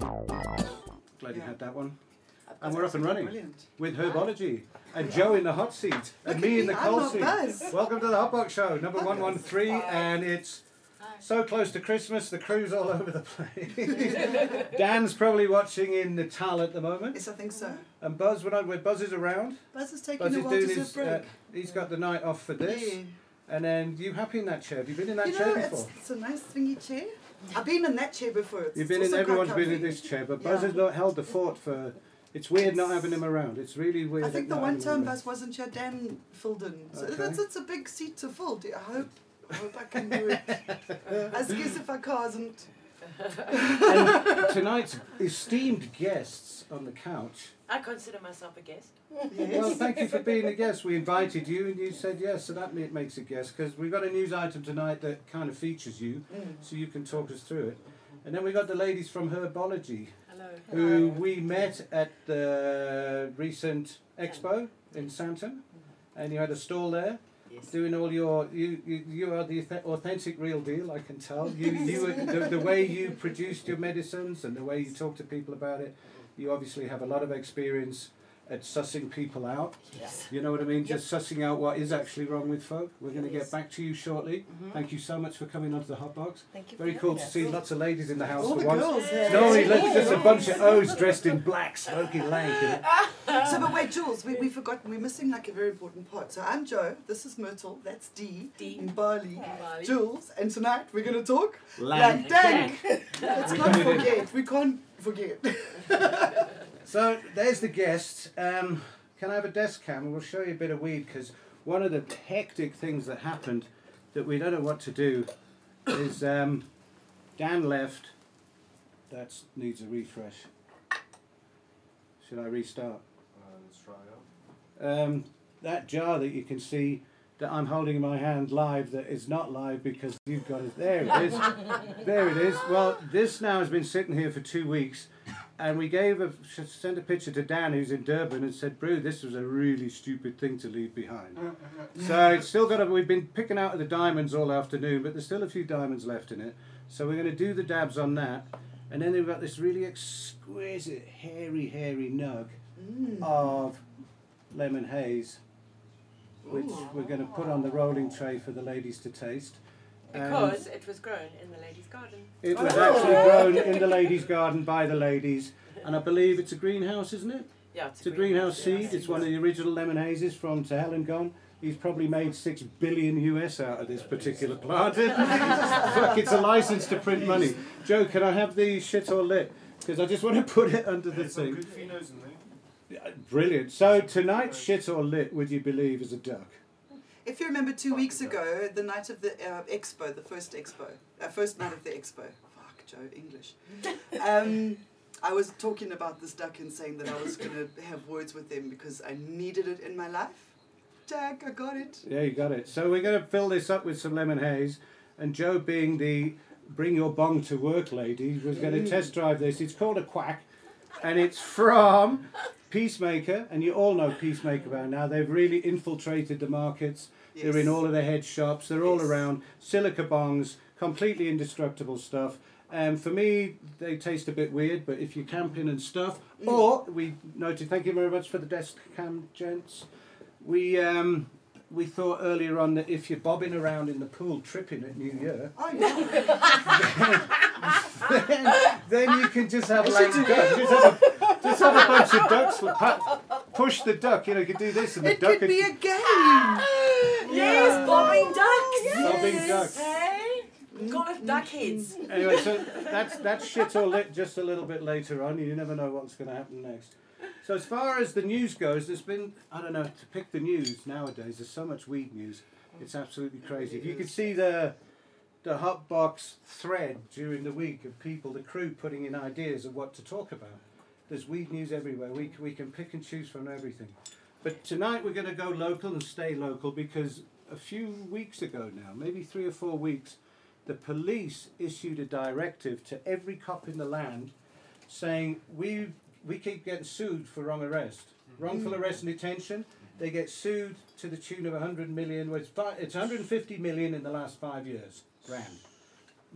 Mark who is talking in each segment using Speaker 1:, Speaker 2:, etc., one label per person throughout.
Speaker 1: Glad you
Speaker 2: Yeah.
Speaker 1: had that one.
Speaker 2: I've got
Speaker 1: And we're up and
Speaker 2: absolutely
Speaker 1: running
Speaker 2: Brilliant.
Speaker 1: with Herbology and Joe in the hot seat and
Speaker 2: Look
Speaker 1: me
Speaker 2: at
Speaker 1: in the
Speaker 2: me, I'm
Speaker 1: cold
Speaker 2: not
Speaker 1: seat.
Speaker 2: buzzed.
Speaker 1: Welcome to the Hotbox Show, number
Speaker 2: I'm not
Speaker 1: 113,
Speaker 2: buzzed.
Speaker 1: and it's
Speaker 2: Hi.
Speaker 1: so close to Christmas, the crew's all over the place. Dan's probably watching in Natal at the moment,
Speaker 2: Yes, I think so.
Speaker 1: and Buzz, when, I, when Buzz is around,
Speaker 2: Buzz is taking
Speaker 1: Buzz
Speaker 2: a
Speaker 1: is
Speaker 2: while
Speaker 1: doing
Speaker 2: to his,
Speaker 1: his,
Speaker 2: break.
Speaker 1: uh, he's got the night off for this. And then, you happy in that chair? Have you been in that
Speaker 2: You
Speaker 1: chair
Speaker 2: know,
Speaker 1: before?
Speaker 2: it's, it's a nice swingy chair. I've been in that chair before. It's,
Speaker 1: You've been
Speaker 2: it's
Speaker 1: in,
Speaker 2: also
Speaker 1: everyone's
Speaker 2: quite
Speaker 1: been in
Speaker 2: comfy.
Speaker 1: this chair, but Buzz
Speaker 2: Yeah.
Speaker 1: has not held the fort for. It's weird not having him around. It's really weird.
Speaker 2: I think the
Speaker 1: not
Speaker 2: one
Speaker 1: having him
Speaker 2: time
Speaker 1: around.
Speaker 2: Buzz wasn't here, Dan filled in. So
Speaker 1: Okay.
Speaker 2: that's, it's a big seat to fill. Do- I hope, I hope I can do it. I guess if I can't.
Speaker 1: and tonight's esteemed guests on the couch.
Speaker 3: I consider myself a guest.
Speaker 1: Well,
Speaker 2: Yes.
Speaker 1: thank you for being a guest. We invited you and you said yes, so that ma- makes a guest because we've got a news item tonight that kind of features you, so you can talk us through it. And then we got the ladies from Herbology
Speaker 3: Hello.
Speaker 1: who
Speaker 3: Um,
Speaker 1: we met at the recent expo in Santon, and you had a stall there.
Speaker 3: Yes.
Speaker 1: doing all your you you, you are the authe- authentic real deal i can tell you you were- the, the way you produced your medicines and the way you talk to people about it you obviously have a lot of experience at sussing people out
Speaker 3: Yes.
Speaker 1: you know what i mean just sussing out what is actually wrong with folk we're going to get
Speaker 3: Yes.
Speaker 1: back to you shortly thank you so much for coming onto the hot box
Speaker 3: Thank you.
Speaker 1: very
Speaker 3: for
Speaker 1: cool to
Speaker 3: having
Speaker 1: see
Speaker 3: us.
Speaker 1: lots of ladies in the house
Speaker 2: All
Speaker 1: for
Speaker 2: the
Speaker 1: once
Speaker 2: girls there.
Speaker 1: Normally,
Speaker 3: Yeah.
Speaker 1: look, just a bunch of O's dressed in black, smoking lank. and-
Speaker 2: So, but wait, Jules, we, we forgot, we're missing like a very important part. So I'm Joe, this is Myrtle, that's D,
Speaker 3: D.
Speaker 2: in Bali,
Speaker 3: Bali.
Speaker 2: Jules, and tonight we're going to talk
Speaker 1: Lank.
Speaker 2: like dank. Let's
Speaker 1: We
Speaker 2: not
Speaker 1: got it in.
Speaker 2: forget, we can't forget.
Speaker 1: So there's the guest. Um, can I have a desk cam? And we'll show you a bit of weed because one of the hectic things that happened that we don't know what to do is um, Dan left. That needs a refresh. Should I restart?
Speaker 4: uh,
Speaker 5: let's try out.
Speaker 1: Um, that jar that you can see that I'm holding in my hand live that is not live because you've got it. There it is. there it is. Well, this now has been sitting here for two weeks, and we gave a sh- sent a picture to Dan who's in Durban and said, "Brew, this was a really stupid thing to leave behind." so it's still got. A, we've been picking out the diamonds all afternoon, but there's still a few diamonds left in it. So we're going to do the dabs on that, and then we've got this really exquisite, hairy, hairy nug of lemon haze, which we're going to put on the rolling tray for the ladies to taste. And
Speaker 3: Because it was grown in the lady's garden.
Speaker 1: it was actually grown in the ladies' garden by the ladies, and I believe it's a greenhouse, isn't it?
Speaker 3: Yeah, it's,
Speaker 1: It's a greenhouse
Speaker 3: yeah.
Speaker 1: seed. It's one of the original lemon hazes from To Hell and Gone. He's probably made six billion US out of this particular plant. Fuck, it's a license to print money. Joe, can I have the shit or lit? Because I just want to put it under the
Speaker 5: There's some
Speaker 1: thing.
Speaker 5: good phenos in there.
Speaker 1: Brilliant. So tonight's shit or lit, would you believe, is a duck?
Speaker 2: If you remember two weeks ago, the night of the uh, expo, the first expo, uh, first night of the expo, fuck Joe, English. Um, I was talking about this duck and saying that I was going to have words with him because I needed it in my life. Jack, I got it.
Speaker 1: Yeah, you got it. So we're going to fill this up with some lemon haze, and Joe, being the bring your bong to work lady, was going to test drive this. It's called a quack, and it's from Peacemaker, and you all know Peacemaker by now. They've really infiltrated the markets. They're in
Speaker 2: Yes.
Speaker 1: all of the head shops. They're all
Speaker 2: Yes.
Speaker 1: around. Silica bongs, completely indestructible stuff. Um, for me, they taste a bit weird, but if you're camping and stuff,
Speaker 2: Mm.
Speaker 1: or we noted, thank you very much for the desk cam, gents. We um, we thought earlier on that if you're bobbing around in the pool tripping at New Year,
Speaker 2: Oh, yeah.
Speaker 1: then, then you can just have like duck, just have, a, just have a bunch of ducks, with pa- push the duck. You know, you could do this and the
Speaker 2: It
Speaker 1: duck
Speaker 2: could be a game.
Speaker 3: Yes, bobbing ducks.
Speaker 1: Bobbing ducks.
Speaker 3: Hey, call it duck heads.
Speaker 1: anyway, so that's that's shit all lit just a little bit later on. You never know what's going to happen next. So as far as the news goes, there's been I don't know to pick the news nowadays. There's so much weed news. It's absolutely crazy. If you could see the the hot box thread during the week of people, the crew putting in ideas of what to talk about. There's weed news everywhere. We c- we can pick and choose from everything. But tonight we're going to go local and stay local because a few weeks ago now, maybe three or four weeks, the police issued a directive to every cop in the land saying we we keep getting sued for wrong arrest.
Speaker 3: Mm-hmm.
Speaker 1: wrongful arrest and detention. They get sued to the tune of 100 million. Well, it's, fi- it's 150 million in the last five years. Grand.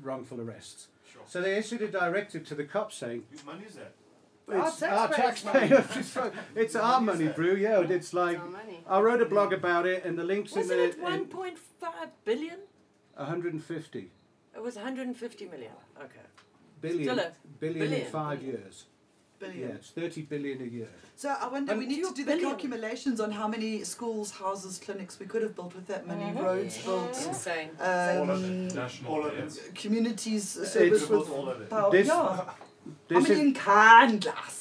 Speaker 1: Wrongful arrests.
Speaker 5: Sure.
Speaker 1: So they issued a directive to the cops saying,
Speaker 5: Whose money is that?
Speaker 4: Our
Speaker 1: it's our
Speaker 4: taxpayers'
Speaker 1: taxpayer. it's our money, Brew. Yeah, it's like.
Speaker 4: Our money.
Speaker 1: I wrote a blog about it, and the links in
Speaker 3: Wasn't
Speaker 1: the.
Speaker 3: it 1.5 billion?
Speaker 1: 150
Speaker 3: It was 150 million. Okay.
Speaker 1: billion,
Speaker 3: Still a
Speaker 1: billion in
Speaker 3: billion.
Speaker 1: five years.
Speaker 2: Billion.
Speaker 1: Yeah, it's 30 billion a year.
Speaker 2: So I wonder, we
Speaker 3: And
Speaker 2: need
Speaker 3: two
Speaker 2: to do the
Speaker 3: billion.
Speaker 2: calculations on how many schools, houses, clinics we could have built with that money,
Speaker 3: Uh-huh.
Speaker 2: roads
Speaker 3: It's
Speaker 2: built,
Speaker 3: insane.
Speaker 5: all of
Speaker 2: um,
Speaker 5: it. National.
Speaker 4: all of
Speaker 5: debts.
Speaker 2: communities uh,
Speaker 5: They
Speaker 2: service
Speaker 5: built
Speaker 2: with
Speaker 5: all of it.
Speaker 2: power.
Speaker 1: This-
Speaker 2: yeah. I
Speaker 1: This
Speaker 2: mean,
Speaker 1: is,
Speaker 2: in Kandlas.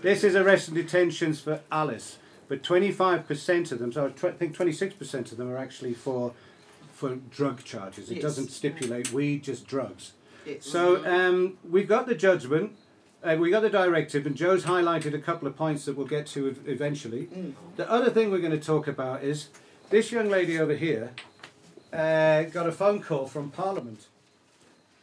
Speaker 1: this is arrest and detentions for Alice, but 25% of them, so I tw- think 26% of them are actually for for drug charges. It
Speaker 2: Yes.
Speaker 1: doesn't stipulate weed, just drugs.
Speaker 2: Yes.
Speaker 1: So um, we've got the judgment, uh, we got the directive, and Joe's highlighted a couple of points that we'll get to ev- eventually. The other thing we're going to talk about is this young lady over here uh, got a phone call from Parliament,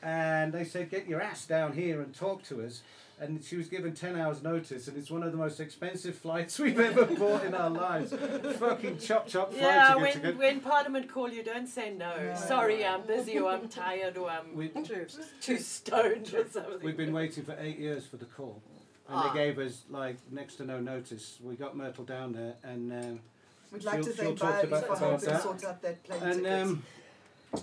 Speaker 1: and they said, "Get your ass down here and talk to us." And she was given ten hours' notice, and it's one of the most expensive flights we've ever bought in our lives. Fucking chop chop flight to
Speaker 3: Yeah,
Speaker 1: get
Speaker 3: when,
Speaker 1: to go.
Speaker 3: when Parliament call you, don't say no. Sorry, I'm busy or I'm tired or I'm
Speaker 1: We-
Speaker 3: too stoned or something.
Speaker 1: We've been waiting for eight years for the call, and
Speaker 3: Ah.
Speaker 1: they gave us like next to no notice. We got Myrtle down there, and um,
Speaker 2: We'd like to
Speaker 1: She'll-
Speaker 2: thank
Speaker 1: she'll talk
Speaker 2: Barbie
Speaker 1: about-
Speaker 2: for
Speaker 1: about
Speaker 2: helping
Speaker 1: that.
Speaker 2: sort out that plane
Speaker 1: and
Speaker 2: tickets
Speaker 1: um,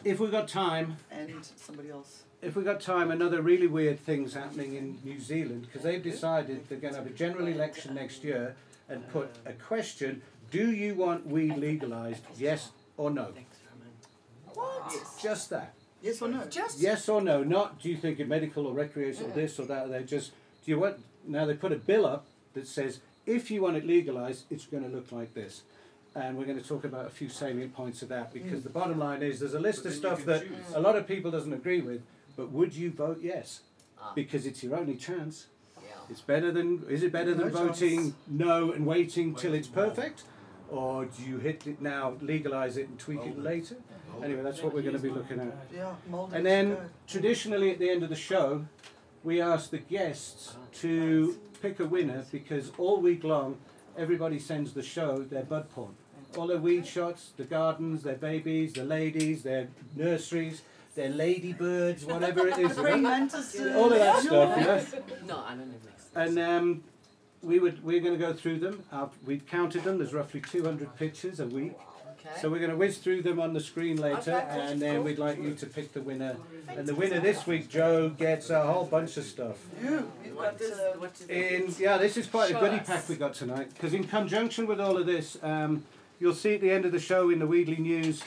Speaker 1: if we got time,
Speaker 2: and somebody else.
Speaker 1: if we got time, another really weird thing's happening in New Zealand because they've decided they're going to have a general election next year and put
Speaker 3: Ah.
Speaker 1: a question: Do you want weed legalized? Yes or no?
Speaker 3: Thanks, Roman.
Speaker 2: Yes.
Speaker 1: Just that.
Speaker 2: Yes or no?
Speaker 4: Just
Speaker 1: Yes or no? Not do you think it medical or recreational this or that? They just do you want now they put a bill up that says if you want it legalized, it's going to look like this, and we're going to talk about a few salient points of that because the bottom line is there's a list
Speaker 5: But
Speaker 1: of
Speaker 5: then you
Speaker 1: stuff
Speaker 5: can
Speaker 1: that uh,
Speaker 5: choose.
Speaker 1: a lot of people doesn't agree with, but would you vote yes?
Speaker 5: Ah.
Speaker 1: Because it's your only chance. It's better than is it better than
Speaker 2: No
Speaker 1: voting
Speaker 2: chance.
Speaker 1: no and waiting till
Speaker 5: Waiting
Speaker 1: it's
Speaker 5: more.
Speaker 1: perfect, or do you hit it now, legalize it and tweak it
Speaker 5: Hold it.
Speaker 1: later? Anyway, that's what we're going to be looking at.
Speaker 2: Yeah, mold
Speaker 1: And then traditionally at the end of the show, we ask the guests to pick a winner because all week long, everybody sends the show their bud porn. All their weed shots, the gardens, their babies, the ladies, their nurseries, their ladybirds, whatever it is.
Speaker 2: Bring
Speaker 1: All
Speaker 2: mantises.
Speaker 1: of that stuff, yeah.
Speaker 3: No, I don't have next.
Speaker 1: And um, we would we're going to go through them. Uh, we've counted them. There's roughly 200 pictures a week.
Speaker 3: Okay.
Speaker 1: So we're going to whiz through them on the screen later,
Speaker 4: Okay, cool,
Speaker 1: and then we'd like you to pick the winner. And the winner this week, Joe, gets a whole bunch of stuff.
Speaker 2: You, you've got uh,
Speaker 3: what is
Speaker 1: In yeah, this is quite a
Speaker 3: Show
Speaker 1: goodie
Speaker 3: us.
Speaker 1: pack we got tonight. Because in conjunction with all of this, um, you'll see at the end of the show in the Weedley News,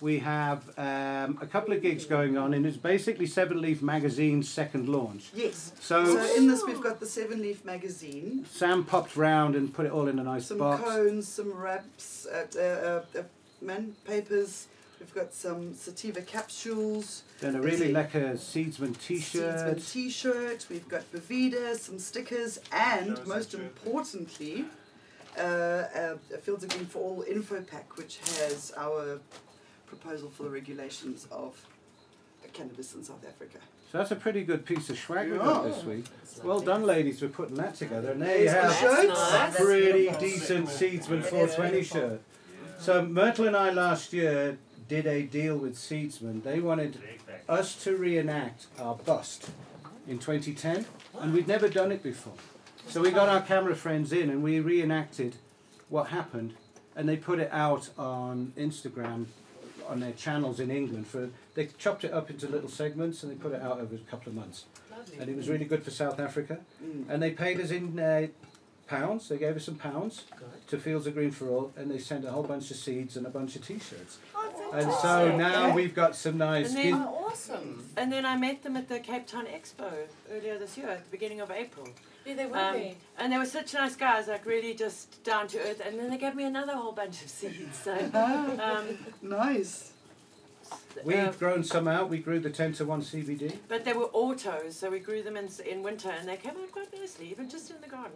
Speaker 1: we have um, a couple of gigs going on, and it's basically Seven Leaf Magazine's second launch.
Speaker 2: Yes.
Speaker 1: So,
Speaker 2: So in this we've got the Seven Leaf magazine,
Speaker 1: Sam popped round and put it all in a nice
Speaker 2: some
Speaker 1: box.
Speaker 2: cones, some wraps, uh, uh, uh, uh, man papers. We've got some sativa capsules,
Speaker 1: then a really lekker Seedsman T-shirt.
Speaker 2: Seedsman T-shirt. We've got Bovida, some stickers, and
Speaker 5: Those
Speaker 2: most
Speaker 5: are good.
Speaker 2: importantly, uh, uh, a Fields of Green for All info pack, which has our proposal for the regulations of cannabis in South Africa.
Speaker 1: So that's a pretty good piece of swag we got
Speaker 2: Yeah.
Speaker 1: this week. Well done, ladies, for putting that together. And there you
Speaker 2: Yes,
Speaker 1: have
Speaker 2: that's
Speaker 1: a
Speaker 3: nice.
Speaker 1: pretty
Speaker 5: That's
Speaker 1: decent
Speaker 5: beautiful.
Speaker 1: Seedsman 420 shirt. So Myrtle and I last year did a deal with Seedsman. They wanted us to reenact our bust in 2010, and we'd never done it before. So we got our camera friends in and we reenacted what happened, and they put it out on Instagram on their channels in England. For they chopped it up into little segments and they put it out over a couple of months, and it was really good for South Africa.
Speaker 2: Mm.
Speaker 1: And they paid us in uh, pounds. They gave us some pounds to Fields of Green for All, and they sent a whole bunch of seeds and a bunch of T-shirts. And so now we've got some nice.
Speaker 3: And then-
Speaker 1: gin-
Speaker 4: awesome.
Speaker 3: And then I met them at the Cape Town Expo earlier this year, at the beginning of April.
Speaker 4: Yeah, they would
Speaker 3: Um,
Speaker 4: be.
Speaker 3: and they were such nice guys, like really just down to earth. And then they gave me another whole bunch of seeds. So, um,
Speaker 2: Nice.
Speaker 3: uh,
Speaker 1: We've grown some out. We grew the ten to one CBD.
Speaker 3: but they were autos, so we grew them in, s- in winter, and they came out quite nicely, even just in the garden.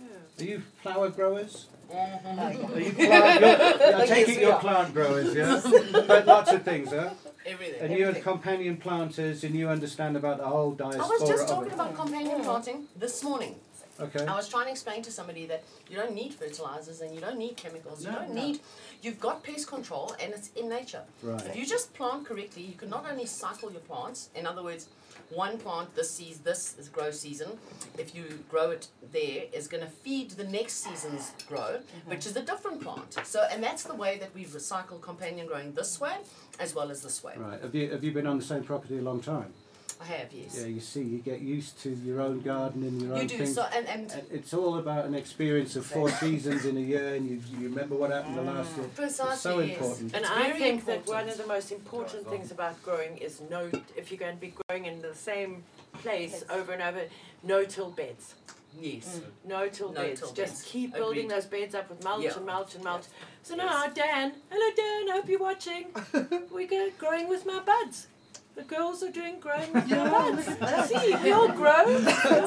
Speaker 3: Yeah.
Speaker 1: Are you flower growers?
Speaker 4: Like
Speaker 6: Um,
Speaker 1: Are you plant? You're, I
Speaker 4: Like
Speaker 1: take
Speaker 4: yes,
Speaker 1: it
Speaker 4: we
Speaker 1: you're
Speaker 4: are.
Speaker 1: plant growers, yeah. but lots of things, huh?
Speaker 4: everything.
Speaker 1: And you're companion planters, and you understand about the whole diaspora.
Speaker 4: I was just
Speaker 1: of
Speaker 4: talking
Speaker 1: it.
Speaker 4: about companion planting this morning.
Speaker 1: Okay.
Speaker 5: I was trying to explain to somebody that you don't need fertilizers and you don't need chemicals. you
Speaker 2: No,
Speaker 5: don't
Speaker 2: no.
Speaker 5: need. You've got pest control and it's in nature.
Speaker 1: Right.
Speaker 5: If you just plant correctly, you can not only cycle your plants. In other words, one plant this season, this is grow season. If you grow it there, is going to feed the next season's grow,
Speaker 2: Mm-hmm.
Speaker 5: which is a different plant. So, and that's the way that we recycle companion growing this way as well as this way.
Speaker 1: Right. Have you have you been on the same property a long time?
Speaker 5: I have yes.
Speaker 1: Yeah. You see, you get used to your own garden and your
Speaker 5: You
Speaker 1: own
Speaker 5: do
Speaker 1: things.
Speaker 5: so, and and
Speaker 1: And It's all about an experience of four seasons in a year, and you, you remember what happened the last year.
Speaker 5: precisely
Speaker 1: so
Speaker 5: yes.
Speaker 1: important.
Speaker 3: And
Speaker 5: It's
Speaker 3: I
Speaker 5: very
Speaker 3: think that one
Speaker 5: important.
Speaker 3: of the most important things about growing is no, if you're going to be growing in the same place over and over, no till beds.
Speaker 5: Yes.
Speaker 3: No till
Speaker 5: No
Speaker 3: beds.
Speaker 5: till
Speaker 3: Just
Speaker 5: beds.
Speaker 3: keep building
Speaker 5: Agreed.
Speaker 3: those beds up with mulch
Speaker 5: Yeah.
Speaker 3: and mulch and mulch. So
Speaker 5: Yes.
Speaker 3: now, Dan, hello Dan, I hope you're watching. we go growing with my buds. The girls are doing growing with my buds. See, we all grow.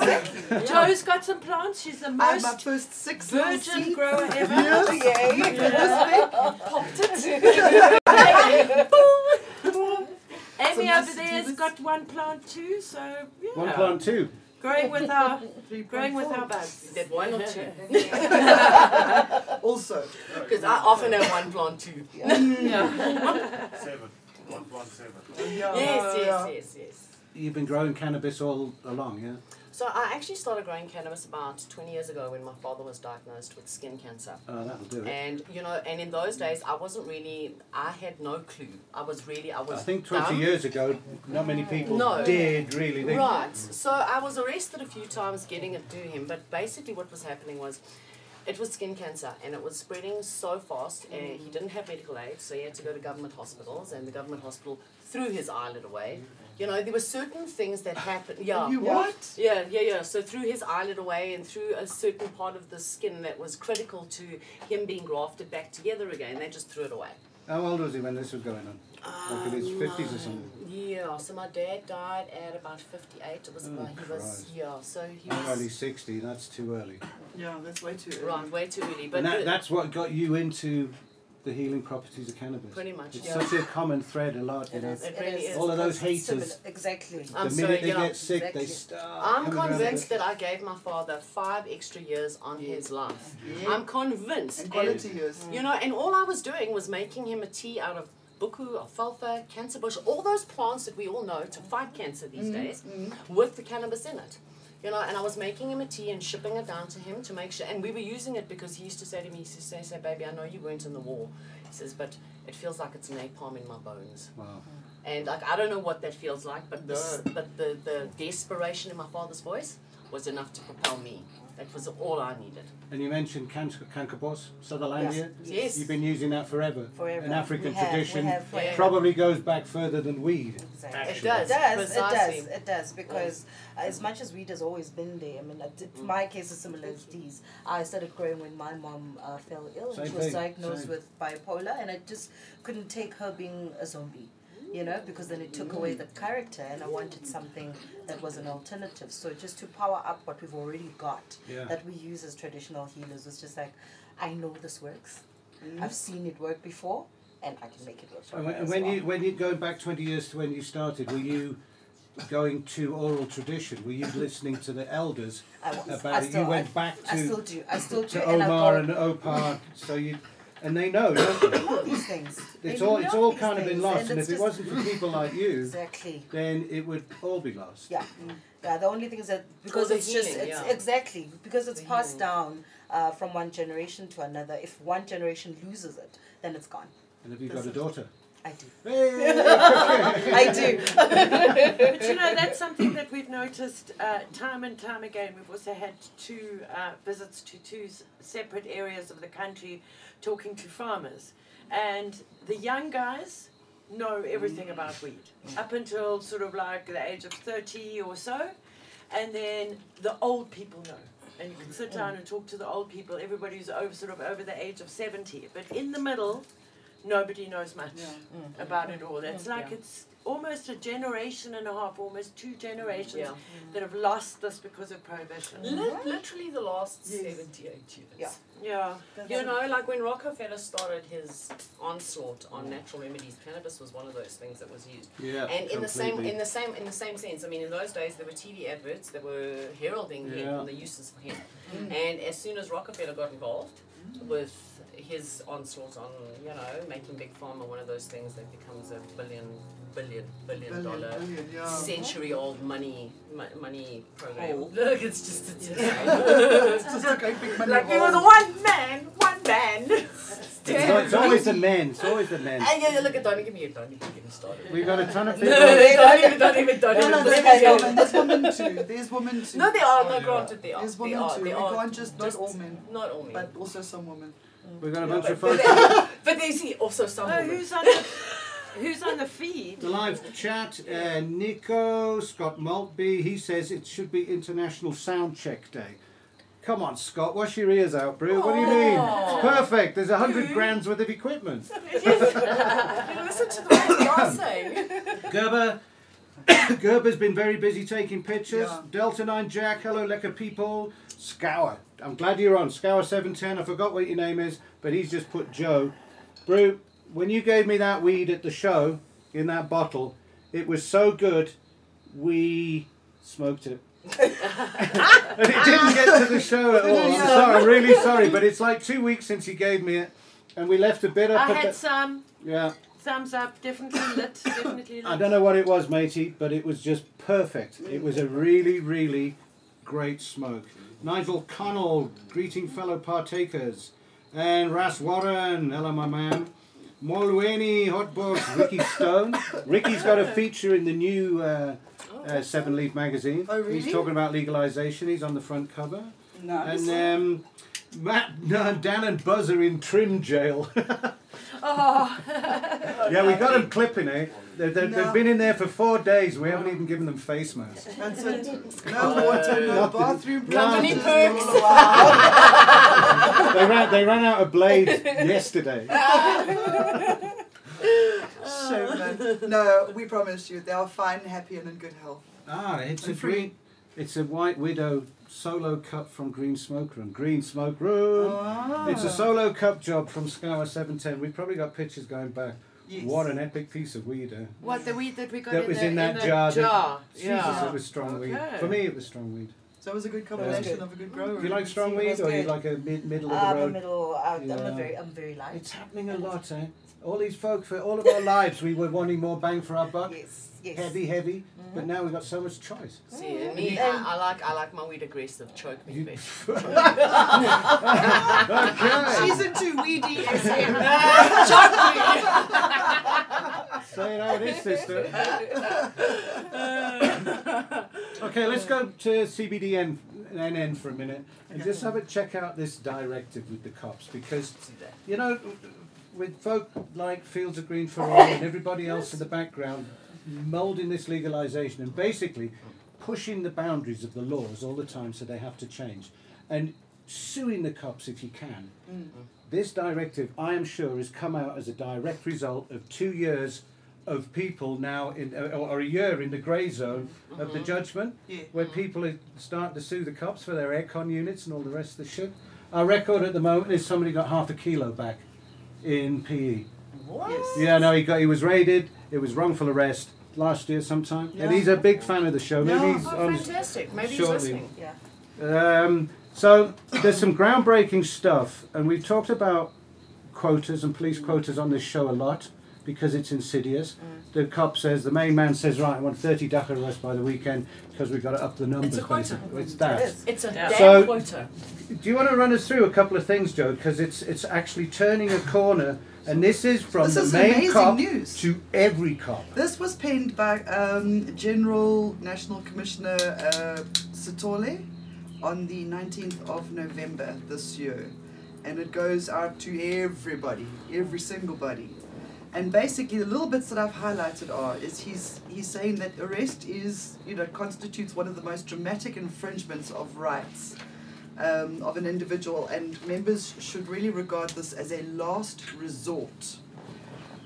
Speaker 3: Joe's got some plants. She's the
Speaker 2: I had my
Speaker 3: most
Speaker 2: first six little
Speaker 3: virgin
Speaker 2: seeds.
Speaker 3: grower ever.
Speaker 5: Popped it.
Speaker 3: Amy
Speaker 2: nice
Speaker 3: over
Speaker 2: to
Speaker 3: there
Speaker 2: do
Speaker 3: has
Speaker 2: this.
Speaker 3: got one plant too, so yeah.
Speaker 1: One plant too.
Speaker 3: Growing with our
Speaker 2: Three
Speaker 3: growing
Speaker 2: point
Speaker 3: with our
Speaker 2: four.
Speaker 3: buds.
Speaker 5: Did one or two?
Speaker 2: Also,
Speaker 5: Because I often have one plant too.
Speaker 4: Seven. One plant seven.
Speaker 5: Yes, yes, yes, yes.
Speaker 1: You've been growing cannabis all along, yeah?
Speaker 5: So I actually started growing cannabis about 20 years ago when my father was diagnosed with skin cancer.
Speaker 1: Oh, that'll do it.
Speaker 5: And you know, and in those days, I wasn't really. I had no clue. I was really. I
Speaker 1: I
Speaker 5: was.
Speaker 1: think 20
Speaker 5: dumb.
Speaker 1: years ago, not many people
Speaker 5: No.
Speaker 1: did really think.
Speaker 5: Right. So I was arrested a few times getting it to him, but basically what was happening was it was skin cancer and it was spreading so fast and
Speaker 2: Mm.
Speaker 5: he didn't have medical aid, so he had to go to government hospitals and the government hospital threw his eyelid away. You know, there were certain things that happened. Yeah.
Speaker 2: you what?
Speaker 5: Yeah, yeah, yeah. So threw his eyelid away and threw a certain part of the skin that was critical to him being grafted back together again. They just threw it away.
Speaker 1: How old was he when this was going on? Like in his 50s or something.
Speaker 5: Um, Yeah, so my dad died at about 58. It was about, he was,
Speaker 1: Oh, Christ.
Speaker 5: yeah, so he
Speaker 1: I'm
Speaker 5: was.
Speaker 1: only 60, that's too early.
Speaker 2: Yeah, that's way too early.
Speaker 5: Right, way too early. But
Speaker 1: and that,
Speaker 5: the-
Speaker 1: that's what got you into the healing properties of cannabis.
Speaker 5: Pretty much,
Speaker 1: It's
Speaker 5: yeah.
Speaker 1: such a common thread a lot, you
Speaker 6: It
Speaker 1: know.
Speaker 6: is, it
Speaker 5: It really
Speaker 6: is.
Speaker 5: is. All
Speaker 1: of those
Speaker 6: because it's similar-
Speaker 1: haters.
Speaker 6: Exactly.
Speaker 1: The
Speaker 5: I'm
Speaker 1: minute
Speaker 5: sorry,
Speaker 1: they
Speaker 5: yeah.
Speaker 1: get sick,
Speaker 6: Exactly.
Speaker 1: they start.
Speaker 5: I'm
Speaker 1: coming around the-
Speaker 5: convinced that I gave my father five extra years on his life. I'm Mm. convinced.
Speaker 2: And quality years.
Speaker 5: and, you know, and all I was doing was making him a tea out of buku, alfalfa, cancer bush, all those plants that we all know to fight cancer
Speaker 6: Mm,
Speaker 5: these days with the cannabis in it. You know, and I was making him a tea and shipping it down to him to make sure. And we were using it because he used to say to me, he used to say, say, baby, I know you weren't in the war. He says, but it feels like it's napalm in my bones.
Speaker 1: Wow.
Speaker 5: And like I don't know what that feels like, but the but the, the desperation in my father's voice was enough to propel me. That was all I needed.
Speaker 1: And you mentioned canc- cankerbos, Sutherlandia.
Speaker 5: Yes.
Speaker 1: You've been using that forever.
Speaker 6: Forever.
Speaker 1: An African
Speaker 6: We have- we
Speaker 1: tradition.
Speaker 6: have forever.
Speaker 1: Probably goes back further than weed.
Speaker 6: Exactly.
Speaker 5: It
Speaker 6: It
Speaker 5: does.
Speaker 6: does, it
Speaker 5: precisely.
Speaker 6: does, it does, because as much as weed has always been there, I mean, uh, th- my case is similar as Dee's. I started growing when my mom uh, fell ill and
Speaker 1: Same
Speaker 6: she was
Speaker 1: thing,
Speaker 6: diagnosed
Speaker 1: same.
Speaker 6: with bipolar, and I just couldn't take her being a zombie, you know, because then it took away the character, and I wanted something that was an alternative. So just to power up what we've already got
Speaker 1: Yeah.
Speaker 6: that we use as traditional healers was just like, I know this works, I've seen it work before, and I can make it work. for
Speaker 1: And
Speaker 6: me
Speaker 1: when, and
Speaker 6: as
Speaker 1: when
Speaker 6: well.
Speaker 1: you when you go back twenty years to when you started, were you going to oral tradition? Were you listening to the elders
Speaker 6: I was.
Speaker 1: about
Speaker 6: I
Speaker 1: it?
Speaker 6: still-
Speaker 1: you went
Speaker 6: I-
Speaker 1: back
Speaker 6: I still
Speaker 1: to
Speaker 6: do. I still do.
Speaker 1: to
Speaker 6: and I
Speaker 1: Omar
Speaker 6: go-
Speaker 1: and Opar, so you and they know, don't they?
Speaker 6: all these things.
Speaker 1: It's
Speaker 6: They
Speaker 1: all it's
Speaker 6: know
Speaker 1: all
Speaker 6: these
Speaker 1: kind of been
Speaker 6: things,
Speaker 1: lost, and,
Speaker 6: and
Speaker 1: if
Speaker 6: it's
Speaker 1: it
Speaker 6: just-
Speaker 1: wasn't for people like you,
Speaker 6: Exactly.
Speaker 1: then it would all be lost.
Speaker 6: Yeah. Yeah, the only thing is that because
Speaker 5: the
Speaker 6: it's just
Speaker 5: healing,
Speaker 6: it's
Speaker 5: yeah.
Speaker 6: exactly because it's
Speaker 5: The
Speaker 6: passed
Speaker 5: healing.
Speaker 6: down uh, from one generation to another. If one generation loses it, then it's gone.
Speaker 1: And have you got a daughter?
Speaker 6: I do.
Speaker 1: Hey!
Speaker 6: I do.
Speaker 3: But you know, that's something that we've noticed uh, time and time again. We've also had two uh, visits to two s- separate areas of the country talking to farmers. And the young guys know everything about weed up until sort of like the age of 30 or so. And then the old people know. And you can sit down and talk to the old people, everybody who's over, sort of over the age of 70. But in the middle, nobody knows much
Speaker 2: Yeah.
Speaker 3: about it all. It's like
Speaker 5: Yeah.
Speaker 3: it's almost a generation and a half, almost two generations
Speaker 5: Yeah. Mm-hmm.
Speaker 3: that have lost this because of prohibition.
Speaker 5: Li- literally the last
Speaker 2: Yes.
Speaker 5: 78 years.
Speaker 6: Yeah.
Speaker 3: Yeah.
Speaker 5: You know, like when Rockefeller started his onslaught on natural remedies, cannabis was one of those things that was used.
Speaker 1: Yeah,
Speaker 5: And in the same in the same in the same sense, I mean, in those days there were TV adverts that were heralding hemp
Speaker 1: Yeah.
Speaker 5: and the uses for hemp.
Speaker 2: Mm.
Speaker 5: And as soon as Rockefeller got involved with his onslaught on you know making big pharma one of those things that becomes a billion billion billion
Speaker 2: Billion,
Speaker 5: dollar
Speaker 2: billion, yeah.
Speaker 5: century old money mo- money program.
Speaker 2: Hole.
Speaker 5: Look, it's just it's
Speaker 2: It's
Speaker 5: insane.
Speaker 2: just a great big money
Speaker 5: like it was
Speaker 2: hole.
Speaker 5: one man, one man.
Speaker 1: It's, not- it's always the men. It's always the men.
Speaker 5: Hey, yeah, yeah, look at Donnie, give me your Donnie, give me started.
Speaker 1: We've got a ton of
Speaker 5: No,
Speaker 1: people.
Speaker 5: don't even, don't even, don't
Speaker 2: No,
Speaker 5: even.
Speaker 2: no,
Speaker 5: look
Speaker 2: there's
Speaker 5: at
Speaker 2: women,
Speaker 5: it.
Speaker 2: there's women too. There's women too.
Speaker 5: No, they are, no,
Speaker 4: yeah.
Speaker 5: granted, they are.
Speaker 2: There's
Speaker 5: they
Speaker 2: women
Speaker 5: are,
Speaker 2: too.
Speaker 5: They
Speaker 2: We
Speaker 5: are
Speaker 2: can't just- not all men.
Speaker 5: Not all men.
Speaker 2: But also some women.
Speaker 1: We've got a bunch
Speaker 5: but,
Speaker 1: of
Speaker 5: but,
Speaker 1: folks.
Speaker 5: they, but they see also some
Speaker 3: Oh,
Speaker 5: women.
Speaker 3: who's on the who's on the feed?
Speaker 1: The live chat, uh, Nico, Scott Maltby, he says it should be International Sound Check Day. Come on, Scott, wash your ears out, bro. What do you mean? It's perfect. There's a hundred grand's worth of equipment.
Speaker 5: You listen to the way they are saying.
Speaker 1: Gerber, Gerber's been very busy taking pictures.
Speaker 2: Yeah.
Speaker 1: Delta 9 Jack, hello, lekker people. Scour, I'm glad you're on. Scour710, I forgot what your name is, but he's just put Joe. Brew, when you gave me that weed at the show in that bottle, it was so good, we smoked it. and it didn't get to the show at all. I'm
Speaker 2: Yeah.
Speaker 1: sorry, I'm really sorry, but it's like two weeks since you gave me it, and we left a bit up
Speaker 3: I
Speaker 1: at
Speaker 3: had
Speaker 1: the.
Speaker 3: some
Speaker 1: Yeah.
Speaker 3: thumbs up, definitely lit, definitely lit.
Speaker 1: I don't know what it was, matey, but it was just perfect. It was a really, really great smoke. Nigel Connell greeting fellow partakers. And Ras Warren, hello my man. Molweni Hotbox, Ricky Stone. Ricky's got a feature in the new uh, uh, Seven Leaf magazine.
Speaker 2: Oh, really?
Speaker 1: He's talking about legalization. He's on the front cover.
Speaker 2: Nice.
Speaker 1: And um, Matt, no, Dan and Buzz are in trim jail.
Speaker 3: Oh,
Speaker 1: Yeah, we got them clipping, eh? They, they,
Speaker 2: No.
Speaker 1: They've been in there for four days. We haven't even given them face masks.
Speaker 2: That's it. No water, no
Speaker 1: Nothing.
Speaker 2: bathroom.
Speaker 1: Company
Speaker 2: privileges,
Speaker 5: perks.
Speaker 2: blah, blah, blah.
Speaker 1: they ran. They ran out of blade yesterday.
Speaker 2: Shame, man. No, we promise you, they are fine, happy, and in good health.
Speaker 1: Ah, it's a
Speaker 2: And free.
Speaker 1: green. It's a White Widow solo cup from Green Smoke Room. Green Smoke Room. It's
Speaker 2: Ah.
Speaker 1: a solo cup job from Scour Seven Ten. We've probably got pictures going back.
Speaker 2: Yes.
Speaker 1: What an epic piece of weed, eh?
Speaker 3: what the weed that we got
Speaker 1: That
Speaker 3: in
Speaker 1: was
Speaker 3: the,
Speaker 1: in that
Speaker 3: the
Speaker 1: jar that- Jesus,
Speaker 3: yeah.
Speaker 1: it was strong weed.
Speaker 3: Okay.
Speaker 1: For me, it was strong weed.
Speaker 2: So it was a good combination
Speaker 6: good.
Speaker 2: of a good grower.
Speaker 1: Do you like strong weed,
Speaker 6: That's
Speaker 1: or you
Speaker 6: good.
Speaker 1: like a mid middle of
Speaker 6: I'm
Speaker 1: the
Speaker 6: a
Speaker 1: road?
Speaker 6: middle. I, I'm
Speaker 1: Yeah.
Speaker 6: a very. I'm very
Speaker 1: It's
Speaker 6: light.
Speaker 1: happening a lot, eh? All these folk, for all of our lives, we were wanting more bang for our buck.
Speaker 6: Yes. Yes.
Speaker 1: Heavy, heavy, but now we've got so much choice.
Speaker 5: See, and me, I, I like, I like my weed aggressive. Choke me,
Speaker 1: You-
Speaker 5: bitch.
Speaker 2: Um, She's into weedy SM.
Speaker 1: Say it how it is, sister. okay, let's go to CBDN NN for a minute and just have a check out this directive with the cops because you know with folk like Fields of Green for All and everybody else in the background moulding this legalization and basically pushing the boundaries of the laws all the time so they have to change and suing the cops if you can. This directive, I am sure, has come out as a direct result of two years of people now in, or, or a year in the grey zone of the judgment,
Speaker 2: Yeah.
Speaker 1: where people are starting to sue the cops for their aircon units and all the rest of the shit. Our record at the moment is somebody got half a kilo back in PE.
Speaker 2: Yes.
Speaker 1: Yeah, no, he got he was raided. It was wrongful arrest last year sometime. And he's a big fan of the show. Maybe
Speaker 2: Yeah.
Speaker 1: he's
Speaker 5: Oh,
Speaker 1: on his-
Speaker 5: fantastic. Maybe he's
Speaker 1: Um, Surely.
Speaker 5: listening.
Speaker 6: Yeah.
Speaker 1: um, so there's some groundbreaking stuff, and we've talked about quotas and police quotas on this show a lot because it's insidious. The cop says, the main man says, right, I want 30 Dakar arrests by the weekend because we've got to up the numbers.
Speaker 5: a quota.
Speaker 1: basically. It's that.
Speaker 6: It is.
Speaker 5: It's a
Speaker 3: Yeah.
Speaker 5: damn
Speaker 1: So-
Speaker 5: quota.
Speaker 1: Do you want to run us through a couple of things, Joe? Because it's it's actually turning a corner, and this is from
Speaker 2: This
Speaker 1: the
Speaker 2: is
Speaker 1: main
Speaker 2: amazing
Speaker 1: cop
Speaker 2: news.
Speaker 1: to every cop.
Speaker 2: This was penned by um, General National Commissioner uh, Sitole on the 19th of November this year. And it goes out to everybody, every single body. And basically, the little bits that I've highlighted are is he's he's saying that arrest is you know constitutes one of the most dramatic infringements of rights um, of an individual, and members should really regard this as a last resort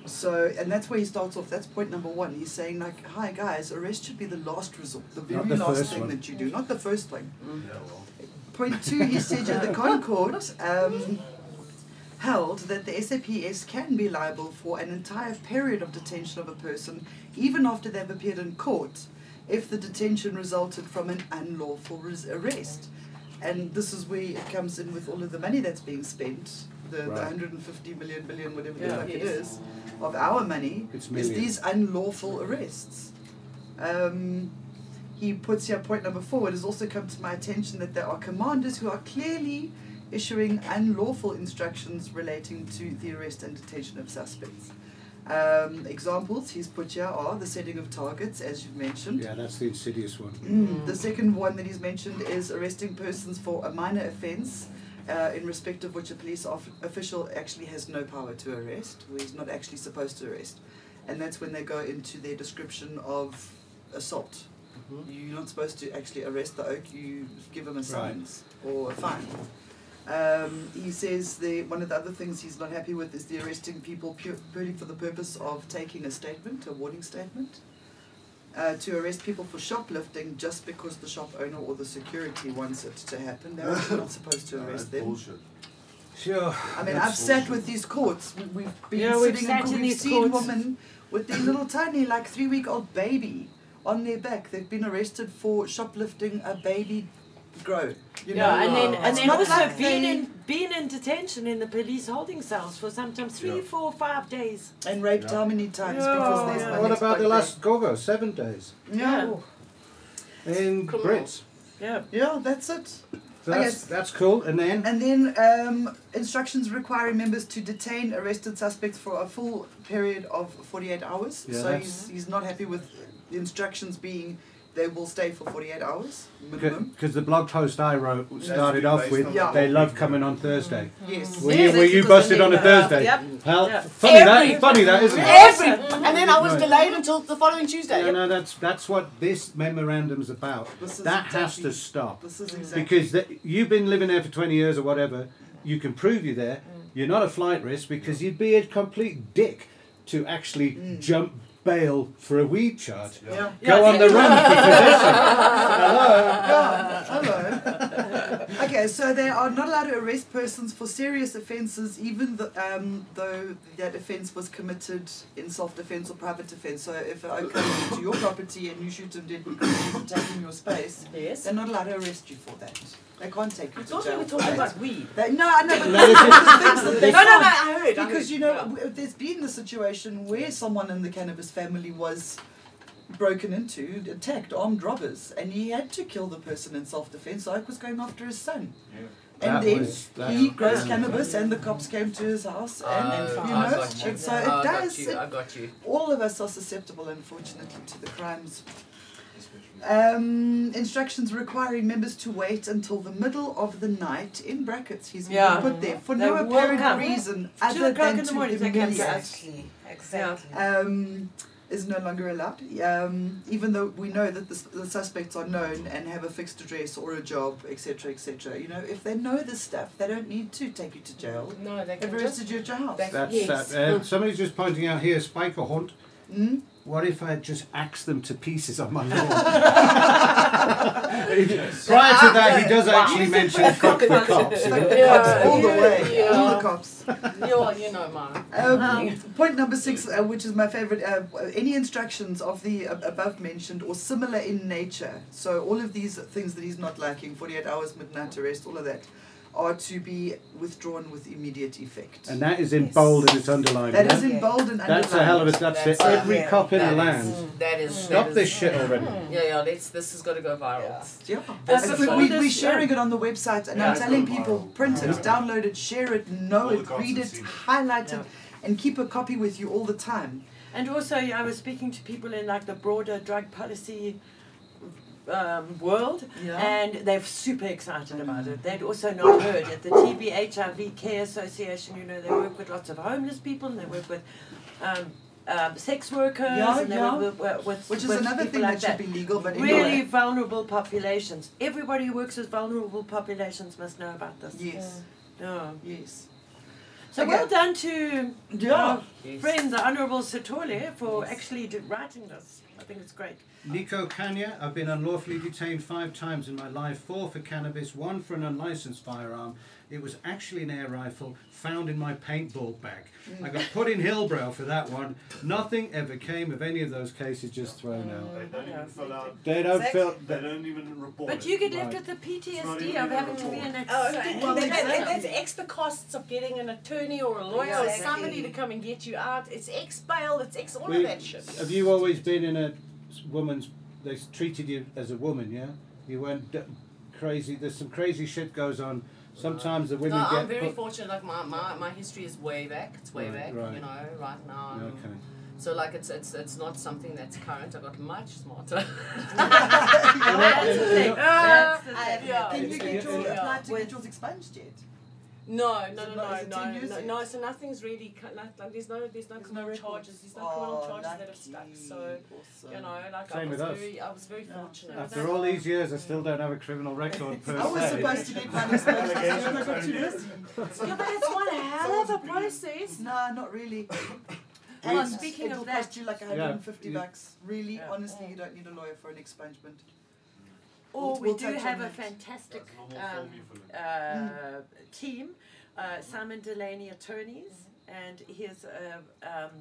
Speaker 2: So, and that's where he starts off. That's point number one. He's saying, like, hi guys, arrest should be the last resort, the very
Speaker 1: the
Speaker 2: last
Speaker 1: first
Speaker 2: thing
Speaker 1: one.
Speaker 2: that you do, not the first thing.
Speaker 4: Yeah, well.
Speaker 2: Point two, he said that the Concord um, held that the SAPS can be liable for an entire period of detention of a person, even after they've appeared in court, if the detention resulted from an unlawful res- arrest. And this is where it comes in with all of the money that's being spent, the, the
Speaker 1: Right.
Speaker 2: 150 million, billion, whatever the
Speaker 3: Yeah.
Speaker 2: fuck it
Speaker 3: Yes.
Speaker 2: is, of our money,
Speaker 1: It's
Speaker 2: is
Speaker 1: million.
Speaker 2: these unlawful arrests. Um, he puts here point number four. It has also come to my attention that there are commanders who are clearly issuing unlawful instructions relating to the arrest and detention of suspects. Um, examples he's put here are the setting of targets, as you've mentioned.
Speaker 1: Yeah, that's the insidious one.
Speaker 2: Mm. The second one that he's mentioned is arresting persons for a minor offence, uh, in respect of which a police of- official actually has no power to arrest, or he's not actually supposed to arrest. And that's when they go into their description of assault. You're not supposed to actually arrest the oak, you give him a summons or a fine. Um, he says the one of the other things he's not happy with is the arresting people pu- purely for the purpose of taking a statement, a warning statement uh, to arrest people for shoplifting just because the shop owner or the security wants it to happen. They're actually not supposed to
Speaker 4: Nah, that's
Speaker 2: arrest them.
Speaker 4: bullshit.
Speaker 1: Sure.
Speaker 2: I mean,
Speaker 1: That's
Speaker 2: I've sat
Speaker 4: bullshit.
Speaker 2: with these courts. We, we've been
Speaker 3: Yeah, we've
Speaker 2: sitting
Speaker 3: sat
Speaker 2: court.
Speaker 3: in
Speaker 2: we've
Speaker 3: these
Speaker 2: seen
Speaker 3: courts.
Speaker 2: women with their little tiny, like three week old baby on their back. They've been arrested for shoplifting a baby grow. You know?
Speaker 3: yeah, and then
Speaker 1: uh,
Speaker 3: and
Speaker 2: It's
Speaker 3: then
Speaker 2: not
Speaker 3: also
Speaker 2: like
Speaker 3: being
Speaker 2: they-
Speaker 3: in being in detention in the police holding cells for sometimes three,
Speaker 4: Yeah.
Speaker 3: four, five days.
Speaker 2: And raped
Speaker 4: Yeah.
Speaker 2: how many times
Speaker 3: Yeah.
Speaker 2: because there's
Speaker 3: Yeah.
Speaker 2: no
Speaker 1: What
Speaker 2: next
Speaker 1: about the
Speaker 2: birthday.
Speaker 1: last go-go? Seven days
Speaker 2: Yeah.
Speaker 1: in
Speaker 5: Criminal.
Speaker 1: Brits.
Speaker 3: Yeah.
Speaker 2: Yeah, that's it.
Speaker 1: So that's
Speaker 2: Okay.
Speaker 1: that's cool. And then
Speaker 2: And then um, instructions requiring members to detain arrested suspects for a full period of 48 hours.
Speaker 1: Yeah,
Speaker 2: so
Speaker 1: that's-
Speaker 2: he's, he's not happy with the instructions being they will stay for 48 hours minimum.
Speaker 1: because the blog post I wrote started
Speaker 4: been
Speaker 1: off
Speaker 4: based
Speaker 1: with
Speaker 4: on
Speaker 2: Yeah.
Speaker 1: they love coming on Thursday.
Speaker 2: Yes.
Speaker 1: Were
Speaker 5: Yeah,
Speaker 1: you,
Speaker 5: they
Speaker 1: were
Speaker 5: took
Speaker 1: you
Speaker 5: us
Speaker 1: busted
Speaker 5: in
Speaker 1: on a
Speaker 5: there.
Speaker 1: Thursday?
Speaker 3: Yep.
Speaker 2: Mm.
Speaker 1: Well,
Speaker 3: Yeah.
Speaker 1: funny
Speaker 5: Every-
Speaker 1: that funny that isn't it?
Speaker 5: Every and then I was
Speaker 1: Right.
Speaker 5: delayed until the following Tuesday.
Speaker 1: Yeah,
Speaker 5: Yep.
Speaker 1: no, that's that's what this memorandum's about.
Speaker 2: This is
Speaker 1: that has
Speaker 2: exactly-
Speaker 1: to stop
Speaker 2: This is exactly.
Speaker 1: because that you've been living there for twenty years or whatever. You can prove you're there. You're not a flight risk because you'd be a complete dick to actually jump bail for a weed charge.
Speaker 4: Yeah.
Speaker 2: yeah.
Speaker 1: Go on the run for possession.
Speaker 2: Yeah, hello. okay, so they are not allowed to arrest persons for serious offences, even th- um, though that offence was committed in self-defence or private defence. So if I come into your property and you shoot him dead because he's taking your space,
Speaker 5: Yes.
Speaker 2: they're not allowed to arrest you for that. They can't take you
Speaker 5: I
Speaker 2: to
Speaker 5: thought we
Speaker 2: jail
Speaker 5: were
Speaker 2: for
Speaker 5: talking
Speaker 2: that.
Speaker 5: about weed.
Speaker 2: They, no, I know, but
Speaker 1: No, this is-
Speaker 2: the things that they
Speaker 5: No, no, no,
Speaker 2: can't.
Speaker 5: I heard. I
Speaker 2: Because
Speaker 5: heard.
Speaker 2: you know, w- there's been the situation where someone in the cannabis family was broken into, attacked, armed robbers, and he had to kill the person in self-defense. Ike was going after his son, and
Speaker 1: That
Speaker 2: then
Speaker 1: was- that
Speaker 2: he
Speaker 1: was
Speaker 2: grows
Speaker 1: crazy.
Speaker 2: cannabis, and the cops came to his house, and
Speaker 7: Oh,
Speaker 2: Uh, you
Speaker 7: I
Speaker 2: know,
Speaker 7: got you.
Speaker 2: and so
Speaker 7: Oh,
Speaker 2: it
Speaker 7: I got
Speaker 2: does.
Speaker 7: you.
Speaker 2: It,
Speaker 7: I got you.
Speaker 2: all of us are susceptible, unfortunately, to the crimes. Um, instructions requiring members to wait until the middle of the night, in brackets, he's
Speaker 3: Yeah.
Speaker 2: put there, for
Speaker 3: They
Speaker 2: no
Speaker 3: will
Speaker 2: apparent
Speaker 3: come.
Speaker 2: reason
Speaker 3: Two
Speaker 2: other
Speaker 3: o'clock
Speaker 2: than
Speaker 3: in the
Speaker 2: to
Speaker 3: morning, they come
Speaker 2: humiliate
Speaker 3: back.
Speaker 6: Exactly. Exactly.
Speaker 2: um, is no longer allowed, um, even though we know that the, s- the suspects are known and have a fixed address or a job, etc., etc. You know, if they know this stuff, they don't need to take you to jail.
Speaker 5: No, they
Speaker 2: They've
Speaker 5: can just.
Speaker 2: arrested you at your house.
Speaker 5: They-
Speaker 1: That's
Speaker 5: Yes.
Speaker 1: that. Uh, somebody's just pointing out here, Spiker Hunt.
Speaker 2: Mm?
Speaker 1: What if I just axe them to pieces on my lawn? Prior to that, he does actually mention fuck the cops. you know.
Speaker 2: Fuck the cops all the way,
Speaker 5: Yeah.
Speaker 2: all the cops.
Speaker 5: You're, you know, mine.
Speaker 2: Um, point number six, uh, which is my favorite, uh, any instructions of the ab- above mentioned or similar in nature. So all of these things that he's not liking, 48 hours, midnight arrest, all of that, are to be withdrawn with immediate effect.
Speaker 1: And that is in bold and it's underlined.
Speaker 2: that
Speaker 1: yeah?
Speaker 2: is in bold and
Speaker 1: That's a
Speaker 2: underlined.
Speaker 1: hell of a. That's,
Speaker 5: That's
Speaker 1: it.
Speaker 5: a-
Speaker 1: Every
Speaker 6: yeah,
Speaker 1: cop in the
Speaker 5: that
Speaker 1: land.
Speaker 5: is- That is.
Speaker 1: Stop
Speaker 5: that
Speaker 1: this
Speaker 5: is-
Speaker 1: shit already.
Speaker 5: Yeah, yeah. Let's, this has got to go viral.
Speaker 6: Yeah.
Speaker 2: Yeah.
Speaker 5: That's
Speaker 2: And
Speaker 5: the
Speaker 2: we-
Speaker 5: fun.
Speaker 2: we, we're sharing it on the website, and
Speaker 4: Yeah,
Speaker 2: I'm
Speaker 4: it's
Speaker 2: telling
Speaker 4: gone
Speaker 2: people
Speaker 4: viral.
Speaker 2: print it,
Speaker 4: Yeah.
Speaker 2: download it, share it, know
Speaker 4: All the
Speaker 2: it, read it,
Speaker 4: concepts in it.
Speaker 2: highlight it, and keep a copy with you all the time.
Speaker 3: And also, yeah, I was speaking to people in like the broader drug policy um, world,
Speaker 2: Yeah.
Speaker 3: and they're super excited about it. They'd also not heard at the TB HIV Care Association. You know, they work with lots of homeless people, and they work with. Um, um, sex workers,
Speaker 2: Yeah,
Speaker 3: and they
Speaker 2: yeah.
Speaker 3: work with, with,
Speaker 2: Which is
Speaker 3: with
Speaker 2: another
Speaker 3: people
Speaker 2: thing
Speaker 3: like
Speaker 2: that should be legal, but
Speaker 3: really
Speaker 2: anyway.
Speaker 3: vulnerable populations. Everybody who works with vulnerable populations must know about this.
Speaker 2: Yes.
Speaker 3: Yeah.
Speaker 2: Yes.
Speaker 3: So
Speaker 2: Okay.
Speaker 3: well done to
Speaker 2: Yeah.
Speaker 3: Oh,
Speaker 7: Yes.
Speaker 3: friend, the Honourable Sotole, for actually do- writing this. I think it's great.
Speaker 1: Nico Kanya, I've been unlawfully detained five times in my life four for cannabis, one for an unlicensed firearm. It was actually an air rifle found in my paintball bag. I got put in Hillbrow for that one. Nothing ever came of any of those cases, just thrown out.
Speaker 4: They don't even fill out.
Speaker 1: They don't
Speaker 6: Sex-
Speaker 1: feel.
Speaker 4: They don't even report.
Speaker 3: But
Speaker 4: it.
Speaker 3: you get left
Speaker 1: Right.
Speaker 3: with the
Speaker 4: not
Speaker 3: PTSD
Speaker 4: even
Speaker 3: of having to be
Speaker 4: report.
Speaker 3: an
Speaker 7: Oh, okay.
Speaker 3: stick
Speaker 7: Well,
Speaker 3: man.
Speaker 7: that, that, that's extra costs of getting an attorney or a lawyer
Speaker 6: Exactly.
Speaker 7: or somebody to come and get you out. It's ex bail, it's ex all
Speaker 1: We-
Speaker 7: of that shit.
Speaker 1: Have you always been in a woman's? They treated you as a woman, yeah. You went d- crazy. There's some crazy shit goes on. Sometimes the
Speaker 5: No,
Speaker 1: women get.
Speaker 5: I'm very
Speaker 1: put-
Speaker 5: fortunate. Like my, my, my history is way back. It's way
Speaker 1: Right,
Speaker 5: back.
Speaker 1: right.
Speaker 5: You know, right now. I'm-
Speaker 1: okay.
Speaker 5: So like it's it's it's not something that's current. I got much smarter.
Speaker 3: That's the thing. That's the
Speaker 6: I
Speaker 3: thing.
Speaker 6: have
Speaker 5: Yeah.
Speaker 2: Can you get your,
Speaker 5: Yeah.
Speaker 2: apply to
Speaker 6: With-
Speaker 2: get yours expunged yet?
Speaker 5: No,
Speaker 2: Is
Speaker 5: no,
Speaker 2: it not-
Speaker 5: no, no,
Speaker 2: is it
Speaker 5: no,
Speaker 2: ten years
Speaker 5: no,
Speaker 2: yet?
Speaker 5: no. So nothing's really cu- like, like there's no
Speaker 2: There's
Speaker 5: there's no
Speaker 2: no
Speaker 5: criminal
Speaker 2: record. Oh,
Speaker 5: charges. There's no criminal charges that have stuck.
Speaker 2: lucky.
Speaker 5: So
Speaker 2: Awesome.
Speaker 5: you know, like I
Speaker 1: Same
Speaker 5: was
Speaker 1: with us.
Speaker 5: very I was very
Speaker 2: Yeah.
Speaker 5: fortunate.
Speaker 1: After all these years, I still don't have a criminal record per
Speaker 2: I was
Speaker 1: se.
Speaker 2: supposed to get mine expunged this year, and I got too
Speaker 4: Yeah.
Speaker 2: busy.
Speaker 5: yeah, but it's one hell of a process.
Speaker 2: Nah, not really.
Speaker 3: Hang on,
Speaker 2: And
Speaker 3: speaking of
Speaker 2: it'll
Speaker 3: that-
Speaker 2: cost you like
Speaker 1: Yeah.
Speaker 2: 150
Speaker 1: Yeah.
Speaker 2: bucks. Really,
Speaker 3: Yeah.
Speaker 2: honestly, you don't need a lawyer for an expungement.
Speaker 3: Or
Speaker 2: We'll-
Speaker 3: we
Speaker 2: we'll
Speaker 3: do
Speaker 2: touch on
Speaker 3: have a
Speaker 2: that.
Speaker 3: fantastic
Speaker 4: That's normal
Speaker 3: um,
Speaker 4: form you fill in.
Speaker 3: uh, team, uh, Simon Delaney Attorneys, and he is a, um,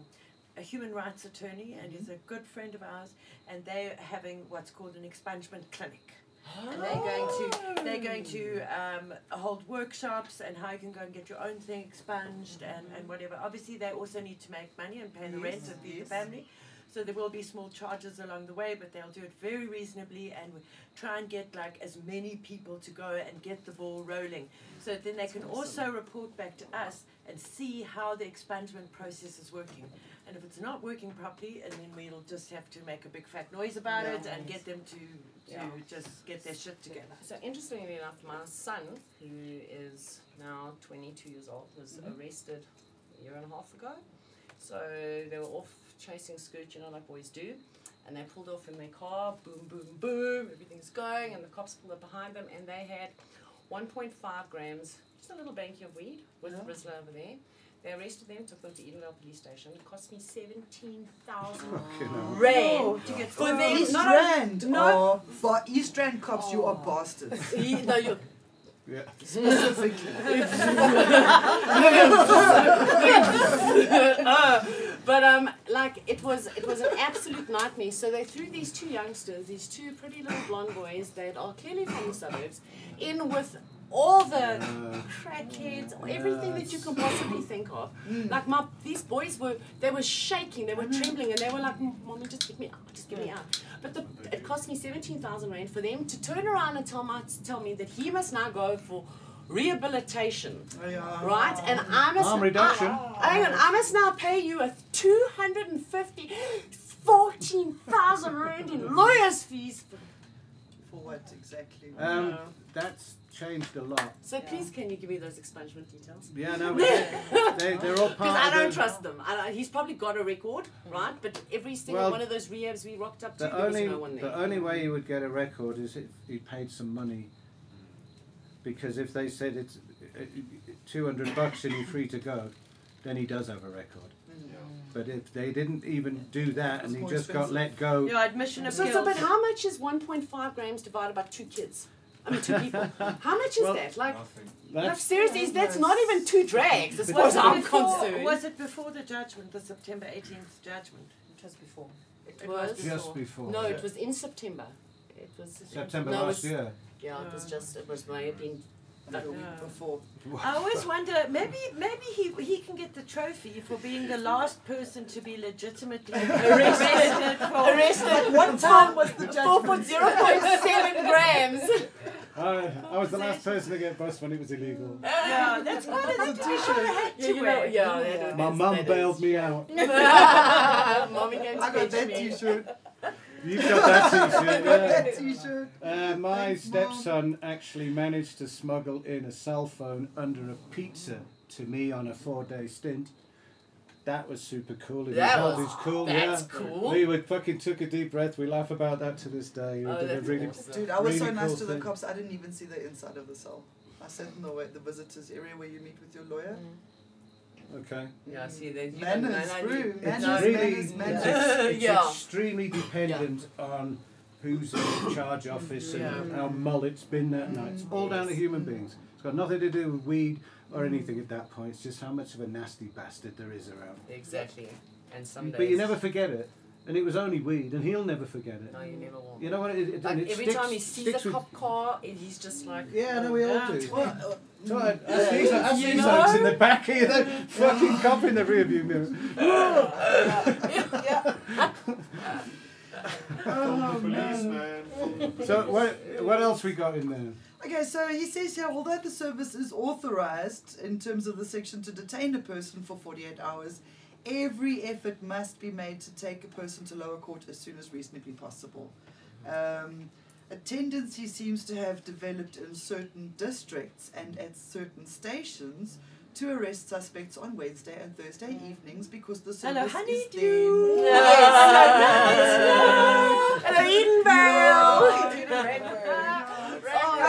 Speaker 3: a human rights attorney, and
Speaker 2: Mm-hmm.
Speaker 3: he's a good friend of ours, and they're having what's called an expungement clinic. And they're going to they're going to um, hold workshops and how you can go and get your own thing expunged and, and whatever. Obviously, they also need to make money and pay the rent
Speaker 2: Yes,
Speaker 3: and feed
Speaker 2: yes.
Speaker 3: the family, so there will be small charges along the way, but they'll do it very reasonably and we try and get like as many people to go and get the ball rolling. So then they can also report back to us and see how the expungement process is working. And if it's not working properly, and then we'll just have to make a big fat noise about it and get them to to
Speaker 5: Yeah.
Speaker 3: just get their shit together.
Speaker 5: So interestingly enough, my son, who is now 22 years old, was arrested a year and a half ago. So they were off chasing skirt, you know, like boys do. And they pulled off in their car, boom, boom, boom, everything's going, and the cops pulled up behind them, and they had 1.5 grams, just a little banky of weed, with
Speaker 2: Yeah.
Speaker 5: Rizla over there. They arrested them, took them to Edendale police station. It cost me 17,000
Speaker 1: Fucking hell.
Speaker 5: rand.
Speaker 3: Oh, to get
Speaker 5: For them,
Speaker 2: East
Speaker 5: not
Speaker 2: Rand,
Speaker 5: no. Oh.
Speaker 2: or for East Rand cops, you are bastards.
Speaker 5: You- no, you
Speaker 1: Yeah.
Speaker 2: Specifically.
Speaker 5: Uh, but um, like it was, it was an absolute nightmare. So they threw these two youngsters, these two pretty little blonde boys that are clearly from the suburbs, in with all the
Speaker 1: Uh,
Speaker 5: crackheads, everything that you can possibly think of. Like my, these boys were, they were shaking, they were trembling, and they were like, "Mommy, just get me out, just get me out." But the, it cost me seventeen thousand rand for them to turn around and tell my, tell me that he must now go for rehabilitation.
Speaker 2: Yeah.
Speaker 5: Right, and I must.
Speaker 1: Harm Ah. reduction.
Speaker 5: I, hang on, I must now pay you a 250, 14,000 rand in lawyer's fees.
Speaker 2: For what exactly?
Speaker 5: Oh.
Speaker 1: um, that's changed a lot.
Speaker 5: So please, can you give me those expungement details?
Speaker 1: Yeah, no, we- they, they're all part
Speaker 5: Because I
Speaker 1: of
Speaker 5: don't
Speaker 1: the-
Speaker 5: trust them. I, don't- he's probably got a record, right? But every single
Speaker 1: Well,
Speaker 5: one of those rehabs we rocked up to,
Speaker 1: The
Speaker 5: there
Speaker 1: only,
Speaker 5: was no one there.
Speaker 1: the only way he would get a record is if he paid some money. Because if they said it's uh, 200 bucks and you're free to go, then he does have a record. But if they didn't even do that and
Speaker 2: It's
Speaker 1: he
Speaker 2: more
Speaker 1: just got let go,
Speaker 3: Your admission of
Speaker 5: so,
Speaker 3: guilt.
Speaker 5: so, but how much is 1.5 grams divided by two kids? I mean, two people. How much is
Speaker 1: Well,
Speaker 5: that? Like, like
Speaker 1: that's
Speaker 5: seriously, is- that's not even two drags, as
Speaker 1: But
Speaker 5: far
Speaker 3: was
Speaker 5: as
Speaker 3: it,
Speaker 5: I'm
Speaker 3: before,
Speaker 5: concerned.
Speaker 3: was it before the judgment, the September 18th judgment?
Speaker 6: It was before.
Speaker 5: It was
Speaker 1: just before.
Speaker 5: No, it was in September. It was
Speaker 1: September
Speaker 5: no, it
Speaker 1: last
Speaker 5: was-
Speaker 1: year.
Speaker 5: Yeah, it was just it was may have been
Speaker 2: Like a
Speaker 3: Yeah.
Speaker 2: week before.
Speaker 3: I always wonder maybe maybe he he can get the trophy for being the last person to be legitimately arrested for
Speaker 5: arrested
Speaker 2: What time was the
Speaker 5: for for
Speaker 2: judgment?
Speaker 5: zero point seven grams.
Speaker 1: I, I was the last person to get bust when it was illegal.
Speaker 3: Yeah, that's quite a that's quite a hat
Speaker 5: Yeah,
Speaker 3: to
Speaker 5: you know,
Speaker 3: wear.
Speaker 5: yeah, that- that's-
Speaker 1: My mum bailed me out.
Speaker 5: that is- Mommy came
Speaker 2: I
Speaker 5: to
Speaker 2: got
Speaker 5: fetch
Speaker 2: that
Speaker 5: me.
Speaker 2: t-shirt.
Speaker 1: You've got that
Speaker 2: I
Speaker 1: t-shirt,
Speaker 2: got
Speaker 1: yeah.
Speaker 2: that t-shirt.
Speaker 1: Uh, my
Speaker 2: Thanks, Mum.
Speaker 1: stepson actually managed to smuggle in a cell phone under a pizza to me on a four-day stint. That was super cool. He
Speaker 5: That
Speaker 1: held
Speaker 5: was-
Speaker 1: his cool.
Speaker 5: That's
Speaker 1: yeah.
Speaker 5: cool.
Speaker 1: We would fucking took a deep breath. We laugh about that to this day. We
Speaker 5: Oh,
Speaker 1: did a
Speaker 5: that's
Speaker 1: really
Speaker 5: awesome.
Speaker 2: Dude, I was so
Speaker 1: Really
Speaker 2: nice
Speaker 1: cool
Speaker 2: to the
Speaker 1: thing.
Speaker 2: cops. I didn't even see the inside of the cell. I sat in the way, the visitors area where you meet with your lawyer.
Speaker 1: Okay.
Speaker 5: Mm. Yeah, I see, there's you don't know,
Speaker 2: Manners,
Speaker 5: I
Speaker 2: brew,
Speaker 5: didn't-
Speaker 1: It's
Speaker 2: manners,
Speaker 1: really-
Speaker 2: manners,
Speaker 1: It's,
Speaker 2: manners.
Speaker 5: Yeah.
Speaker 1: it's
Speaker 5: Yeah.
Speaker 1: extremely dependent on who's in charge office and
Speaker 5: Yeah.
Speaker 1: how mull it's been that night. It's all down to human beings. It's got nothing to do with weed or anything at that point. It's just how much of a nasty bastard there is around.
Speaker 5: Exactly. And some
Speaker 1: But you
Speaker 5: days-
Speaker 1: never forget it. And it was only weed, and he'll never forget it.
Speaker 5: No, you never will.
Speaker 1: You know what? It, it,
Speaker 5: Like
Speaker 1: and it
Speaker 5: every
Speaker 1: sticks,
Speaker 5: time he sees
Speaker 1: sticks
Speaker 5: a
Speaker 1: with-
Speaker 5: cop car, it, he's just like.
Speaker 1: Yeah, no, we all
Speaker 3: Yeah.
Speaker 1: do.
Speaker 2: Well, uh,
Speaker 1: So I, ask these, ask
Speaker 5: You
Speaker 1: these
Speaker 5: know?
Speaker 1: oaks in the back here, the fucking cop in the rearview mirror.
Speaker 6: yeah.
Speaker 4: From the policeman. from-
Speaker 1: Oh, So what, what else we got in there?
Speaker 2: Okay, so he says here, although the service is authorized in terms of the section to detain a person for 48 hours, every effort must be made to take a person to lower court as soon as reasonably possible. Um, a tendency seems to have developed in certain districts and at certain stations to arrest suspects on Wednesday and Thursday evenings because the
Speaker 3: Hello,
Speaker 2: service is then...
Speaker 3: honeydew.
Speaker 5: Hello,
Speaker 2: Yeah.
Speaker 5: Edinburgh.
Speaker 2: Oh, no,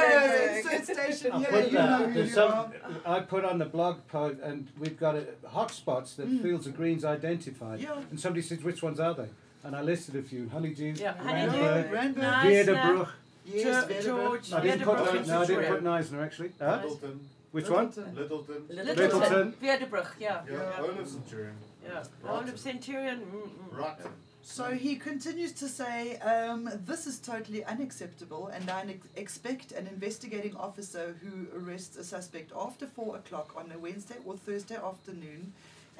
Speaker 2: it's at certain station
Speaker 1: I
Speaker 2: here,
Speaker 1: put
Speaker 2: you know
Speaker 1: that,
Speaker 2: who
Speaker 1: there's
Speaker 2: you are.
Speaker 1: some, I put on the blog post, and we've got it, hotspots that Fields of Greens identified.
Speaker 2: Mm. Yeah.
Speaker 1: And somebody said, which ones are they? And I listed a few, Honeydew,
Speaker 3: Yeah,
Speaker 1: Randburg,
Speaker 3: Honeydew,
Speaker 2: Randburg.
Speaker 3: Nice,
Speaker 1: Veerbrook.
Speaker 2: Yes,
Speaker 3: Ge-
Speaker 2: Vanderbilt.
Speaker 3: George,
Speaker 1: I didn't put,
Speaker 4: Veerbrook
Speaker 1: Neisner-
Speaker 4: is
Speaker 1: no, I didn't
Speaker 4: Victoria.
Speaker 1: put Neisner actually. Huh?
Speaker 4: Littleton.
Speaker 1: Which one?
Speaker 2: Littleton.
Speaker 4: Littleton.
Speaker 3: Littleton,
Speaker 1: Littleton.
Speaker 3: Veerdebrug, yeah.
Speaker 4: Yeah, Olaf Centurion.
Speaker 3: Yeah.
Speaker 4: Right.
Speaker 3: Old of Centurion. Mm, mm.
Speaker 4: Right.
Speaker 2: So he continues to say, um, This is totally unacceptable, and I ne- expect an investigating officer who arrests a suspect after 4 o'clock on a Wednesday or Thursday afternoon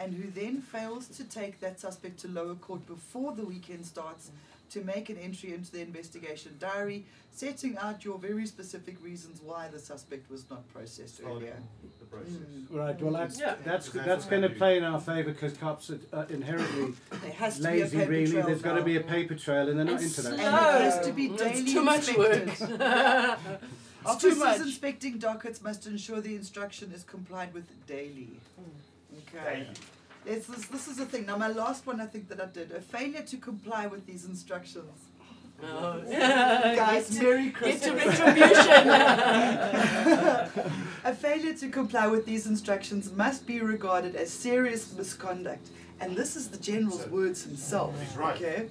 Speaker 2: and who then fails to take that suspect to lower court before the weekend starts to make an entry into the investigation diary, setting out your very specific reasons why the suspect was not processed earlier.
Speaker 4: Starting the process.
Speaker 1: Right, well, that's,
Speaker 3: Yeah.
Speaker 1: that's,
Speaker 4: Because
Speaker 1: that's
Speaker 4: that's
Speaker 1: gonna
Speaker 4: Honeydew.
Speaker 1: play in our favour, because cops are uh, inherently
Speaker 2: There has to
Speaker 1: lazy,
Speaker 2: be a paper
Speaker 1: really.
Speaker 2: trail
Speaker 1: There's gotta
Speaker 2: now.
Speaker 1: be a paper trail, and they're not
Speaker 3: And
Speaker 1: into that.
Speaker 2: and
Speaker 3: slow.
Speaker 2: it has to be
Speaker 5: It's
Speaker 2: daily
Speaker 5: too much work.
Speaker 2: inspected.
Speaker 5: It's too
Speaker 2: Officers
Speaker 5: much.
Speaker 2: inspecting dockets must ensure the instruction is complied with daily.
Speaker 5: Hmm.
Speaker 2: Okay. It's, this, this is the thing. Now, my last one I think that I did a failure to comply with these instructions.
Speaker 5: No.
Speaker 2: Guys, Merry Christmas.
Speaker 5: Get to retribution.
Speaker 2: A failure to comply with these instructions must be regarded as serious misconduct. And this is the general's
Speaker 4: So-
Speaker 2: words himself.
Speaker 4: He's right.
Speaker 2: Okay?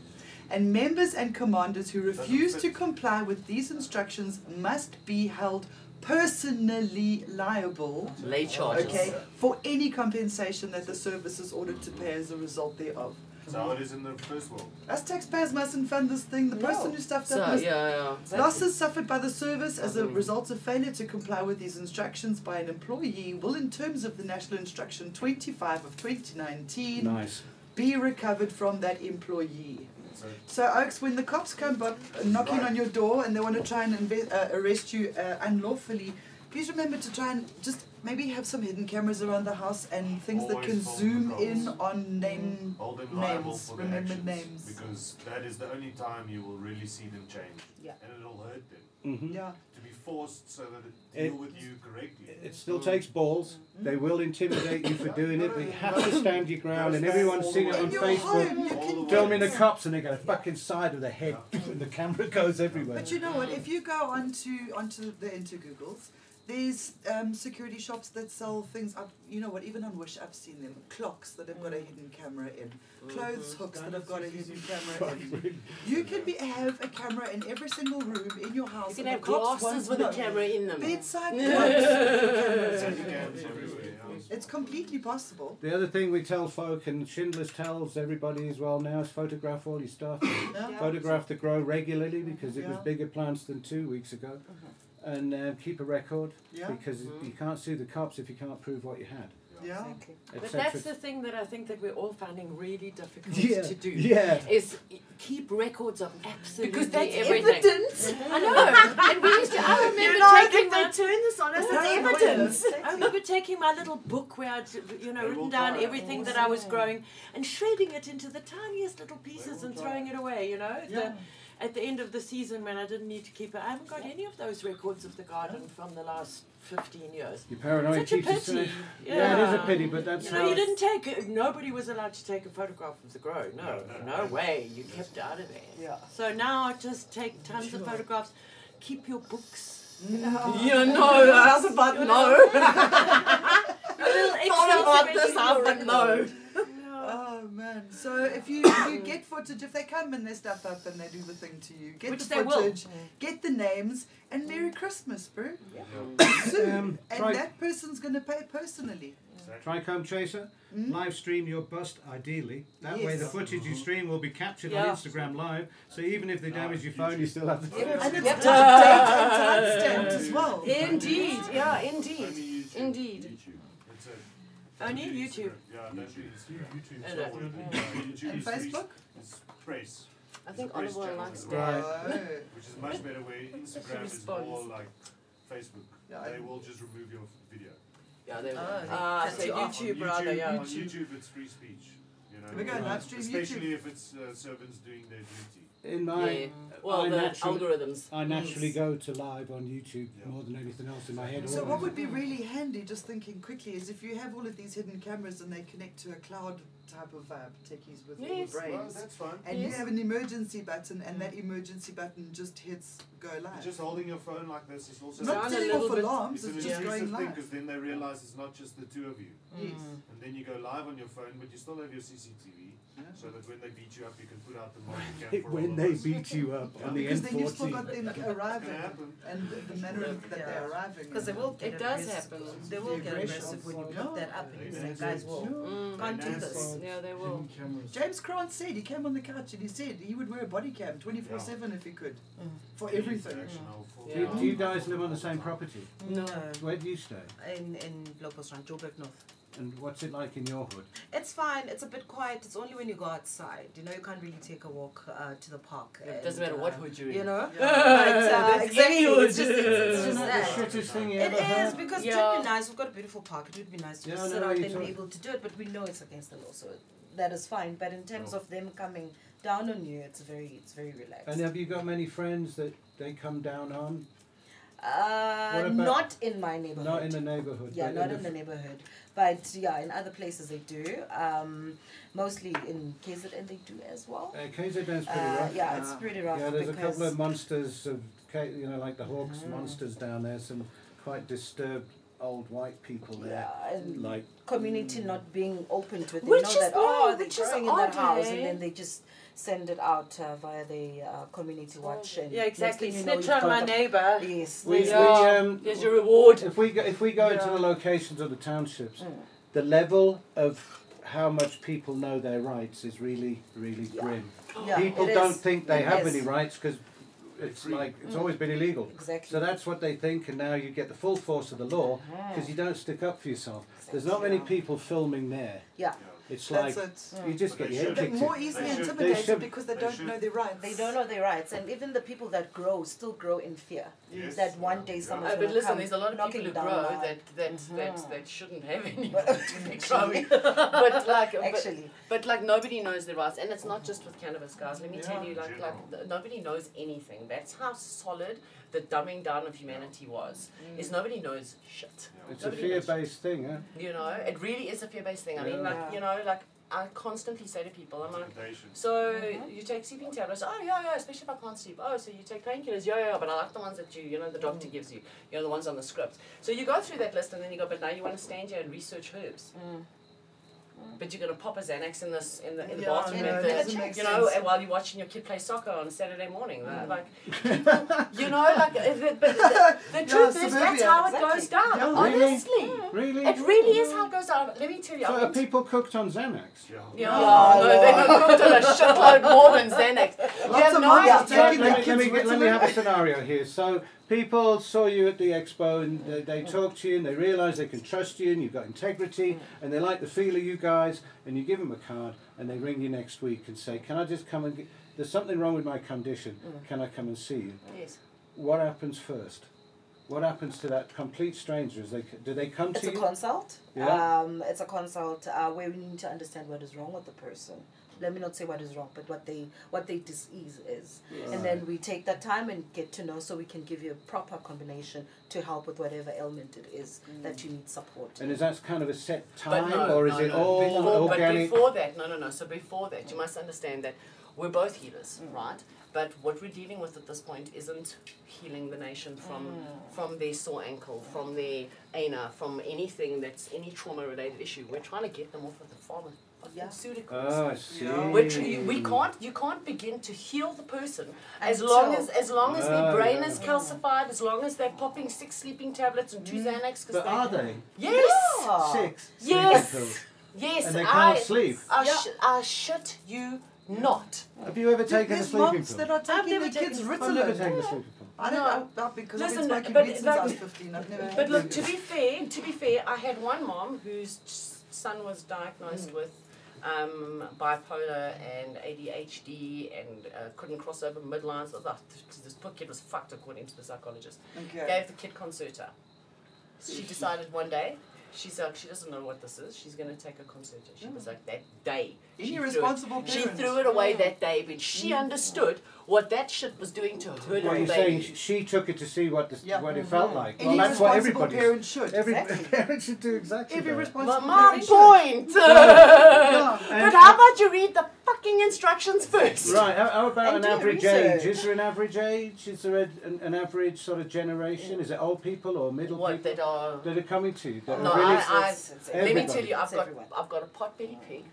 Speaker 2: And members and commanders who refuse to
Speaker 4: fit.
Speaker 2: comply with these instructions must be held personally liable.
Speaker 5: Lay charges.
Speaker 2: Okay, for any compensation that the service is ordered to pay as a result thereof.
Speaker 4: So how it is in the first world.
Speaker 2: Us taxpayers mustn't fund this thing. The person who stuffed up
Speaker 5: So
Speaker 2: must
Speaker 5: yeah, yeah.
Speaker 2: Losses suffered by the service as a
Speaker 5: Absolutely.
Speaker 2: result of failure to comply with these instructions by an employee will, in terms of the National Instruction 25 of 2019,
Speaker 1: Nice.
Speaker 2: be recovered from that employee.
Speaker 4: So
Speaker 2: So, Oaks, when the cops come bu- knocking on your door and they want to try and inve- uh, arrest you uh, unlawfully, please remember to try and just maybe have some hidden cameras around the house and things that
Speaker 4: Always
Speaker 2: can
Speaker 4: follow the Mm-hmm.
Speaker 2: zoom
Speaker 4: rules.
Speaker 2: in on name.
Speaker 4: hold them
Speaker 2: Names,
Speaker 4: liable for their
Speaker 2: remember
Speaker 4: actions.
Speaker 2: names.
Speaker 4: Because that is the only time you will really see them change.
Speaker 6: Yeah.
Speaker 4: And it'll hurt them.
Speaker 1: Mhm.
Speaker 2: Yeah.
Speaker 4: To be forced so that it
Speaker 1: It-
Speaker 4: deal with you correctly.
Speaker 1: It still takes balls. They will intimidate you for doing it, but you have to stand your ground, and
Speaker 4: Goes
Speaker 1: everyone's
Speaker 4: all
Speaker 1: seen it
Speaker 4: the way.
Speaker 1: on
Speaker 2: In your home,
Speaker 1: Facebook.
Speaker 2: you
Speaker 4: All
Speaker 2: can
Speaker 4: the
Speaker 1: Film
Speaker 4: way.
Speaker 1: in the cops, and they go fucking side with the head, and the camera goes everywhere.
Speaker 2: But you know what? If you go onto onto the into Google's, there's um, security shops that sell things. Up, you know what? Even on Wish, I've seen them. Clocks that have got a hidden camera in, clothes hooks Mm. Mm-hmm. that have got a hidden camera in. You can be, have a camera in every single room in your house.
Speaker 5: You can
Speaker 2: and
Speaker 5: have
Speaker 2: the cops
Speaker 5: glasses
Speaker 2: won't
Speaker 5: with a
Speaker 2: know.
Speaker 5: camera in them.
Speaker 2: Bedside gloves.
Speaker 4: Sandy cams everywhere. yeah.
Speaker 2: it's completely possible.
Speaker 1: The other thing we tell folk, and Schindler's tells everybody as well now, is photograph all your stuff.
Speaker 2: No?
Speaker 1: photograph the grow regularly because it was
Speaker 2: Yeah.
Speaker 1: bigger plants than two weeks ago,
Speaker 3: Uh-huh.
Speaker 1: and uh, keep a record
Speaker 2: Yeah.
Speaker 1: because you can't sue the cops if you can't prove what you had.
Speaker 2: Yeah.
Speaker 3: But
Speaker 1: etc.
Speaker 3: that's the thing that I think that we're all finding really difficult
Speaker 1: yeah.
Speaker 3: to do.
Speaker 1: Yeah.
Speaker 5: Is keep records of absolutely
Speaker 7: Because that's
Speaker 5: everything.
Speaker 7: evidence.
Speaker 5: I know. And we used to. I remember
Speaker 7: you know,
Speaker 5: taking
Speaker 7: if they
Speaker 5: my.
Speaker 7: turn this on us,
Speaker 2: That's
Speaker 7: it's
Speaker 2: annoying.
Speaker 7: evidence.
Speaker 3: I remember taking my little book where I'd, you know,
Speaker 4: They
Speaker 3: written
Speaker 4: will
Speaker 3: down
Speaker 4: die.
Speaker 3: everything that I was growing and shredding it into the tiniest little pieces
Speaker 4: will
Speaker 3: and
Speaker 4: die.
Speaker 3: throwing it away, you know, at,
Speaker 2: Yeah.
Speaker 3: the, at the end of the season when I didn't need to keep it. I haven't got any of those records of the garden from the last 15 years.
Speaker 1: Your paranoid
Speaker 3: Such a
Speaker 1: keeps you safe.
Speaker 3: pity.
Speaker 1: Yeah. it is a pity, but that's
Speaker 3: You
Speaker 1: how
Speaker 3: know, you didn't take it. Nobody was allowed to take a photograph of the grow. No, no way. You kept it out of there.
Speaker 2: Yeah.
Speaker 3: So now I just take tons of photographs. Keep your books.
Speaker 5: You know, I was about no. Thought about
Speaker 3: Excellent.
Speaker 5: this, I was like, no.
Speaker 3: No.
Speaker 2: Oh man! So if you if you get footage, if they come and they stuff up and they do the thing to you, get
Speaker 3: Which
Speaker 2: the
Speaker 3: they will.
Speaker 2: footage, get the names, and Merry Christmas, bro. Soon,
Speaker 1: Um,
Speaker 2: and
Speaker 1: try,
Speaker 2: that person's gonna pay personally.
Speaker 1: Trichome Chaser, live stream your bust ideally. That way, the
Speaker 2: Hmm? Yes.
Speaker 1: footage you stream will be captured
Speaker 3: Yeah.
Speaker 1: on Instagram Live. So even if they damage your
Speaker 4: YouTube.
Speaker 1: phone, you still have the
Speaker 2: And it's
Speaker 5: Yep.
Speaker 2: time stamped as well.
Speaker 5: Indeed, yeah, indeed.
Speaker 4: Only YouTube.
Speaker 5: Indeed.
Speaker 4: It's a-
Speaker 3: Only
Speaker 4: it's
Speaker 3: YouTube.
Speaker 4: Instagram. Yeah, don't do Instagram. YouTube.
Speaker 3: And
Speaker 4: so what it is, uh, YouTube
Speaker 2: And
Speaker 4: is released-
Speaker 2: Facebook.
Speaker 4: It's press,
Speaker 5: I think Oliver likes that.
Speaker 1: Right.
Speaker 2: Oh.
Speaker 4: which is much better. Where Instagram is
Speaker 5: response.
Speaker 4: more like Facebook.
Speaker 2: Yeah, I-
Speaker 4: They will just remove your video.
Speaker 5: Yeah, there we go.
Speaker 6: Oh,
Speaker 3: Ah,
Speaker 6: Cut
Speaker 3: so
Speaker 6: you off.
Speaker 3: YouTube
Speaker 4: on
Speaker 3: rather,
Speaker 4: YouTube,
Speaker 3: yeah.
Speaker 4: On YouTube, it's free speech. You know,
Speaker 2: We go
Speaker 4: uh,
Speaker 2: live stream
Speaker 4: especially if it's uh, servants doing their duty.
Speaker 1: In my,
Speaker 5: Yeah. Well,
Speaker 1: I
Speaker 5: the
Speaker 1: naturally,
Speaker 5: algorithms.
Speaker 1: I naturally go to live on YouTube
Speaker 4: Yeah.
Speaker 1: more than anything else in my head.
Speaker 2: So what
Speaker 1: always.
Speaker 2: would be really handy, just thinking quickly, is if you have all of these hidden cameras and they connect to a cloud type of vibe, techies with little
Speaker 5: Yes.
Speaker 4: Well,
Speaker 2: brains,
Speaker 4: that's fine.
Speaker 2: and you
Speaker 5: Yes.
Speaker 2: have an emergency button, and that emergency button just hits go live.
Speaker 4: Just holding your phone like this is also.
Speaker 2: not
Speaker 5: Down a
Speaker 2: setting
Speaker 5: little
Speaker 2: off
Speaker 5: bit.
Speaker 2: alarms,
Speaker 4: it's an
Speaker 2: it's just
Speaker 4: intrusive
Speaker 2: going
Speaker 4: thing
Speaker 2: live. Mm.
Speaker 4: because then they realize it's not just the two of you.
Speaker 2: Yes.
Speaker 4: And then you go live on your phone, but you still have your CCTV,
Speaker 2: Yeah.
Speaker 4: so that when they beat you up, you can put out the market cap for all
Speaker 1: when
Speaker 4: of
Speaker 1: they
Speaker 4: us.
Speaker 1: beat you up on the
Speaker 2: Because then you've still got
Speaker 1: M40.
Speaker 2: them
Speaker 4: It's
Speaker 2: arriving
Speaker 4: gonna happen.
Speaker 2: and the manner of that they're arriving.
Speaker 6: Because they
Speaker 2: in.
Speaker 6: will get
Speaker 5: It does
Speaker 6: aggressive.
Speaker 5: happen.
Speaker 6: They will
Speaker 2: The
Speaker 6: get
Speaker 2: aggression
Speaker 6: aggressive when you
Speaker 2: for-
Speaker 6: put that up and you say, guys, whoa.
Speaker 5: Mm.
Speaker 6: Can't do
Speaker 4: Finance
Speaker 6: this.
Speaker 4: is-
Speaker 5: Yeah, they will.
Speaker 2: James Grant said he came on the couch and he said he would wear a body cam 24 7 if he could
Speaker 6: Mm.
Speaker 2: for everything.
Speaker 4: Interaction, I'll fall
Speaker 1: Do,
Speaker 5: Yeah.
Speaker 1: do you guys live on the same property?
Speaker 5: No.
Speaker 1: Where do you stay?
Speaker 6: In in Lopusrand, Joburg North.
Speaker 1: And what's it like in your hood?
Speaker 6: It's fine. It's a bit quiet. It's only when you go outside. You know, you can't really take a walk uh, to the park.
Speaker 5: It
Speaker 6: and,
Speaker 5: doesn't matter what
Speaker 6: uh,
Speaker 5: hood you're in.
Speaker 6: You know. But, uh,
Speaker 5: That's
Speaker 6: exactly.
Speaker 5: any
Speaker 6: It's just, it's
Speaker 1: Isn't
Speaker 6: just that.
Speaker 1: that the shittest thing you
Speaker 6: It
Speaker 1: ever
Speaker 6: is
Speaker 1: heard?
Speaker 6: because it
Speaker 5: Yeah.
Speaker 6: would be nice. We've got a beautiful park. It would be nice to
Speaker 1: Yeah,
Speaker 6: just
Speaker 1: no,
Speaker 6: sit
Speaker 1: no,
Speaker 6: out
Speaker 1: you
Speaker 6: and be
Speaker 1: talk-
Speaker 6: able to do it, but we know it's against the law, so that is fine. But in terms of them coming down on you, it's very, it's very relaxed.
Speaker 1: And have you got many friends that they come down on? What
Speaker 6: uh,
Speaker 1: about-
Speaker 6: not in my neighborhood.
Speaker 1: Not in the neighbourhood.
Speaker 6: yeah,
Speaker 1: but
Speaker 6: not
Speaker 1: the
Speaker 6: in the neighborhood, but yeah, in other places they do. Um, mostly in KZN they do as well.
Speaker 1: Uh, KZN's pretty
Speaker 6: Uh,
Speaker 1: rough.
Speaker 6: yeah, it's pretty rough
Speaker 1: Yeah, there's a
Speaker 6: because Mm.
Speaker 1: couple of monsters of Ca- you know, like the Hawks monsters down there. Some quite disturbed old white people there.
Speaker 6: yeah, and
Speaker 1: Like
Speaker 6: community not being open to it. They
Speaker 5: Which
Speaker 6: know
Speaker 5: is
Speaker 6: that oh
Speaker 5: no,
Speaker 6: they're
Speaker 5: which is
Speaker 6: growing in that
Speaker 5: odd,
Speaker 6: house,
Speaker 5: eh?
Speaker 6: and then they just send it out uh, via the uh, community watch. And
Speaker 3: Yeah, exactly.
Speaker 6: next thing you know,
Speaker 3: Snitch
Speaker 6: you've
Speaker 3: on my
Speaker 6: got
Speaker 5: eh?
Speaker 3: neighbour.
Speaker 6: a- Yes.
Speaker 1: we,
Speaker 6: yes.
Speaker 1: we
Speaker 5: Yeah.
Speaker 1: um,
Speaker 5: There's your reward.
Speaker 1: if we go, if we go into
Speaker 3: Yeah.
Speaker 1: the locations of the townships,
Speaker 6: Mm.
Speaker 1: the level of how much people know their rights is really really grim.
Speaker 6: Yeah,
Speaker 1: people
Speaker 6: it
Speaker 1: don't
Speaker 6: is.
Speaker 1: think they
Speaker 6: It
Speaker 1: have
Speaker 6: is. Mm.
Speaker 1: any rights because it's like it's always been illegal.
Speaker 6: Exactly.
Speaker 1: So that's what they think, and now you get the full force of the law
Speaker 6: Mm-hmm.
Speaker 1: because you don't stick up for yourself. There's not many people filming there.
Speaker 6: yeah.
Speaker 1: It's
Speaker 2: That's
Speaker 1: like
Speaker 2: it.
Speaker 1: you just get
Speaker 4: But they
Speaker 1: your head
Speaker 4: should.
Speaker 2: They're
Speaker 1: kicked
Speaker 2: more
Speaker 1: in.
Speaker 2: easily
Speaker 4: They should-
Speaker 1: they
Speaker 2: intimidated
Speaker 1: should-
Speaker 2: because they
Speaker 4: they
Speaker 2: don't
Speaker 4: should.
Speaker 2: know their rights.
Speaker 6: They don't know their rights, and even the people that grow still grow in fear
Speaker 4: Yes.
Speaker 6: that one day someone's
Speaker 5: Uh,
Speaker 6: going
Speaker 5: but
Speaker 6: to
Speaker 5: listen,
Speaker 6: come
Speaker 5: there's a lot of
Speaker 6: knocking
Speaker 5: people who
Speaker 6: down
Speaker 5: grow
Speaker 6: my-
Speaker 5: that that, that that shouldn't have any to be growing. but like, but,
Speaker 6: Actually,
Speaker 5: but like nobody knows their rights, and it's not just with cannabis, guys. Let me tell you, like,
Speaker 4: General.
Speaker 5: like th- nobody knows anything. That's how solid the dumbing down of humanity was.
Speaker 6: Mm.
Speaker 5: Is nobody knows shit.
Speaker 1: It's a
Speaker 5: nobody knows
Speaker 1: fear-based thing, huh?
Speaker 5: You know, it really is a fear-based thing. I mean,
Speaker 1: Yeah.
Speaker 5: like, you know, like I constantly say to people, I'm like.
Speaker 4: Intimidation.
Speaker 5: So you take sleeping tablets. Oh yeah, yeah. Especially if I can't sleep. Oh, so you take painkillers. Yeah, yeah. But I like the ones that you, you know, the doctor gives you. You know, the ones on the script. So you go through that list, and then you go. But now you want to stand here and research herbs. But you're gonna pop a Xanax in this in the in the
Speaker 2: Yeah,
Speaker 5: bathroom
Speaker 2: no,
Speaker 5: at
Speaker 2: it
Speaker 5: the,
Speaker 2: doesn't make
Speaker 5: you know,
Speaker 2: sense.
Speaker 5: and while you're watching your kid play soccer on a Saturday morning. Like, people, you know, like it- it- but the, the truth is that's
Speaker 2: suburbia,
Speaker 5: how it
Speaker 6: exactly.
Speaker 5: goes down.
Speaker 1: Yeah. Really?
Speaker 5: honestly,
Speaker 1: Really?
Speaker 5: it really is how it goes down. Let me tell you. I
Speaker 1: So are
Speaker 5: went to-
Speaker 1: people cooked on Xanax?
Speaker 4: Yeah.
Speaker 5: yeah, no, they got cooked on a shitload more than Xanax. You
Speaker 2: Lots
Speaker 5: have
Speaker 2: of
Speaker 5: no
Speaker 2: money
Speaker 5: idea.
Speaker 2: out there.
Speaker 1: Let, let-
Speaker 2: Taking the
Speaker 1: let me
Speaker 2: kids
Speaker 1: get, let
Speaker 2: with
Speaker 1: me
Speaker 2: them.
Speaker 1: have a scenario here. So people saw you at the expo and they, they
Speaker 5: Mm.
Speaker 1: talk to you and they realise they can trust you and you've got integrity
Speaker 5: Mm.
Speaker 1: and they like the feel of you guys and you give them a card and they ring you next week and say, "Can I just come and get, there's something wrong with my condition?
Speaker 5: Mm.
Speaker 1: Can I come and see you?"
Speaker 5: Yes.
Speaker 1: What happens first? What happens to that complete stranger? Is they c- do they come
Speaker 6: it's
Speaker 1: to
Speaker 6: a
Speaker 1: you?
Speaker 6: consult.
Speaker 1: Yeah.
Speaker 6: Um, it's a consult uh, where we need to understand what is wrong with the person. Let me not say what is wrong, but what they what their disease is, and then we take that time and get to know, so we can give you a proper combination to help with whatever ailment it is that you need support.
Speaker 1: Mm. And is that kind of a set
Speaker 5: But
Speaker 1: time,
Speaker 5: no,
Speaker 1: or is
Speaker 5: no,
Speaker 1: it
Speaker 5: no.
Speaker 1: all
Speaker 5: before,
Speaker 1: organic?
Speaker 5: But before that, no, no, no. So before that, you must understand that we're both healers, right? But what we're dealing with at this point isn't healing the nation from from their sore ankle, from their ana, from anything that's any trauma related issue. We're trying to get them off of the pharma pharmaceuticals.
Speaker 1: oh, I see.
Speaker 2: Yeah.
Speaker 5: Which you, we can't, you can't begin to heal the person as
Speaker 6: Until-
Speaker 5: long as as long as
Speaker 1: Ah,
Speaker 5: their brain
Speaker 1: yeah.
Speaker 5: is calcified, as long as they're popping six sleeping tablets and two Xanax. 'cause
Speaker 1: But
Speaker 5: they-
Speaker 1: are they
Speaker 5: Yes.
Speaker 6: Yeah.
Speaker 1: six?
Speaker 5: Ah. Yes.
Speaker 1: sleeping pills?
Speaker 5: Yes,
Speaker 1: And they
Speaker 5: I,
Speaker 1: can't sleep?
Speaker 5: I, sh- I shit you not.
Speaker 1: Have you ever taken a
Speaker 2: There's
Speaker 1: sleeping
Speaker 2: moms
Speaker 1: pill?
Speaker 2: that are taking
Speaker 3: never
Speaker 2: the
Speaker 3: taken-
Speaker 2: kids
Speaker 1: I've never
Speaker 2: Ritalin.
Speaker 1: taken a sleeping pill.
Speaker 2: I don't
Speaker 5: No.
Speaker 2: know about because I've been
Speaker 5: Listen,
Speaker 2: smoking
Speaker 5: but-
Speaker 2: weed since
Speaker 5: but-
Speaker 2: I was 15. I've never
Speaker 5: But
Speaker 2: had
Speaker 5: look, to be fair, to be fair, I had one mom whose son was diagnosed with um, bipolar and ADHD and uh, couldn't cross over midlines. So that- This poor kid was fucked, according to the psychologist.
Speaker 2: Okay.
Speaker 5: Gave the kid concerta. She decided one day. She's like, she doesn't know what this is. She's going to take a concerta. She was like, that day. she
Speaker 2: Any
Speaker 5: threw it.
Speaker 2: responsible
Speaker 5: She
Speaker 2: parent.
Speaker 5: threw it away that day when she
Speaker 6: Mm.
Speaker 5: understood what that shit was doing to her
Speaker 1: Well,
Speaker 5: little
Speaker 1: you're
Speaker 5: baby.
Speaker 1: saying she took it to see what the,
Speaker 2: Yeah.
Speaker 1: what it felt like.
Speaker 2: Any
Speaker 1: well, that's what
Speaker 2: responsible
Speaker 1: everybody.
Speaker 2: parent should.
Speaker 1: Every
Speaker 6: Exactly.
Speaker 1: parent should do exactly
Speaker 2: Every
Speaker 1: that.
Speaker 5: My,
Speaker 2: responsible
Speaker 5: my
Speaker 2: parent should.
Speaker 5: point.
Speaker 2: Yeah.
Speaker 5: but how about you read the fucking instructions first?
Speaker 1: Right, how, how about
Speaker 6: And
Speaker 1: an
Speaker 6: do your
Speaker 1: average
Speaker 6: research.
Speaker 1: age? Is there an average age? Is there a, an, an average sort of generation? Is it old people or middle
Speaker 5: What
Speaker 1: people
Speaker 5: that are.
Speaker 1: that are coming to you? That
Speaker 5: No,
Speaker 1: are really,
Speaker 5: I, I,
Speaker 6: it's- it's
Speaker 5: let me tell
Speaker 1: everybody.
Speaker 5: you, I've
Speaker 6: It's
Speaker 5: got,
Speaker 6: everyone.
Speaker 5: I've got a pot-bellied pig.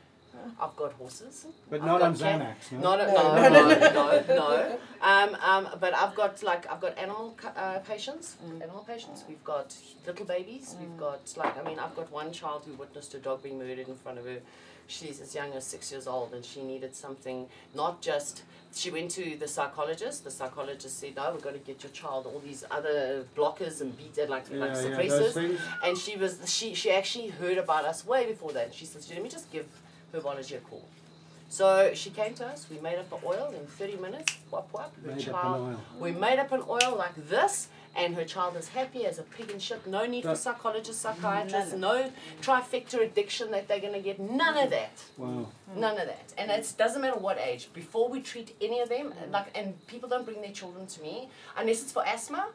Speaker 5: I've got horses.
Speaker 1: but
Speaker 5: I've
Speaker 1: not
Speaker 5: got
Speaker 1: on
Speaker 5: cat-
Speaker 1: Xanax, no?
Speaker 5: Not a, no, no, no, no, no. Um, um, but I've got like I've got animal cu- uh, patients,
Speaker 1: Mm.
Speaker 5: animal patients. We've got little babies. We've got like I mean I've got one child who witnessed her dog being murdered in front of her. She's as young as six years old, and she needed something not just. She went to the psychologist. The psychologist said, "No, we're going to get your child all these other blockers and beat it like, like
Speaker 1: yeah, yeah,
Speaker 5: suppressors."
Speaker 1: those things.
Speaker 5: And she was she she actually heard about us way before that. She said, "Let me just give herbology a call." So she came to us. We made up an oil in thirty minutes. Whop whop. Her
Speaker 1: Made up an
Speaker 5: child.
Speaker 1: oil.
Speaker 5: We made up an oil like this. And her child is happy as a pig in shit. No need for
Speaker 1: That-
Speaker 5: psychologists, psychiatrists, no trifecta addiction that they're going to get. None of that.
Speaker 1: Wow.
Speaker 5: Mm. None of that. And it doesn't matter what age. Before we treat any of them, like, and people don't bring their children to me unless it's for asthma,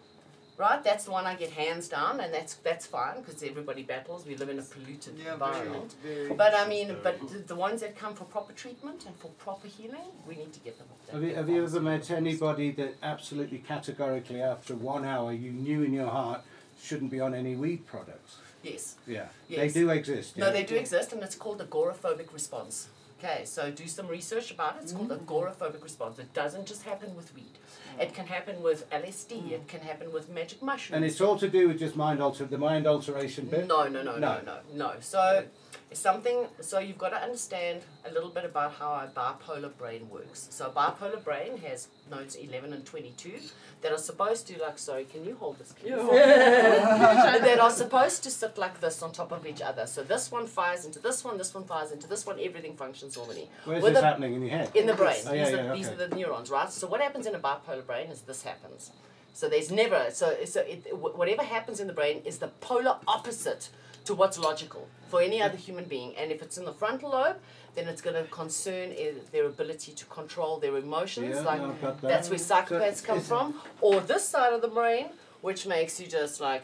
Speaker 5: right? That's the one I get hands down, and that's that's fine because everybody battles. We live in a polluted
Speaker 2: Yeah,
Speaker 5: environment.
Speaker 2: very, very.
Speaker 5: But I mean, but the, the ones that come for proper treatment and for proper healing, we need to get them off that.
Speaker 1: Have you,
Speaker 5: big
Speaker 1: have you ever
Speaker 5: pharmacy
Speaker 1: met
Speaker 5: list.
Speaker 1: anybody that absolutely categorically after one hour you knew in your heart shouldn't be on any weed products?
Speaker 5: Yes.
Speaker 1: Yeah,
Speaker 5: Yes.
Speaker 1: they do exist.
Speaker 5: No,
Speaker 1: yeah.
Speaker 5: they do exist, and it's called agoraphobic response. Okay, so do some research about it. It's called
Speaker 1: Mm.
Speaker 5: agoraphobic response. It doesn't just happen with weed. It can happen with LSD. It can happen with magic mushrooms.
Speaker 1: Mm. And it's all to do with just mind alter the mind alteration bit.
Speaker 5: No, no, no,
Speaker 1: No.
Speaker 5: no, no, no. So it's something. So you've got to understand a little bit about how our bipolar brain works. So bipolar brain has nodes eleven and twenty-two that are supposed to like. Sorry, can you hold this? Please? that are supposed to sit like this on top of each other. So this one fires into this one. This one fires into this one. Everything functions normally.
Speaker 1: Where's
Speaker 5: With
Speaker 1: this
Speaker 5: a-
Speaker 1: happening in your head?
Speaker 5: in the brain.
Speaker 1: Oh, yeah,
Speaker 5: these, are,
Speaker 1: yeah,
Speaker 5: these
Speaker 1: okay.
Speaker 5: are the neurons, right? So what happens in a bipolar brain is this happens. So there's never so so it, wh- whatever happens in the brain is the polar opposite to what's logical for any other human being. And if it's in the frontal lobe, then it's going to concern i- their ability to control their emotions.
Speaker 1: Yeah,
Speaker 5: like
Speaker 1: no, I've got that.
Speaker 5: that's where psychopaths
Speaker 1: So
Speaker 5: come
Speaker 1: is it-
Speaker 5: from, or this side of the brain, which makes you just like.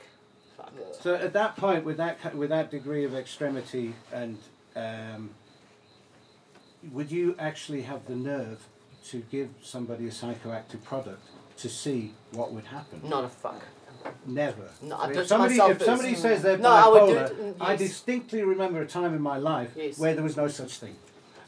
Speaker 5: fuck it.
Speaker 1: So at that point, with that ki- with that degree of extremity, and um, would you actually have the nerve to give somebody a psychoactive product to see what would happen?
Speaker 5: Not a fuck.
Speaker 1: Never.
Speaker 5: No, I've done
Speaker 1: if
Speaker 5: it
Speaker 1: somebody,
Speaker 5: myself
Speaker 1: if
Speaker 5: first.
Speaker 1: somebody says they're
Speaker 5: No, I would do
Speaker 1: bipolar, I,
Speaker 5: it, mm, yes.
Speaker 1: distinctly remember a time in my life
Speaker 5: Yes.
Speaker 1: where there was no such thing.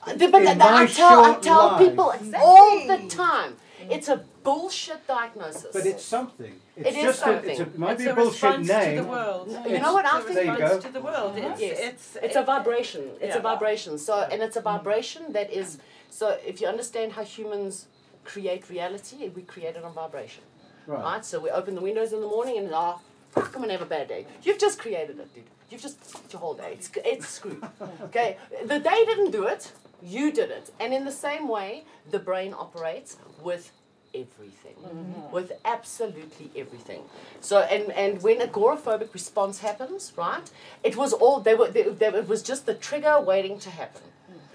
Speaker 5: Uh, th- But
Speaker 1: In
Speaker 5: th- th- I
Speaker 1: my
Speaker 5: tell, I
Speaker 1: short
Speaker 5: tell
Speaker 1: life-
Speaker 5: people all the time, it's a bullshit diagnosis.
Speaker 1: But it's something. It's
Speaker 5: It is
Speaker 1: just A, it's a,
Speaker 5: something.
Speaker 1: it might
Speaker 3: it's
Speaker 1: be a
Speaker 3: a
Speaker 1: bullshit
Speaker 3: response
Speaker 1: name.
Speaker 3: to the world.
Speaker 5: You know what I
Speaker 3: it's
Speaker 5: think?
Speaker 3: a
Speaker 1: There you
Speaker 3: response
Speaker 1: go.
Speaker 3: to the world. It's,
Speaker 5: Yes.
Speaker 3: it's,
Speaker 5: It's a vibration. It's a
Speaker 3: Yeah.
Speaker 5: vibration. So, and it's a vibration that is. So, if you understand how humans create reality, we create it on vibration,
Speaker 1: Right.
Speaker 5: right? So we open the windows in the morning and ah, fuck, I'm gonna have a bad day. You've just created it, dude. You've just fucked your whole day. It's it's screwed. Okay, the day didn't do it. You did it, and in the same way, the brain operates with everything,
Speaker 1: Mm-hmm.
Speaker 5: with absolutely everything. So and and when agoraphobic response happens, right? It was all they were. They, they, it was just the trigger waiting to happen.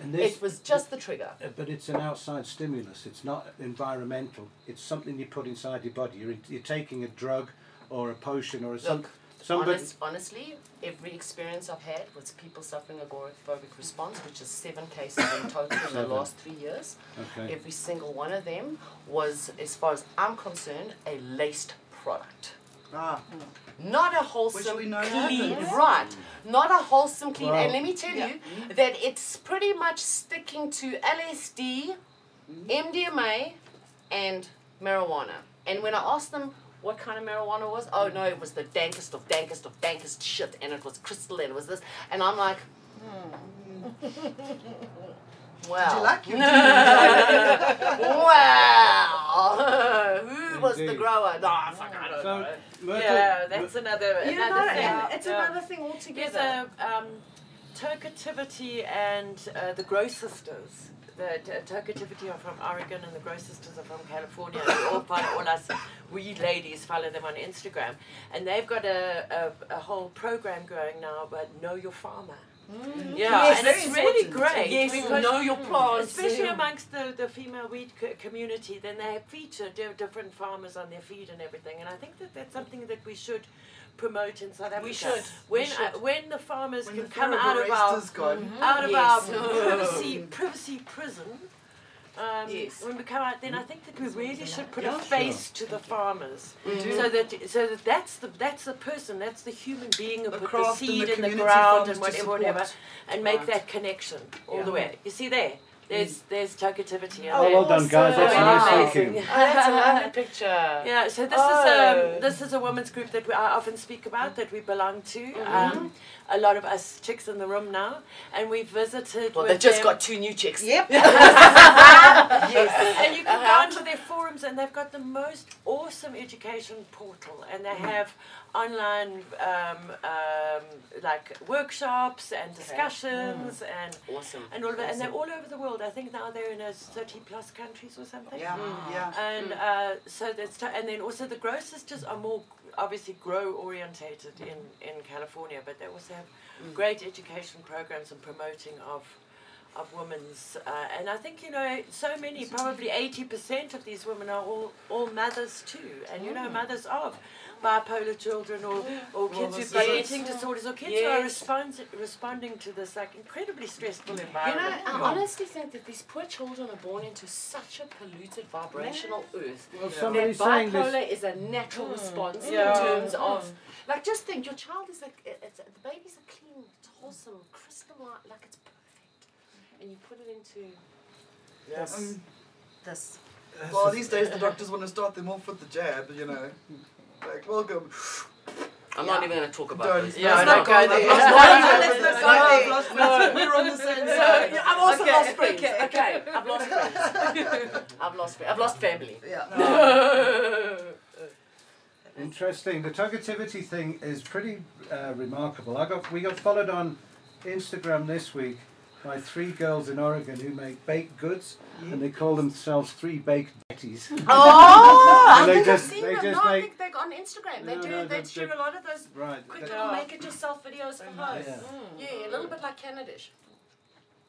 Speaker 1: And this,
Speaker 5: it was just the trigger.
Speaker 1: uh, but it's an outside stimulus. It's not environmental. It's something you put inside your body. You're, you're taking a drug, or a potion, or a some,
Speaker 5: Look,
Speaker 1: somebody.
Speaker 5: Honest, honestly, every experience I've had with people suffering agoraphobic response, which is seven cases in total in the
Speaker 1: Seven.
Speaker 5: last three years,
Speaker 1: okay.
Speaker 5: every single one of them was, as far as I'm concerned, a laced product.
Speaker 2: Ah,
Speaker 5: Not a wholesome,
Speaker 2: we know
Speaker 5: clean,
Speaker 2: happens.
Speaker 5: right? Not a wholesome, clean.
Speaker 1: Well-
Speaker 5: and let me tell you
Speaker 2: Mm-hmm.
Speaker 5: that it's pretty much sticking to LSD,
Speaker 2: Mm-hmm.
Speaker 5: MDMA, and marijuana. And when I asked them what kind of marijuana was, oh no, it was the dankest of dankest of dankest shit, and it was crystal, and it was this, and I'm like, hmm. well,
Speaker 2: do you like your
Speaker 5: wow, who was the
Speaker 1: Indeed.
Speaker 5: grower? No, I fuck, I don't
Speaker 1: So,
Speaker 5: know.
Speaker 1: Myrtle,
Speaker 3: Yeah,
Speaker 1: uh,
Speaker 3: that's another
Speaker 6: You
Speaker 3: another
Speaker 6: know,
Speaker 3: thing.
Speaker 6: and it's
Speaker 3: Yeah.
Speaker 6: another thing
Speaker 3: There's
Speaker 6: altogether.
Speaker 3: a um, Tokativity and uh, the Grow Sisters. The t- Tokativity are from Oregon and the Grow Sisters are from California. They all follow all us. We ladies follow them on Instagram, and they've got a a, a whole program going now about know your farmer. Yeah,
Speaker 5: Mm. Yes,
Speaker 3: and it's
Speaker 5: very
Speaker 3: really
Speaker 5: important.
Speaker 3: great
Speaker 5: Yes,
Speaker 3: because Mm,
Speaker 5: know your plants.
Speaker 3: especially
Speaker 5: yeah.
Speaker 3: amongst the, the female weed co- community, then they feature di- different farmers on their feed and everything. And I think that that's something that we should promote in South Africa.
Speaker 5: should.
Speaker 3: When
Speaker 5: We should.
Speaker 3: uh, when the farmers
Speaker 2: When
Speaker 3: can
Speaker 2: the
Speaker 3: come
Speaker 2: Thoroughbred
Speaker 3: out of our Mm-hmm.
Speaker 2: is gone.
Speaker 3: out of
Speaker 5: Yes.
Speaker 3: our privacy privacy prison. Um,
Speaker 5: Yes.
Speaker 3: When we come out, then I think that we really should put
Speaker 1: Yeah,
Speaker 3: a
Speaker 1: sure.
Speaker 3: face to the farmers,
Speaker 5: Mm-hmm.
Speaker 3: so that so that that's the that's the person, that's the human being who
Speaker 2: The
Speaker 3: put the
Speaker 2: craft and
Speaker 3: seed
Speaker 2: the
Speaker 3: in the
Speaker 2: community
Speaker 3: ground and
Speaker 2: farmers to
Speaker 3: whatever, whatever,
Speaker 2: support.
Speaker 3: and make
Speaker 2: Right.
Speaker 3: that connection all the way. You see there, there's
Speaker 5: Mm.
Speaker 3: there's tokativity.
Speaker 1: Oh, well done, guys. That's a nice thank you.
Speaker 5: Oh, that's a lovely picture.
Speaker 3: Yeah, so this is
Speaker 5: Oh.
Speaker 3: um, this is a women's group that we, I often speak about that we belong to.
Speaker 5: Mm-hmm.
Speaker 3: Um, a lot of us chicks in the room now, and we visited.
Speaker 5: Well,
Speaker 3: with
Speaker 5: they just
Speaker 3: them.
Speaker 5: got two new chicks.
Speaker 6: yep.
Speaker 5: Yes.
Speaker 3: and you can
Speaker 5: Uh-huh.
Speaker 3: go onto their forums, and they've got the most awesome education portal, and they
Speaker 5: Mm-hmm.
Speaker 3: have online um, um, like workshops and discussions
Speaker 5: Mm.
Speaker 3: and
Speaker 5: Awesome.
Speaker 3: and all of that, and they're all over the world. I think now they're in a thirty plus countries or something.
Speaker 2: Yeah, yeah.
Speaker 3: And
Speaker 5: Mm.
Speaker 3: uh, so that's t- and then also the grow sisters are more obviously grow orientated in, in California, but they also have
Speaker 5: Mm.
Speaker 3: great education programs and promoting of of women's uh, and I think you know so many probably eighty percent of these women are all, all mothers too, and you know
Speaker 5: Mm.
Speaker 3: mothers of bipolar children or, or kids who've got
Speaker 5: Yes.
Speaker 3: eating disorders or kids who are
Speaker 5: Yes.
Speaker 3: respons responding to this like incredibly stressful
Speaker 5: You know,
Speaker 3: environment.
Speaker 5: I honestly think that these poor children are born into such a polluted vibrational earth.
Speaker 1: well,
Speaker 5: That
Speaker 1: somebody's saying this.
Speaker 5: bipolar is a natural response
Speaker 3: Mm. Yeah. Mm.
Speaker 5: in terms of, like, just think your child is like, it- it's, the baby's a clean, it's wholesome, crystalline, like it's perfect, and you put it into.
Speaker 6: This. This.
Speaker 2: Well, these days the doctors want to start them off with the jab, you know. Like, welcome.
Speaker 5: I'm
Speaker 2: not
Speaker 5: even going to talk
Speaker 2: Don't.
Speaker 5: this.
Speaker 3: Yeah, I know.
Speaker 2: go there.
Speaker 3: Let's
Speaker 2: Let's
Speaker 5: not
Speaker 2: not go there. We're on the same
Speaker 5: So,
Speaker 2: side.
Speaker 5: yeah, I've also
Speaker 6: Okay.
Speaker 5: lost friends.
Speaker 6: Okay.
Speaker 5: Okay. I've lost friends. I've lost friends. I've lost family.
Speaker 2: Yeah.
Speaker 1: Interesting. The togativity thing is pretty uh, remarkable. I got we got followed on Instagram this week by three girls in Oregon who make baked goods, and they call themselves Three Baked Betties.
Speaker 5: Oh,
Speaker 1: And
Speaker 5: I
Speaker 1: they
Speaker 5: think
Speaker 1: just-
Speaker 5: I've seen
Speaker 1: they
Speaker 5: them.
Speaker 1: just
Speaker 5: no, I
Speaker 1: make-
Speaker 5: think they're on Instagram. They
Speaker 1: No,
Speaker 5: do.
Speaker 1: no,
Speaker 5: they
Speaker 1: they-
Speaker 5: share
Speaker 1: they-
Speaker 5: a lot of those
Speaker 1: right.
Speaker 5: quick
Speaker 1: that-
Speaker 5: little make-it-yourself videos for hoes.
Speaker 1: Yeah.
Speaker 5: Yeah, a little bit like Canadish.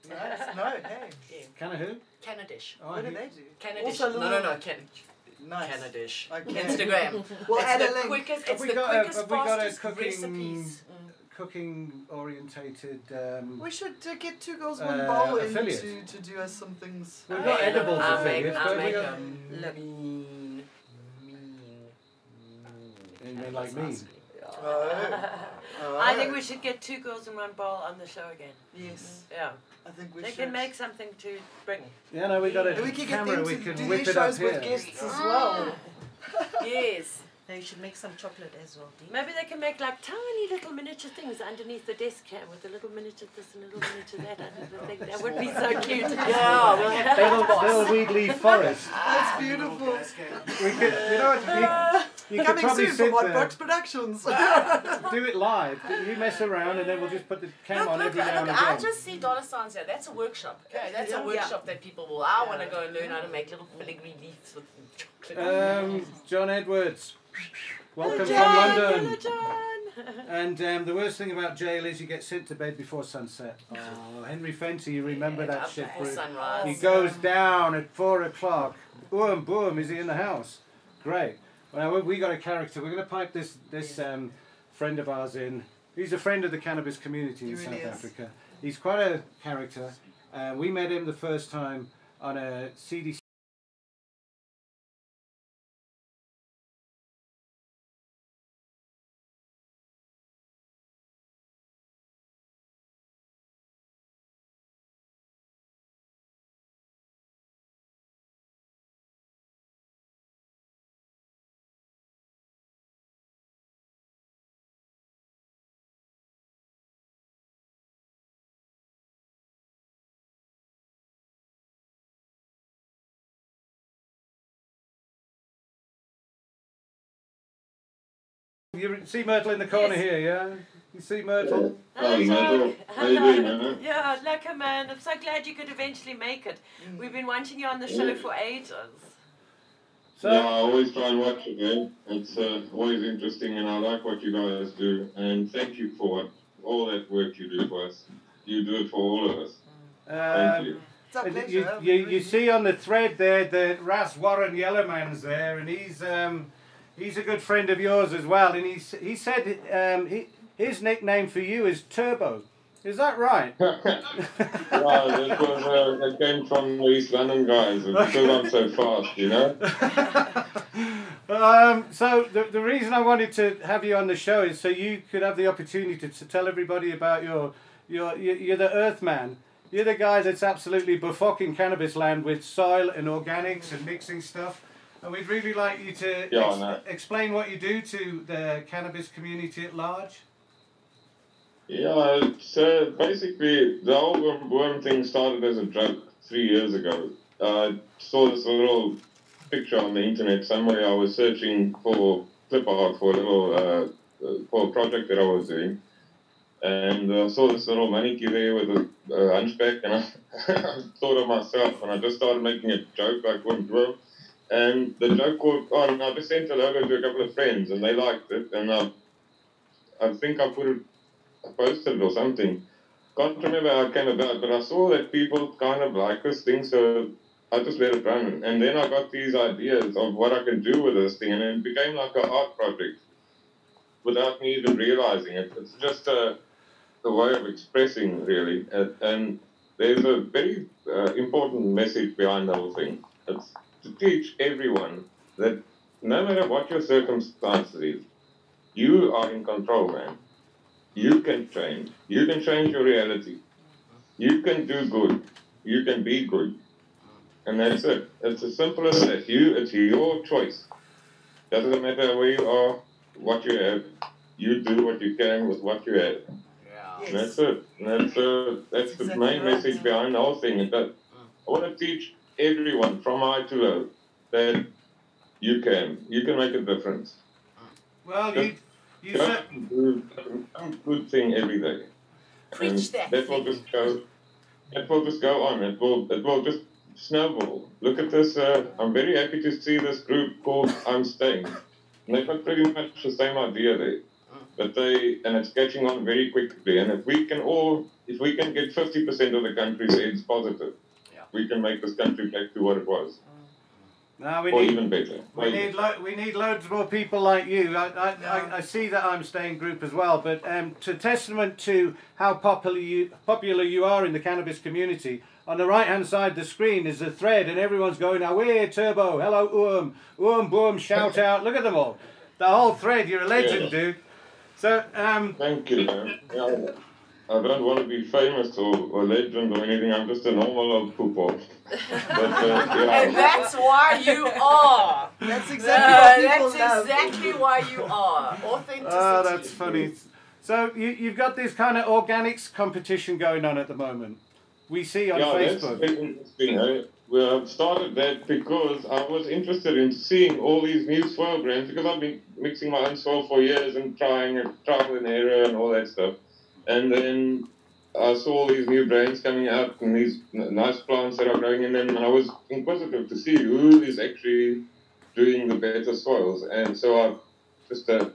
Speaker 2: Nice. No, hey.
Speaker 1: Can I who?
Speaker 5: Canadish.
Speaker 1: Oh, I
Speaker 2: What do
Speaker 1: hear-
Speaker 2: they do?
Speaker 5: Canadish.
Speaker 2: Also a
Speaker 5: no, no,
Speaker 2: little-
Speaker 5: no, Can-
Speaker 2: Nice.
Speaker 5: Canadish.
Speaker 2: Okay.
Speaker 5: Instagram.
Speaker 2: We'll
Speaker 5: it's
Speaker 2: add a
Speaker 5: the
Speaker 2: link.
Speaker 5: quickest,
Speaker 1: Have
Speaker 5: it's
Speaker 1: we
Speaker 5: the
Speaker 1: got a-
Speaker 5: quickest,
Speaker 1: have we got a
Speaker 5: fastest
Speaker 1: cooking-
Speaker 5: recipes. Mm.
Speaker 1: Cooking orientated. Um,
Speaker 2: We should uh, get two girls, one
Speaker 1: Uh,
Speaker 2: bowl in
Speaker 1: affiliate.
Speaker 2: to, to do us some things.
Speaker 1: We've got
Speaker 5: I
Speaker 1: edibles
Speaker 5: make-
Speaker 1: affiliates,
Speaker 5: I
Speaker 1: but we
Speaker 5: make
Speaker 1: got-
Speaker 5: a mean, mean,
Speaker 1: And
Speaker 5: mean
Speaker 1: they like
Speaker 5: cannabis
Speaker 1: mean.
Speaker 5: ice cream.
Speaker 2: Oh.
Speaker 3: I think we should get two girls in one bowl on the show again.
Speaker 2: Yes,
Speaker 3: Yeah,
Speaker 2: I think we
Speaker 3: they
Speaker 2: should.
Speaker 3: can make something to bring.
Speaker 1: Yeah, no, we got a
Speaker 2: And we can get
Speaker 1: camera.
Speaker 2: them
Speaker 1: We
Speaker 2: to
Speaker 1: can
Speaker 2: do
Speaker 1: whip
Speaker 2: these
Speaker 1: it up
Speaker 2: shows
Speaker 1: here.
Speaker 2: with guests as well.
Speaker 5: Yes.
Speaker 6: Now you should make some chocolate as well, Dee.
Speaker 3: Maybe they can make like tiny little miniature things underneath the desk cam with a little miniature this and a little miniature that under the thing. That would be so cute.
Speaker 5: Yeah, we'll have bagel
Speaker 1: Little,
Speaker 5: boss.
Speaker 3: Ah.
Speaker 1: little Weedley Forest.
Speaker 2: That's beautiful.
Speaker 1: We could, you know what? You could
Speaker 2: Coming
Speaker 1: probably
Speaker 2: soon from
Speaker 1: sit
Speaker 2: Hot
Speaker 1: there,
Speaker 2: Box Productions.
Speaker 1: do it live. You mess around, and then we'll just put the cam
Speaker 5: Look,
Speaker 1: on
Speaker 5: look,
Speaker 1: every now
Speaker 5: look,
Speaker 1: and
Speaker 5: I
Speaker 1: again.
Speaker 5: just see dollar signs here. That's a workshop. Okay, that's
Speaker 2: Yeah.
Speaker 5: a workshop that people will. I want to go and learn how to make little filigree wreaths with chocolate.
Speaker 1: Um, John Edwards, welcome from
Speaker 3: John,
Speaker 1: London.
Speaker 3: John.
Speaker 1: And um, the worst thing about jail is you get sent to bed before sunset. Oh, Henry Fenty, you remember that
Speaker 5: Up
Speaker 1: shit.
Speaker 5: before
Speaker 1: where
Speaker 5: sunrise.
Speaker 1: He goes down at four o'clock. Boom, boom, is he in the house? Great. Well, we- we got a character. We're going to pipe this this um, friend of ours in. He's a friend of the cannabis community in
Speaker 2: He really
Speaker 1: South
Speaker 2: is.
Speaker 1: Africa. He's quite a character. Uh, we met him the first time on a CDC. You see Myrtle in the corner here, yeah? You see Myrtle?
Speaker 3: Hello, Doug.
Speaker 8: How you doing,
Speaker 3: Hello.
Speaker 8: Anna?
Speaker 3: Yeah, like a man. I'm so glad you could eventually make it.
Speaker 2: Mm.
Speaker 3: We've been wanting you on the show for ages.
Speaker 1: So,
Speaker 8: yeah, I always try and watch it, eh? It's uh, always interesting, and I like what you guys do. And thank you for what, all that work you do for us. You do it for all of us. Thank
Speaker 1: um,
Speaker 8: you.
Speaker 2: it's our
Speaker 1: And
Speaker 2: pleasure.
Speaker 1: You, you, you see on the thread there that Ras Warren Yellowman's there, and he's um, he's a good friend of yours as well. And he's, he said um, he, his nickname for you is Turbo. Is that right?
Speaker 8: wow, that, was, uh, that came from the East London guys, and because I'm so fast, you know?
Speaker 1: um, so the, the reason I wanted to have you on the show is so you could have the opportunity to, to tell everybody about your your you- you're the Earthman. You're the guy that's absolutely befocking cannabis land with soil and organics and mixing stuff. And we'd really like you to
Speaker 8: Yeah, I know.
Speaker 1: explain what you do to the cannabis community at large.
Speaker 8: Yeah, so basically, the whole worm, worm thing started as a joke three years ago. Uh, I saw this little picture on the internet somewhere. I was searching for clip art for a little uh, uh, for a project that I was doing, and I saw this little monkey there with a uh, hunchback, and I, I thought of myself, and I just started making a joke like worm worm. And the joke caught on, and I just sent it over to a couple of friends, and they liked it, and I, I think I put it I posted it or something. Can't remember how it came about, but I saw that people kind of like this thing, so I just let it run. And then I got these ideas of what I can do with this thing, and it became like an art project without me even realizing it. It's just a, a way of expressing, really. And, and there's a very uh, important message behind the whole thing. It's to teach everyone that no matter what your circumstances is, you are in control, man. You can change. You can change your reality. You can do good. You can be good. And that's it. It's as simple as that. You, it's your choice. Doesn't matter where you are, what you have. You do what you can with what you have.
Speaker 5: Yeah.
Speaker 8: And that's it. And that's uh, that's the
Speaker 2: Exactly
Speaker 8: main
Speaker 2: right.
Speaker 8: message behind the whole thing. Is that I want to teach everyone from high to low that you can. You can make a difference.
Speaker 1: Well, you, you
Speaker 8: Go
Speaker 1: cer-
Speaker 8: and do some good thing every day.
Speaker 5: Preach
Speaker 8: And
Speaker 5: that thing.
Speaker 8: will just go. That will just go on. It will. It will just snowball. Look at this. Uh, I'm very happy to see this group called I'm Staying. And they've got pretty much the same idea there, but they and it's catching on very quickly. And if we can all, if we can get 50% of the country say it's positive,
Speaker 5: Yeah.
Speaker 8: we can make this country back to what it was,
Speaker 1: no, we
Speaker 8: or
Speaker 1: need
Speaker 8: even better.
Speaker 1: We need lo- we need loads more people like you. I, I, I, I see that I'm staying group as well, but um, to testament to how popular you popular you are in the cannabis community. On the right hand side of the screen is the thread, and everyone's going, "Away, Turbo! Hello, Uum! Uum, boom! Shout out! Look at them all! The whole thread. You're a legend,
Speaker 8: Yeah.
Speaker 1: dude." So, um,
Speaker 8: Thank you, man. Yeah, I don't want to be famous or a legend or anything. I'm just a normal old pooper. But uh,
Speaker 5: And
Speaker 8: yeah,
Speaker 5: that's why you are.
Speaker 2: that's
Speaker 5: Uh,
Speaker 2: exactly what
Speaker 5: that's
Speaker 2: people love.
Speaker 5: exactly why you are. Authenticity.
Speaker 1: oh, that's funny. So you, you've got this kind of organics competition going on at the moment. we see on
Speaker 8: yeah, that's
Speaker 1: Facebook.
Speaker 8: very interesting. I, well, I've started that because I was interested in seeing all these new swirl brands because I've been mixing my own swirl for years and trying and trial and error and all that stuff. And then I saw all these new brands coming out and these n- nice plants that are growing in them. And I was inquisitive to see who is actually doing the better soils. And so I just uh,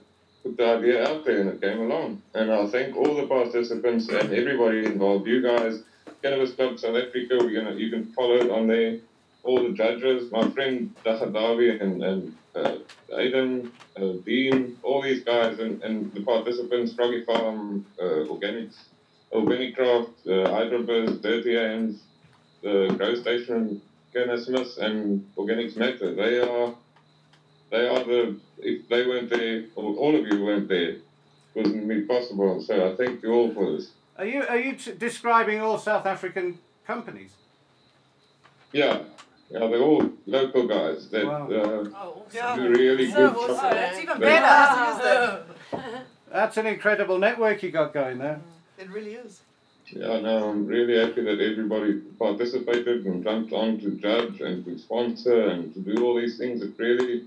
Speaker 8: put the idea out there and it came along. And I thank all the participants and everybody involved, you guys, Cannabis Club South Africa, we're gonna, you can follow it on there, all the judges, my friend Dahadavi and, and uh, Aidan, uh, Dean, all these guys and, and the participants, Froggy Farm, uh, Organics, Organic Craft, uh, Hydrobus, Dirty Hands, the Grow Station, Kenneth Smith and Organics Matter. They are they are the if they weren't there or all of you weren't there, it wouldn't be possible. So I thank you all for this.
Speaker 1: Are you are you t- describing all South African companies?
Speaker 8: Yeah. Yeah, they're all local guys that
Speaker 1: Wow.
Speaker 8: uh,
Speaker 5: Oh, awesome.
Speaker 2: Yeah.
Speaker 8: do really
Speaker 7: So
Speaker 3: Oh,
Speaker 8: good
Speaker 7: awesome.
Speaker 8: chocolate.
Speaker 7: That's even
Speaker 8: They-
Speaker 2: Yeah, it is that.
Speaker 7: better.
Speaker 1: That's an incredible network you got going there.
Speaker 2: It really is.
Speaker 8: Yeah, no, I'm really happy that everybody participated and jumped on to judge and to sponsor and to do all these things. It really,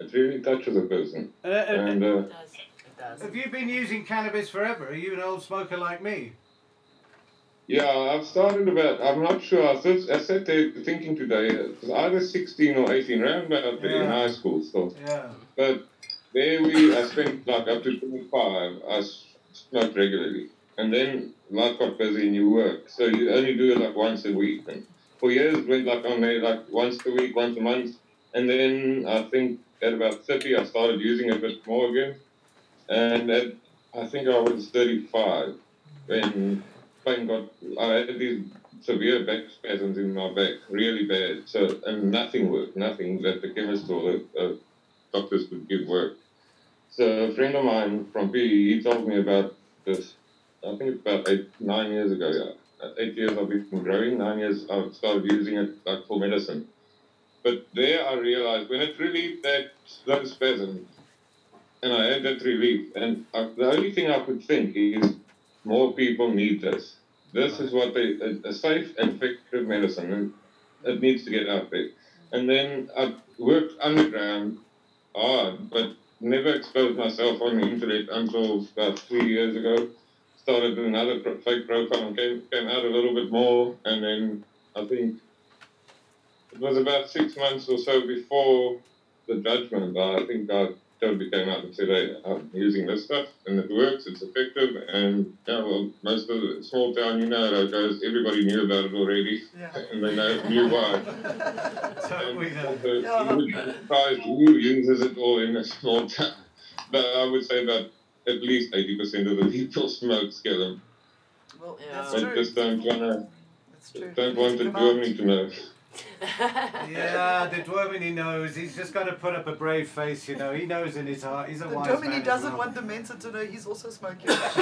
Speaker 8: it really touches a person.
Speaker 1: Uh, uh,
Speaker 8: And uh,
Speaker 5: It does. It does.
Speaker 1: have you been using cannabis forever? Are you an old smoker like me?
Speaker 8: Yeah, I've started about, I'm not sure. I, thought, I sat there thinking today, it was either 16 or 18, round about there in
Speaker 1: Yeah.
Speaker 8: high school still.
Speaker 1: Yeah.
Speaker 8: But there we, I spent like up to 25, I s- smoked regularly. And then life got busy and you work. So you only do it like once a week. And for years, went like on there like once a week, once a month. And then I think at about 30, I started using a bit more again. And at, I think I was 35 when pain got, I had these severe back spasms in my back, really bad. So, and nothing worked, nothing that the chemist or the uh, doctors could give work. So a friend of mine from PE, he told me about this, I think it's about eight, nine years ago, yeah. At Eight years I've been growing, nine years I've started using it like for medicine. But there I realized when it relieved that those spasms, and I had that relief, and I, the only thing I could think is more people need this. This is what they, a, a safe and effective medicine, and it needs to get out there. And then I worked underground hard, but never exposed myself on the internet until about three years ago. Started another pro- fake profile and came, came out a little bit more, and then I think it was about six months or so before the judgment that I think I totally came out and said, hey, I'm using this stuff, and it works, it's effective, and yeah, well, most of the small town, you know how it goes, everybody knew about it already,
Speaker 2: Yeah.
Speaker 8: and uh, they know, knew why.
Speaker 1: So we know.
Speaker 8: Um, So you would be surprised who uses it all in a small town. But I would say that at least 80% of the people smoke skillum.
Speaker 2: Well,
Speaker 5: Yeah.
Speaker 2: that's
Speaker 8: They
Speaker 2: true.
Speaker 8: just don't, wanna,
Speaker 2: That's true.
Speaker 8: don't want the
Speaker 2: Come
Speaker 8: Germany
Speaker 2: on.
Speaker 8: to know.
Speaker 1: Yeah, the Dwermini knows. He's just got to put up a brave face, you know. He knows in his heart. He's a
Speaker 2: The
Speaker 1: wise man.
Speaker 2: Germany
Speaker 1: as
Speaker 2: doesn't
Speaker 1: well.
Speaker 2: want Dementor to know he's also smoking.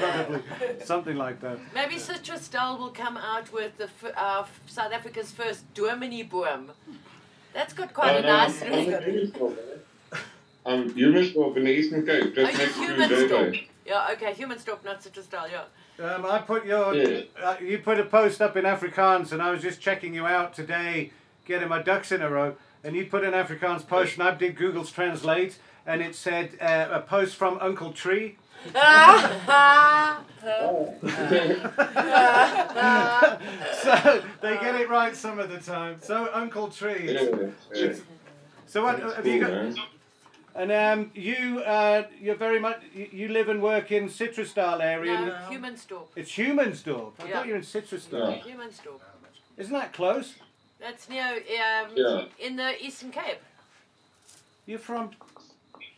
Speaker 1: Probably. Something like that.
Speaker 3: Maybe Citrus Dal will come out with the f- uh, f- South Africa's first Dwermini Boom. That's got quite a
Speaker 8: And,
Speaker 3: nice
Speaker 8: um,
Speaker 3: ring.
Speaker 8: I'm Humansdorp, eh? I'm Humansdorp in the Eastern Cape,
Speaker 3: Oh,
Speaker 8: just
Speaker 3: you
Speaker 8: next to
Speaker 3: human
Speaker 8: Durban.
Speaker 3: stop. Yeah, okay, human stop, not Citrus Dal, yeah.
Speaker 1: Um, I put your
Speaker 8: Yeah.
Speaker 1: uh, you put a post up in Afrikaans, and I was just checking you out today, getting my ducks in a row. And you put an Afrikaans post, and I did Google's Translate, and it said uh, a post from Uncle Tree. so they get it right some of the time. So Uncle Tree.
Speaker 8: Yeah, yeah.
Speaker 1: So what
Speaker 8: That's
Speaker 1: have you
Speaker 8: cool,
Speaker 1: got?
Speaker 8: man.
Speaker 1: And um, you uh, you're very much you, you live and work in Citrusdal area.
Speaker 3: No,
Speaker 1: and
Speaker 3: human stop.
Speaker 1: It's Humansdorp. I
Speaker 3: Yeah.
Speaker 1: thought you were in Citrusdal.
Speaker 8: Yeah.
Speaker 3: Human stop.
Speaker 1: Isn't that close?
Speaker 3: That's near um,
Speaker 8: Yeah.
Speaker 3: in the Eastern Cape.
Speaker 1: You're from.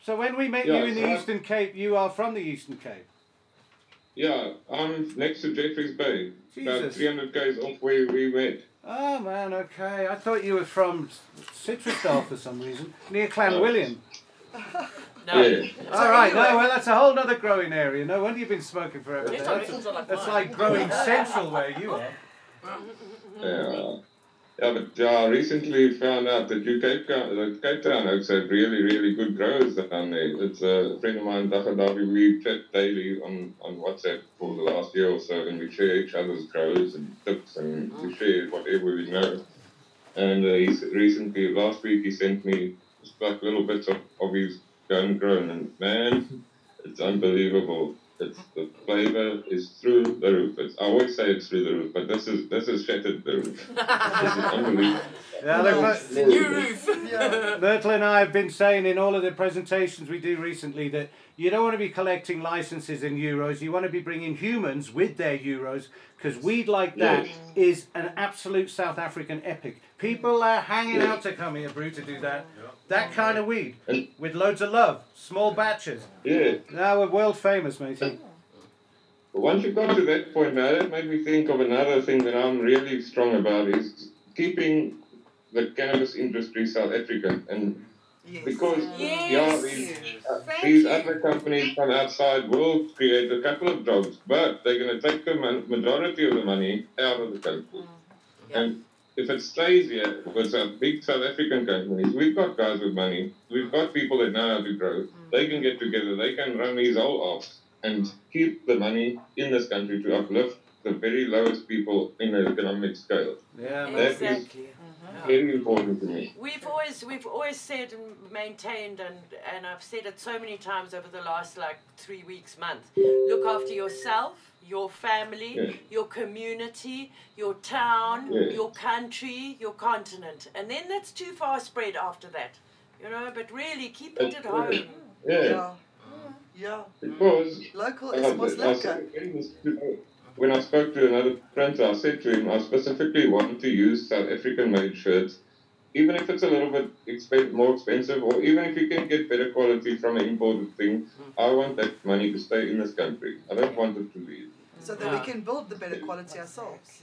Speaker 1: So when we met
Speaker 8: Yeah,
Speaker 1: you in
Speaker 8: so
Speaker 1: the
Speaker 8: I'm-
Speaker 1: Eastern Cape, you are from the Eastern Cape.
Speaker 8: Yeah, I'm next to Jeffreys Bay, about
Speaker 1: Jesus.
Speaker 8: 300 k's off where we met.
Speaker 1: Oh man, okay. I thought you were from Citrusdal for some reason, near Clanwilliam.
Speaker 3: No.
Speaker 8: Yeah.
Speaker 1: All right, no, well that's a whole other growing area. No wonder you've been smoking forever.
Speaker 5: These
Speaker 1: That's,
Speaker 5: directions are like
Speaker 1: that's
Speaker 5: mine.
Speaker 1: like growing central where you are.
Speaker 8: Yeah. Yeah, but uh, I recently found out that you Cape, Co- that Cape Town oaks have really, really good growers down there. It's a friend of mine, Dachadabi, we chat daily on, on WhatsApp for the last year or so, and we share each other's grows and tips, and we share whatever we know. And uh, he s- recently, last week, he sent me just like little bits of, of his homegrown, and man, it's unbelievable. It's, the flavor is through the roof. It's, I always say it's through the roof, but this is this is shattered the roof. This is unbelievable.
Speaker 1: Yeah, look, Mer-
Speaker 5: The new roof.
Speaker 1: Myrtle and I have been saying in all of the presentations we do recently that you don't want to be collecting licenses in euros. You want to be bringing humans with their euros because weed like that is
Speaker 8: Yes.
Speaker 1: an absolute South African epic. People are hanging out to come here, Brew, to do that. That kind of weed
Speaker 8: And-
Speaker 1: with loads of love, small batches.
Speaker 8: Yeah.
Speaker 1: Now we're world famous, matey.
Speaker 8: But once you got to that point, now that made me think of another thing that I'm really strong about is keeping the cannabis industry South African. And
Speaker 2: Yes.
Speaker 8: because yeah,
Speaker 7: Yes.
Speaker 8: these, uh, these other companies from outside will create a couple of jobs, but they're going to take the mon- majority of the money out of the country.
Speaker 5: Yeah.
Speaker 8: And if it stays here with our big South African companies, we've got guys with money, we've got people that know how to grow. They can get together, they can run these whole offs and keep the money in this country to uplift the very lowest people in the economic scale.
Speaker 1: Yeah,
Speaker 8: That is-
Speaker 3: Exactly.
Speaker 8: Very important to me.
Speaker 3: We've always we've always said and maintained and and I've said it so many times over the last like three weeks, month. Look after yourself, your family,
Speaker 8: Yeah.
Speaker 3: your community, your town,
Speaker 8: Yeah.
Speaker 3: your country, your continent, and then that's too far spread after that, you know. But really, keep it at
Speaker 8: Absolutely.
Speaker 3: home.
Speaker 8: Yeah,
Speaker 2: Yeah. Yeah.
Speaker 8: because
Speaker 2: Local
Speaker 8: I
Speaker 2: is
Speaker 8: love it. I
Speaker 2: Moslaka.
Speaker 8: said- When I spoke to another printer, I said to him, I specifically want to use South African made shirts, even if it's a little bit expen- more expensive, or even if you can get better quality from an imported thing, I want that money to stay in this country. I don't want it to leave.
Speaker 2: So that we can build the better quality ourselves.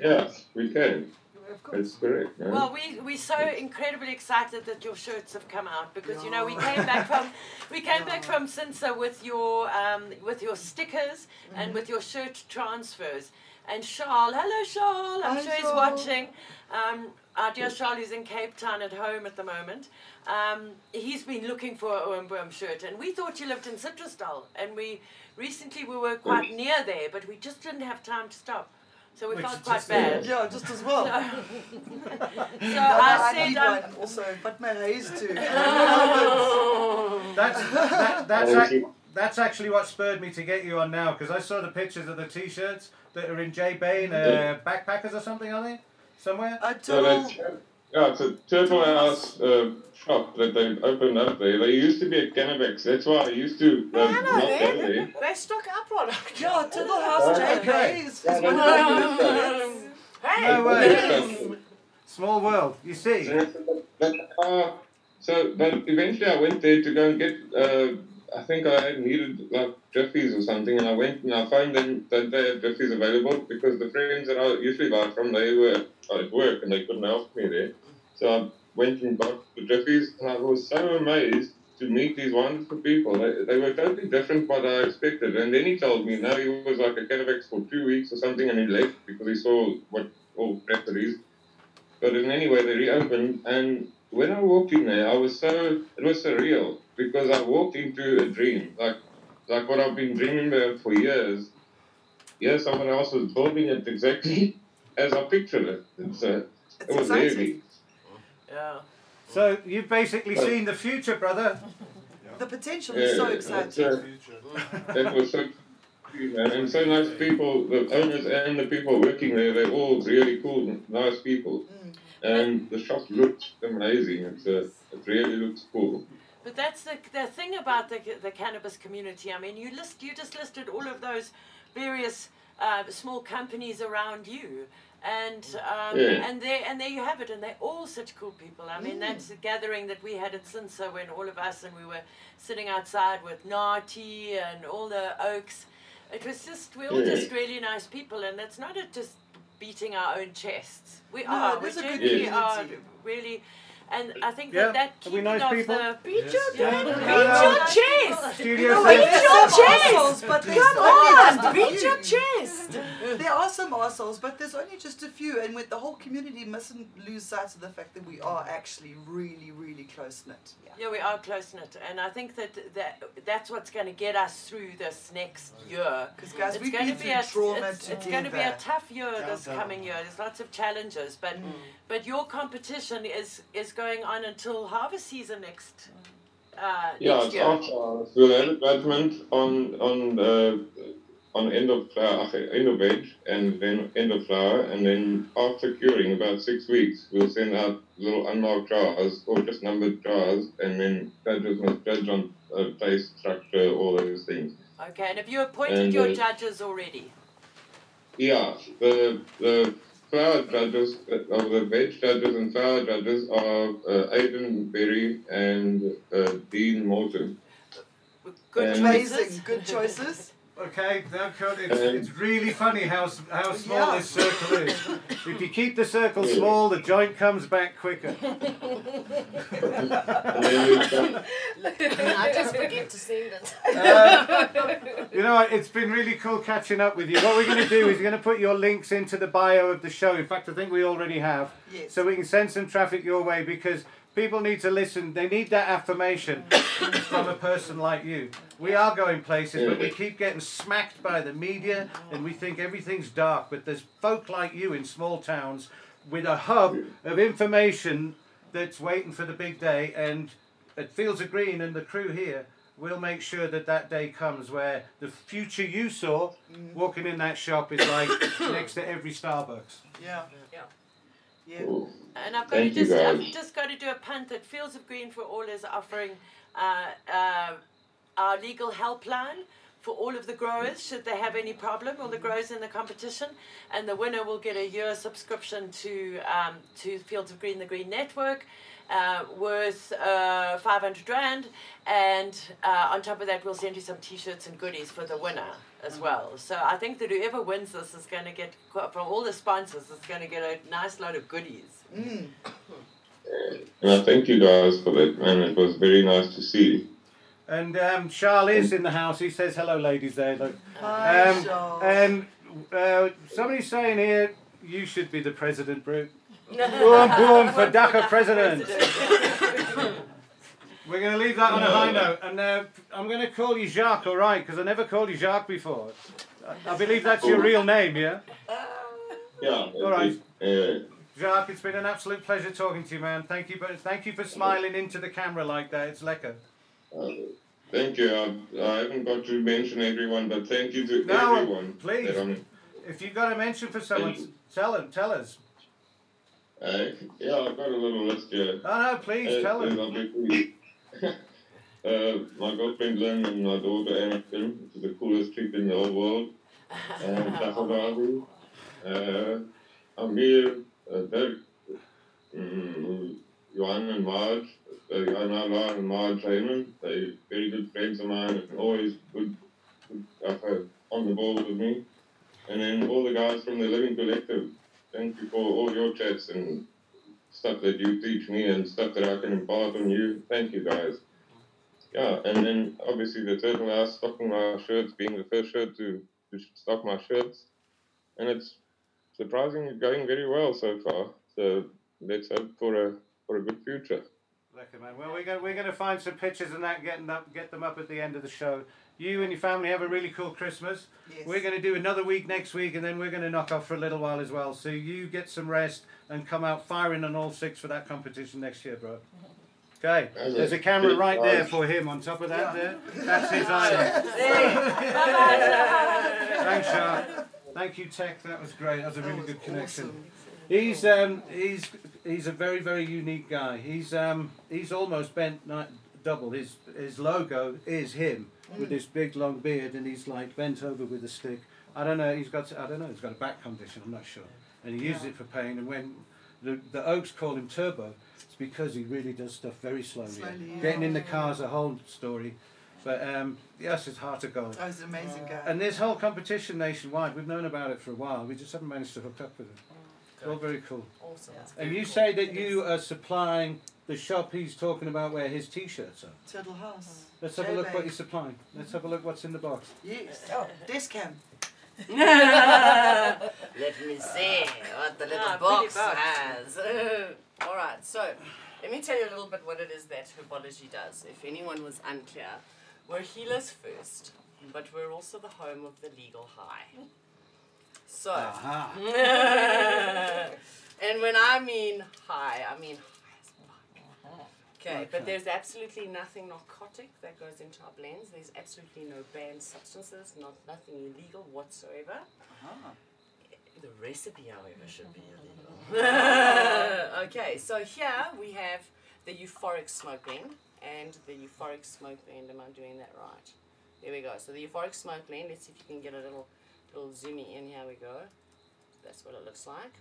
Speaker 8: Yeah, we can.
Speaker 2: Of course.
Speaker 8: That's correct. Man.
Speaker 3: Well, we we're so incredibly excited that your shirts have come out because you know we came back from we came back from Cinsa with your um, with your stickers and with your shirt transfers. And Charles, hello Charles, I'm
Speaker 2: Hi,
Speaker 3: sure he's
Speaker 2: Charles.
Speaker 3: watching. Um, our dear Charles who's in Cape Town at home at the moment. Um, he's been looking for a Oomboom shirt, and we thought you lived in Citrusdal, and we recently we were quite near there, but we just didn't have time to stop, so we
Speaker 4: Which
Speaker 3: felt
Speaker 4: is
Speaker 3: quite
Speaker 4: just there.
Speaker 3: bad.
Speaker 2: Yeah, just as well.
Speaker 3: So, so
Speaker 2: No, no,
Speaker 3: I
Speaker 2: need
Speaker 3: said, um,
Speaker 2: one also, but my eyes too.
Speaker 1: That's that, that's
Speaker 8: Thank
Speaker 1: ac-
Speaker 8: you.
Speaker 1: that's actually what spurred me to get you on now because I saw the pictures of the t-shirts that are in J Bain uh, backpackers or something, are they? Somewhere.
Speaker 2: A
Speaker 8: So
Speaker 2: total
Speaker 8: that's, yeah, it's a Turtle House uh, shop that they've opened up there. They used to be at Canavex. That's why I used to. Uh,
Speaker 5: I know,
Speaker 8: not
Speaker 5: man.
Speaker 8: go there.
Speaker 5: They stock our product.
Speaker 2: yeah, total house
Speaker 8: Okay.
Speaker 2: JK is, is
Speaker 8: Yeah,
Speaker 2: one of
Speaker 8: that's-
Speaker 2: the
Speaker 5: Hey.
Speaker 1: No way.
Speaker 8: Yes.
Speaker 1: Small world. You see.
Speaker 8: But, uh, so, but eventually I went there to go and get, uh, I think I had needed like Jeffy's or something, and I went and I found them that they had Jeffy's available because the friends that I usually buy from, they were at work and they couldn't help me there. So I went and got the Jeffy's, and I was so amazed to meet these wonderful people. They, they were totally different what I expected. And then he told me, no, he was like a Canavex for two weeks or something, and he left because he saw what all crap it is. But in any way, they reopened, and when I walked in there, I was so it was surreal because I walked into a dream, like like what I've been dreaming about for years. Yeah, someone else was building it exactly as I pictured it. It's, uh,
Speaker 2: It's
Speaker 8: it was
Speaker 2: exciting.
Speaker 8: heavy.
Speaker 3: yeah.
Speaker 1: So you've basically seen the future, brother.
Speaker 2: The potential
Speaker 8: Yeah,
Speaker 2: is so
Speaker 8: it's,
Speaker 2: exciting.
Speaker 8: uh, it was so. And and so nice people, the owners and the people working there, they're all really cool, nice people.
Speaker 2: Mm.
Speaker 8: And the shop looked amazing. It's, uh, it really looks cool.
Speaker 3: But that's the, the thing about the, the cannabis community. I mean, you list you just listed all of those various uh, small companies around you, and um,
Speaker 8: Mm. Yeah. Mm.
Speaker 3: and there and there you have it, and they're all such cool people. I mean, that's the gathering that we had at Cinsa when all of us and we were sitting outside with Nati and all the Oaks. It was just we're all
Speaker 8: Yeah.
Speaker 3: just really nice people, and it's not a, just beating our own chests. We
Speaker 2: No,
Speaker 3: are.
Speaker 2: it
Speaker 3: We
Speaker 2: is a good
Speaker 3: genuinely
Speaker 2: community.
Speaker 3: are really. And I think
Speaker 1: Yeah.
Speaker 3: that that
Speaker 1: Are we
Speaker 3: keeping
Speaker 1: nice
Speaker 3: of
Speaker 1: people?
Speaker 3: the
Speaker 5: Beat your
Speaker 1: Yeah.
Speaker 5: dead-
Speaker 1: No, no.
Speaker 5: Beat your chest.
Speaker 1: Studio
Speaker 2: No,
Speaker 1: says-
Speaker 2: wait,
Speaker 5: Beat your
Speaker 2: there's some
Speaker 5: chest.
Speaker 2: arseholes, but there's
Speaker 5: Come
Speaker 2: only
Speaker 5: on,
Speaker 2: just a
Speaker 5: beat
Speaker 2: few.
Speaker 5: your chest.
Speaker 2: There are some arseholes, but there's only just a few, and with the whole community mustn't lose sight of the fact that we are actually really, really close knit.
Speaker 3: Yeah, we are close knit, and I think that that that's what's going to get us through this next year.
Speaker 2: Because guys,
Speaker 3: It's
Speaker 2: we've
Speaker 3: going
Speaker 2: been
Speaker 3: to be
Speaker 2: through
Speaker 3: a
Speaker 2: trauma
Speaker 3: it's,
Speaker 2: together.
Speaker 3: it's going to be a tough year this
Speaker 4: Countdown.
Speaker 3: coming year. There's lots of challenges, but
Speaker 2: Mm.
Speaker 3: but your competition is is going on until harvest season next. Uh,
Speaker 8: Yeah,
Speaker 3: next
Speaker 8: it's
Speaker 3: year.
Speaker 8: after hours. We'll have it badminton on on the on end of flower, ach, end of edge, and then end of flower, and then after curing, about six weeks, we'll send out little unmarked jars or just numbered jars, and then judges must judge on uh, place structure, all those things.
Speaker 3: Okay, and have you appointed
Speaker 8: And,
Speaker 3: your
Speaker 8: uh,
Speaker 3: judges already?
Speaker 8: Yeah, the the flower judges, uh, of the veg judges and flower judges are uh, Aidan Berry and uh, Dean Morton.
Speaker 3: Good
Speaker 8: Um,
Speaker 3: choices.
Speaker 2: Amazing, good choices.
Speaker 1: Okay, no, cut. It's, it's really funny how s- how small
Speaker 2: Yeah.
Speaker 1: this circle is. If you keep the circle small, the joint comes back quicker.
Speaker 8: And then we've got
Speaker 5: I just forget to send it.
Speaker 1: Uh, you know, what, it's been really cool catching up with you. What we're going to do is we're going to put your links into the bio of the show. In fact, I think we already have.
Speaker 2: Yes.
Speaker 1: So we can send some traffic your way because people need to listen. They need that affirmation from a person like you. We are going places, but we keep getting smacked by the media and we think everything's dark. But there's folk like you in small towns with a hub of information that's waiting for the big day. And at Fields of Green and the crew here, we'll make sure that that day comes where the future you saw walking in that shop is like next to every Starbucks.
Speaker 2: Yeah.
Speaker 5: Yeah.
Speaker 2: Yeah.
Speaker 3: And I've got to
Speaker 8: Thank you,
Speaker 3: just I've
Speaker 8: guys.
Speaker 3: just got to do a punt that Fields of Green for All is offering uh, uh, our legal helpline for all of the growers should they have any problem or the growers in the competition and the winner will get a year subscription to um, to Fields of Green the Green Network uh, worth uh, 500 rand and uh, on top of that we'll send you some t-shirts and goodies for the winner as well so I think that whoever wins this is going to get from all the sponsors is going to get a nice load of goodies
Speaker 8: And I thank you guys for that, man. It was very nice to see you.
Speaker 1: And um, Charles is in the house. He says hello, ladies. There, look.
Speaker 2: Hi,
Speaker 1: Um,
Speaker 2: Charles.
Speaker 1: and uh, somebody's saying here, you should be the president, Brute. Boom, boom for DACA president. We're going to leave that on a high note. And uh, I'm going to call you Jacques, all right? Because I never called you Jacques before. I- I believe that's your real name, yeah?
Speaker 8: Yeah. All
Speaker 1: right.
Speaker 8: Uh,
Speaker 1: Jacques, it's been an absolute pleasure talking to you, man. Thank you, but thank you for smiling into the camera like that. It's lekker.
Speaker 8: uh, thank you. I, I haven't got to mention everyone, but thank you to
Speaker 1: No,
Speaker 8: everyone.
Speaker 1: please.
Speaker 8: that I'm-
Speaker 1: If you've got a mention for someone, tell them, tell us.
Speaker 8: uh, yeah, I've got a little list here.
Speaker 1: Oh, no, please,
Speaker 8: Uh,
Speaker 1: tell
Speaker 8: there's
Speaker 1: them.
Speaker 8: obviously, uh, my girlfriend Lynn and my daughter Anakin, which is the coolest trip in the whole world. Um, Tahorahu. uh, Amir, uh, Dirk, mm, Johan and Marge, uh, Johan Allard and Marge Raymond. They're very good friends of mine and always good, good uh, on the ball with me. And then all the guys from the Living Collective. Thank you for all your chats and stuff that you teach me and stuff that I can impart on you. Thank you guys. Yeah, and then obviously the turtle house stocking my shirts, being the first shirt to, to stock my shirts. And it's surprisingly going very well so far. So let's hope for a for a good future.
Speaker 1: Lekker man. Well, we're going we're going to find some pictures and that getting up get them up at the end of the show. You and your family have a really cool Christmas.
Speaker 2: Yes.
Speaker 1: We're going to do another week next week, and then we're going to knock off for a little while as well. So you get some rest and come out firing on all six for that competition next year, bro. Okay. There's a camera right there for him. On top of that, there. That's his island. Thanks, Shark. Thank you, Tech. That was great. That was a really good connection. He's um he's he's a very very unique guy. He's um he's almost bent ni- double. His his logo is him with this big long beard, and he's like bent over with a stick. I don't know. He's got I don't know. He's got a back condition. I'm not sure. And he uses it for pain. And when the the Oaks call him Turbo, it's because he really does stuff very slowly.
Speaker 2: Slowly, yeah.
Speaker 1: Getting in the car's a whole story. But um, yes, his heart of gold.
Speaker 2: That was an amazing guy.
Speaker 1: And this whole competition nationwide, we've known about it for a while. We just haven't managed to hook up with it. It's all very cool.
Speaker 5: Awesome.
Speaker 1: And you say that you are supplying the shop he's talking about where his T-shirts are.
Speaker 2: Turtle House.
Speaker 1: Let's have a look what
Speaker 2: J-Bag.
Speaker 1: he's supplying. Let's have a look what's in the box.
Speaker 2: Yes. Oh, desk cam.
Speaker 5: Let me see what the little
Speaker 3: Ah,
Speaker 5: box
Speaker 3: pretty box.
Speaker 5: has. All right, so let me tell you a little bit what it is that Herbology does, if anyone was unclear. We're healers first, but we're also the home of the legal high. So,
Speaker 1: Aha.
Speaker 5: and when I mean high, I mean high as fuck. Okay, but there's absolutely nothing narcotic that goes into our blends. There's absolutely no banned substances, not nothing illegal whatsoever. The recipe, however, should be illegal. okay, so here we have the euphoric smoke blend and the euphoric smoke blend. Am I doing that right? There we go. So the euphoric smoke blend. Let's see if you can get a little little zoomy in. Here we go. That's what it looks like.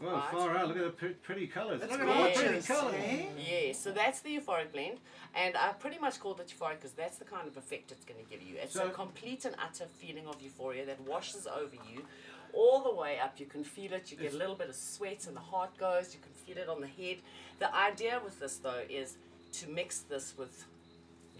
Speaker 1: Well,
Speaker 5: Right.
Speaker 1: far out. Look at the pr- pretty colours.
Speaker 2: That's
Speaker 1: Look at all the pretty
Speaker 2: gorgeous,
Speaker 1: colours.
Speaker 2: eh?
Speaker 5: Yeah, so that's the euphoric blend, and I pretty much called it euphoric because that's the kind of effect it's going to give you. It's a
Speaker 1: So-
Speaker 5: complete and utter feeling of euphoria that washes over you all the way up. You can feel it, you get a little bit of sweat, and the heart goes, you can feel it on the head. The idea with this, though, is to mix this with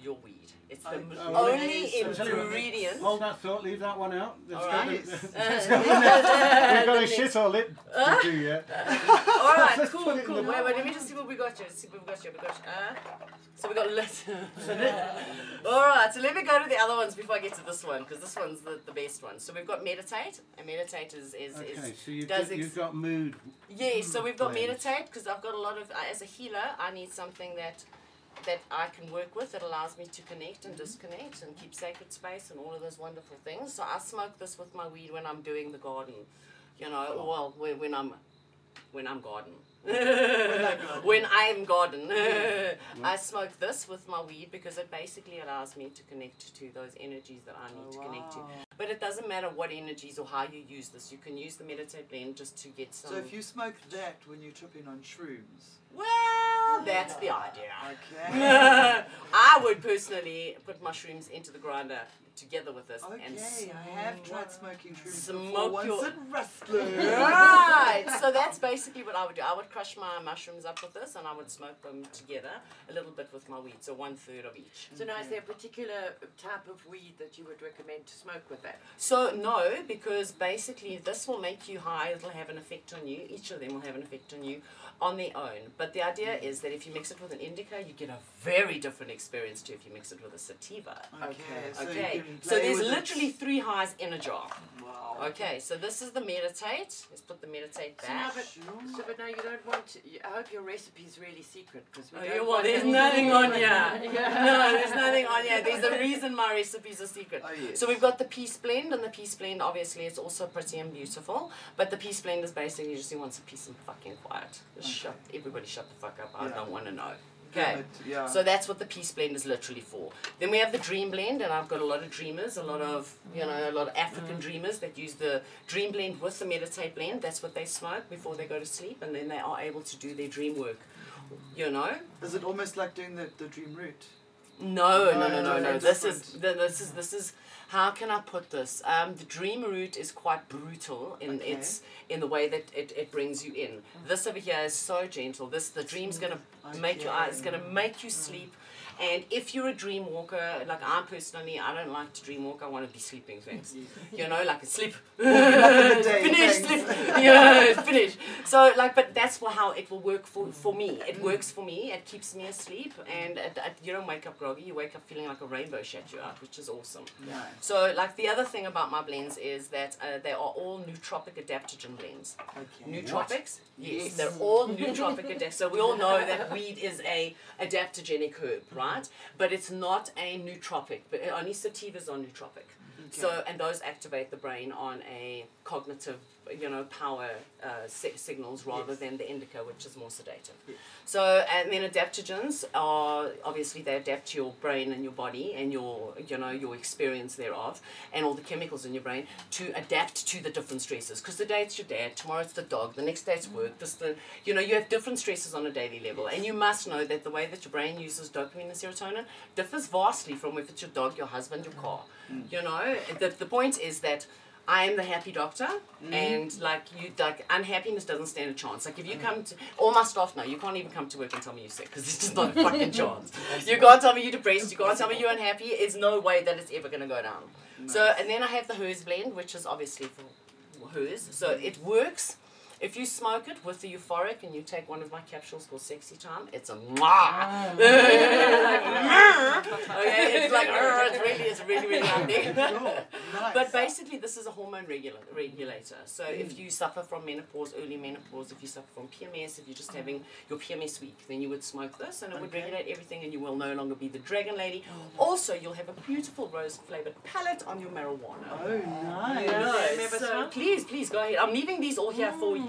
Speaker 5: your weed. It's the m-
Speaker 1: oh,
Speaker 5: only
Speaker 2: okay,
Speaker 1: so-
Speaker 5: ingredient.
Speaker 1: Hold that thought. Leave that one out. Let's
Speaker 5: All
Speaker 1: go
Speaker 5: right. Uh,
Speaker 1: to- let's
Speaker 2: Yes.
Speaker 1: go to the next- We've got a shit or lip to do yet.
Speaker 5: All right,
Speaker 1: Let's
Speaker 5: cool,
Speaker 1: put it in
Speaker 5: cool.
Speaker 1: the-
Speaker 5: Wait, wait, let me just see what we got here. See what we got here. We got here. Uh, so we got let. All right, so let me go to the other ones before I get to this one because this one's the, the best one. So we've got meditate, and meditate is is,
Speaker 1: Okay,
Speaker 5: is
Speaker 1: so you've,
Speaker 5: does
Speaker 1: got-
Speaker 5: ex-
Speaker 1: you've got mood.
Speaker 5: yeah. So
Speaker 2: Mm,
Speaker 5: we've got
Speaker 1: Blend.
Speaker 5: meditate because I've got a lot of I as a healer. I need something that that I can work with that allows me to connect
Speaker 2: Mm-hmm.
Speaker 5: and disconnect and keep sacred space and all of those wonderful things. So I smoke this with my weed when I'm doing the garden, you know. or Well, when, when I'm when I'm garden. when I'm garden, I smoke this with my weed because it basically allows me to connect to those energies that I
Speaker 2: Oh,
Speaker 5: need to connect to. But it doesn't matter what energies or how you use this. You can use the meditate blend just to get some.
Speaker 2: So if you smoke that when you're tripping on shrooms,
Speaker 5: Well, that's the idea.
Speaker 2: okay.
Speaker 5: I would personally put mushrooms into the grinder together with this
Speaker 2: okay,
Speaker 5: and smoke.
Speaker 2: I have tried smoking shrooms before
Speaker 5: Smoke
Speaker 2: once
Speaker 5: your-
Speaker 2: at Rustler.
Speaker 5: Right, so that's basically what I would do. I would crush my mushrooms up with this and I would smoke them together a little bit with my weed, so one third of each.
Speaker 3: So now is there a particular type of weed that you would recommend to smoke with that?
Speaker 5: So, no, because basically this will make you high, it'll have an effect on you. Each of them will have an effect on you on their own. But the idea is that if you mix it with an indica, you get a very different experience to if you mix it with a sativa.
Speaker 2: okay, so,
Speaker 5: Okay,
Speaker 2: you can
Speaker 5: so
Speaker 2: play
Speaker 5: there's
Speaker 2: with it.
Speaker 5: literally three highs in a jar.
Speaker 2: Wow.
Speaker 5: Okay, so this is the meditate. Let's put the meditate
Speaker 3: So now,
Speaker 5: back.
Speaker 3: but, so but now you don't want. you- I hope your recipe's really secret because we
Speaker 5: Oh,
Speaker 3: don't
Speaker 5: you- well,
Speaker 3: want
Speaker 5: there's
Speaker 3: any-
Speaker 5: nothing on here. No, there's nothing on here. There's a reason my recipes are secret.
Speaker 2: Oh, yes.
Speaker 5: So we've got the peace blend, and the peace blend obviously is also pretty and beautiful. But the peace blend is basically just he wants a peace and fucking quiet. Just shut everybody, shut the fuck up. I
Speaker 2: Yeah.
Speaker 5: don't want to know. Okay.
Speaker 2: But, yeah.
Speaker 5: So that's what the peace blend is literally for. Then we have the dream blend, and I've got a lot of dreamers, a lot of you know, a lot of African dreamers that use the dream blend with the meditate blend. That's what they smoke before they go to sleep, and then they are able to do their dream work. You know,
Speaker 2: Is it almost like doing the, the dream route?
Speaker 5: no, no, no,
Speaker 2: No,
Speaker 5: no, no.
Speaker 2: no,
Speaker 5: This is
Speaker 2: different.
Speaker 5: th- this is this is how can I put this? Um, the dream route is quite brutal in
Speaker 2: Okay. Mm.
Speaker 5: its in the way that it, it brings you in. This over here is so gentle. This the dream's gonna make your eyes. It's gonna make you
Speaker 2: Mm.
Speaker 5: sleep. And if you're a dream walker, like I personally, I don't like to dream walk. I want to be sleeping things. You know, like a sleep.
Speaker 2: day,
Speaker 5: finish,
Speaker 2: thanks.
Speaker 5: sleep. Yeah, finish. So like, but that's wha- how it will work for, for me.
Speaker 2: Mm.
Speaker 5: It works for me. It keeps me asleep, and it, it- you don't wake up groggy. You wake up feeling like a rainbow shat you out, which is awesome.
Speaker 2: Nice.
Speaker 5: So like the other thing about my blends is that uh, they are all nootropic adaptogen blends.
Speaker 2: Okay.
Speaker 5: Nootropics? Yes, they're all nootropic adaptogen. So we all know that weed is a adaptogenic herb, right? But it's not a nootropic. But only sativas are nootropic. So and those activate the brain on a cognitive, you know, power uh, si- signals rather than the indica, which is more sedative. So and then adaptogens are obviously they adapt to your brain and your body and your you know your experience thereof and all the chemicals in your brain to adapt to the different stresses. Because today it's your dad, tomorrow it's the dog, the next day it's work. This the you know you have different stresses on a daily level, and you must know that the way that your brain uses dopamine and serotonin differs vastly from if it's your dog, your husband, your car. You know the the point is that I am the happy doctor, and like you, like unhappiness doesn't stand a chance. Like if you come to all my staff now, you can't even come to work and tell me you're sick because it's just not a fucking chance. You can't tell me you're depressed. You can't tell me you're unhappy. It's no way that it's ever gonna go down. So and then I have the hers blend, which is obviously for hers. So it works. If you smoke it with the euphoric and you take one of my capsules called Sexy Time, it's a mwah. Like, mwah. Okay, Oh, it's like, "Arr," it's really, it's really, really lovely.
Speaker 2: Nice.
Speaker 5: But basically, this is a hormone regula- regulator. So if you suffer from menopause, early menopause, if you suffer from PMS, if you're just having your PMS week, then you would smoke this and it would regulate everything and you will no longer be the dragon lady. Also, you'll have a beautiful rose flavored palette on your marijuana.
Speaker 2: oh, nice.
Speaker 3: Yeah.
Speaker 5: No,
Speaker 3: Remember
Speaker 5: so
Speaker 3: some?
Speaker 5: please, please go ahead. I'm leaving these all here for you.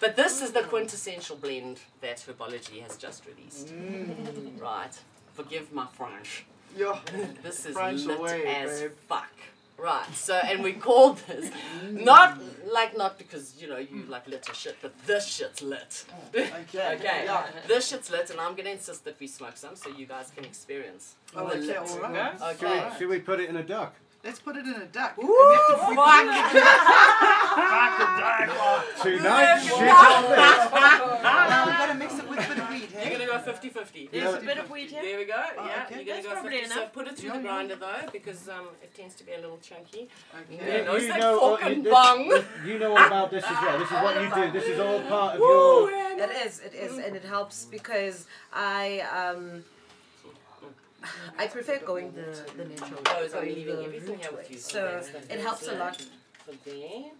Speaker 5: But this is the quintessential blend that Herbology has just released. Right. Forgive my French.
Speaker 2: Yeah.
Speaker 5: This is
Speaker 2: French
Speaker 5: lit
Speaker 2: away,
Speaker 5: as
Speaker 2: babe.
Speaker 5: fuck. Right. So and we called this not like not because you know you like lit as shit, but this shit's lit.
Speaker 2: Okay.
Speaker 5: Okay.
Speaker 2: Yeah.
Speaker 5: This shit's lit, and I'm gonna insist that we smoke some so you guys can experience.
Speaker 2: Oh,
Speaker 5: the
Speaker 2: okay,
Speaker 5: lit.
Speaker 2: all right.
Speaker 1: Should
Speaker 5: Okay.
Speaker 1: we, should we put it in a duck?
Speaker 2: Let's put it in a duck.
Speaker 5: Fuck.
Speaker 1: Tonight,
Speaker 5: Fuck.
Speaker 1: shit on this.
Speaker 2: Now we've got to mix it with a bit of weed,
Speaker 5: You're
Speaker 2: hey?
Speaker 5: gonna go 50-50.
Speaker 3: There's a bit of weed here.
Speaker 5: There we go.
Speaker 2: Oh,
Speaker 5: yeah,
Speaker 2: okay.
Speaker 5: you're gonna
Speaker 3: That's
Speaker 5: go
Speaker 3: probably
Speaker 5: 50. So
Speaker 3: enough.
Speaker 5: put it through
Speaker 2: Yeah,
Speaker 5: the
Speaker 2: yeah.
Speaker 5: grinder though, because um, it tends to be a little chunky.
Speaker 2: Okay.
Speaker 5: You know, it's
Speaker 1: You
Speaker 5: like
Speaker 1: know all-
Speaker 5: fucking
Speaker 1: this-
Speaker 5: bung.
Speaker 1: You know all about this as well. This is what you do. This is all part of your.
Speaker 6: It is, it is, and it helps because I um I prefer going the, the natural way,
Speaker 5: Oh, so
Speaker 6: going
Speaker 5: you're leaving
Speaker 6: the
Speaker 5: everything
Speaker 6: root
Speaker 5: here
Speaker 6: way.
Speaker 5: with you.
Speaker 6: So
Speaker 5: Okay, so
Speaker 6: it helps a
Speaker 5: that's
Speaker 6: lot.
Speaker 5: For there.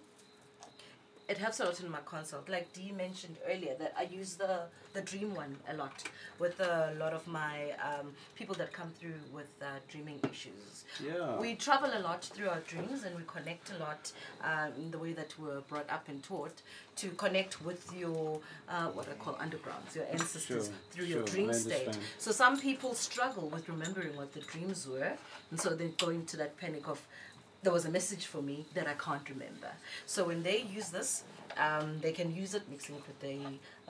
Speaker 6: It helps a lot in my consult. Like Dee mentioned earlier, that I use the the dream one a lot with a lot of my um, people that come through with uh, dreaming issues.
Speaker 1: Yeah.
Speaker 6: We travel a lot through our dreams and we connect a lot um, in the way that we're brought up and taught to connect with your, uh, what I call undergrounds, your ancestors
Speaker 1: Sure,
Speaker 6: through
Speaker 1: sure,
Speaker 6: your
Speaker 1: I
Speaker 6: dream state.
Speaker 1: understand.
Speaker 6: So some people struggle with remembering what the dreams were, and so they go into that panic of, there was a message for me that I can't remember. So when they use this, um, they can use it, mixing it with the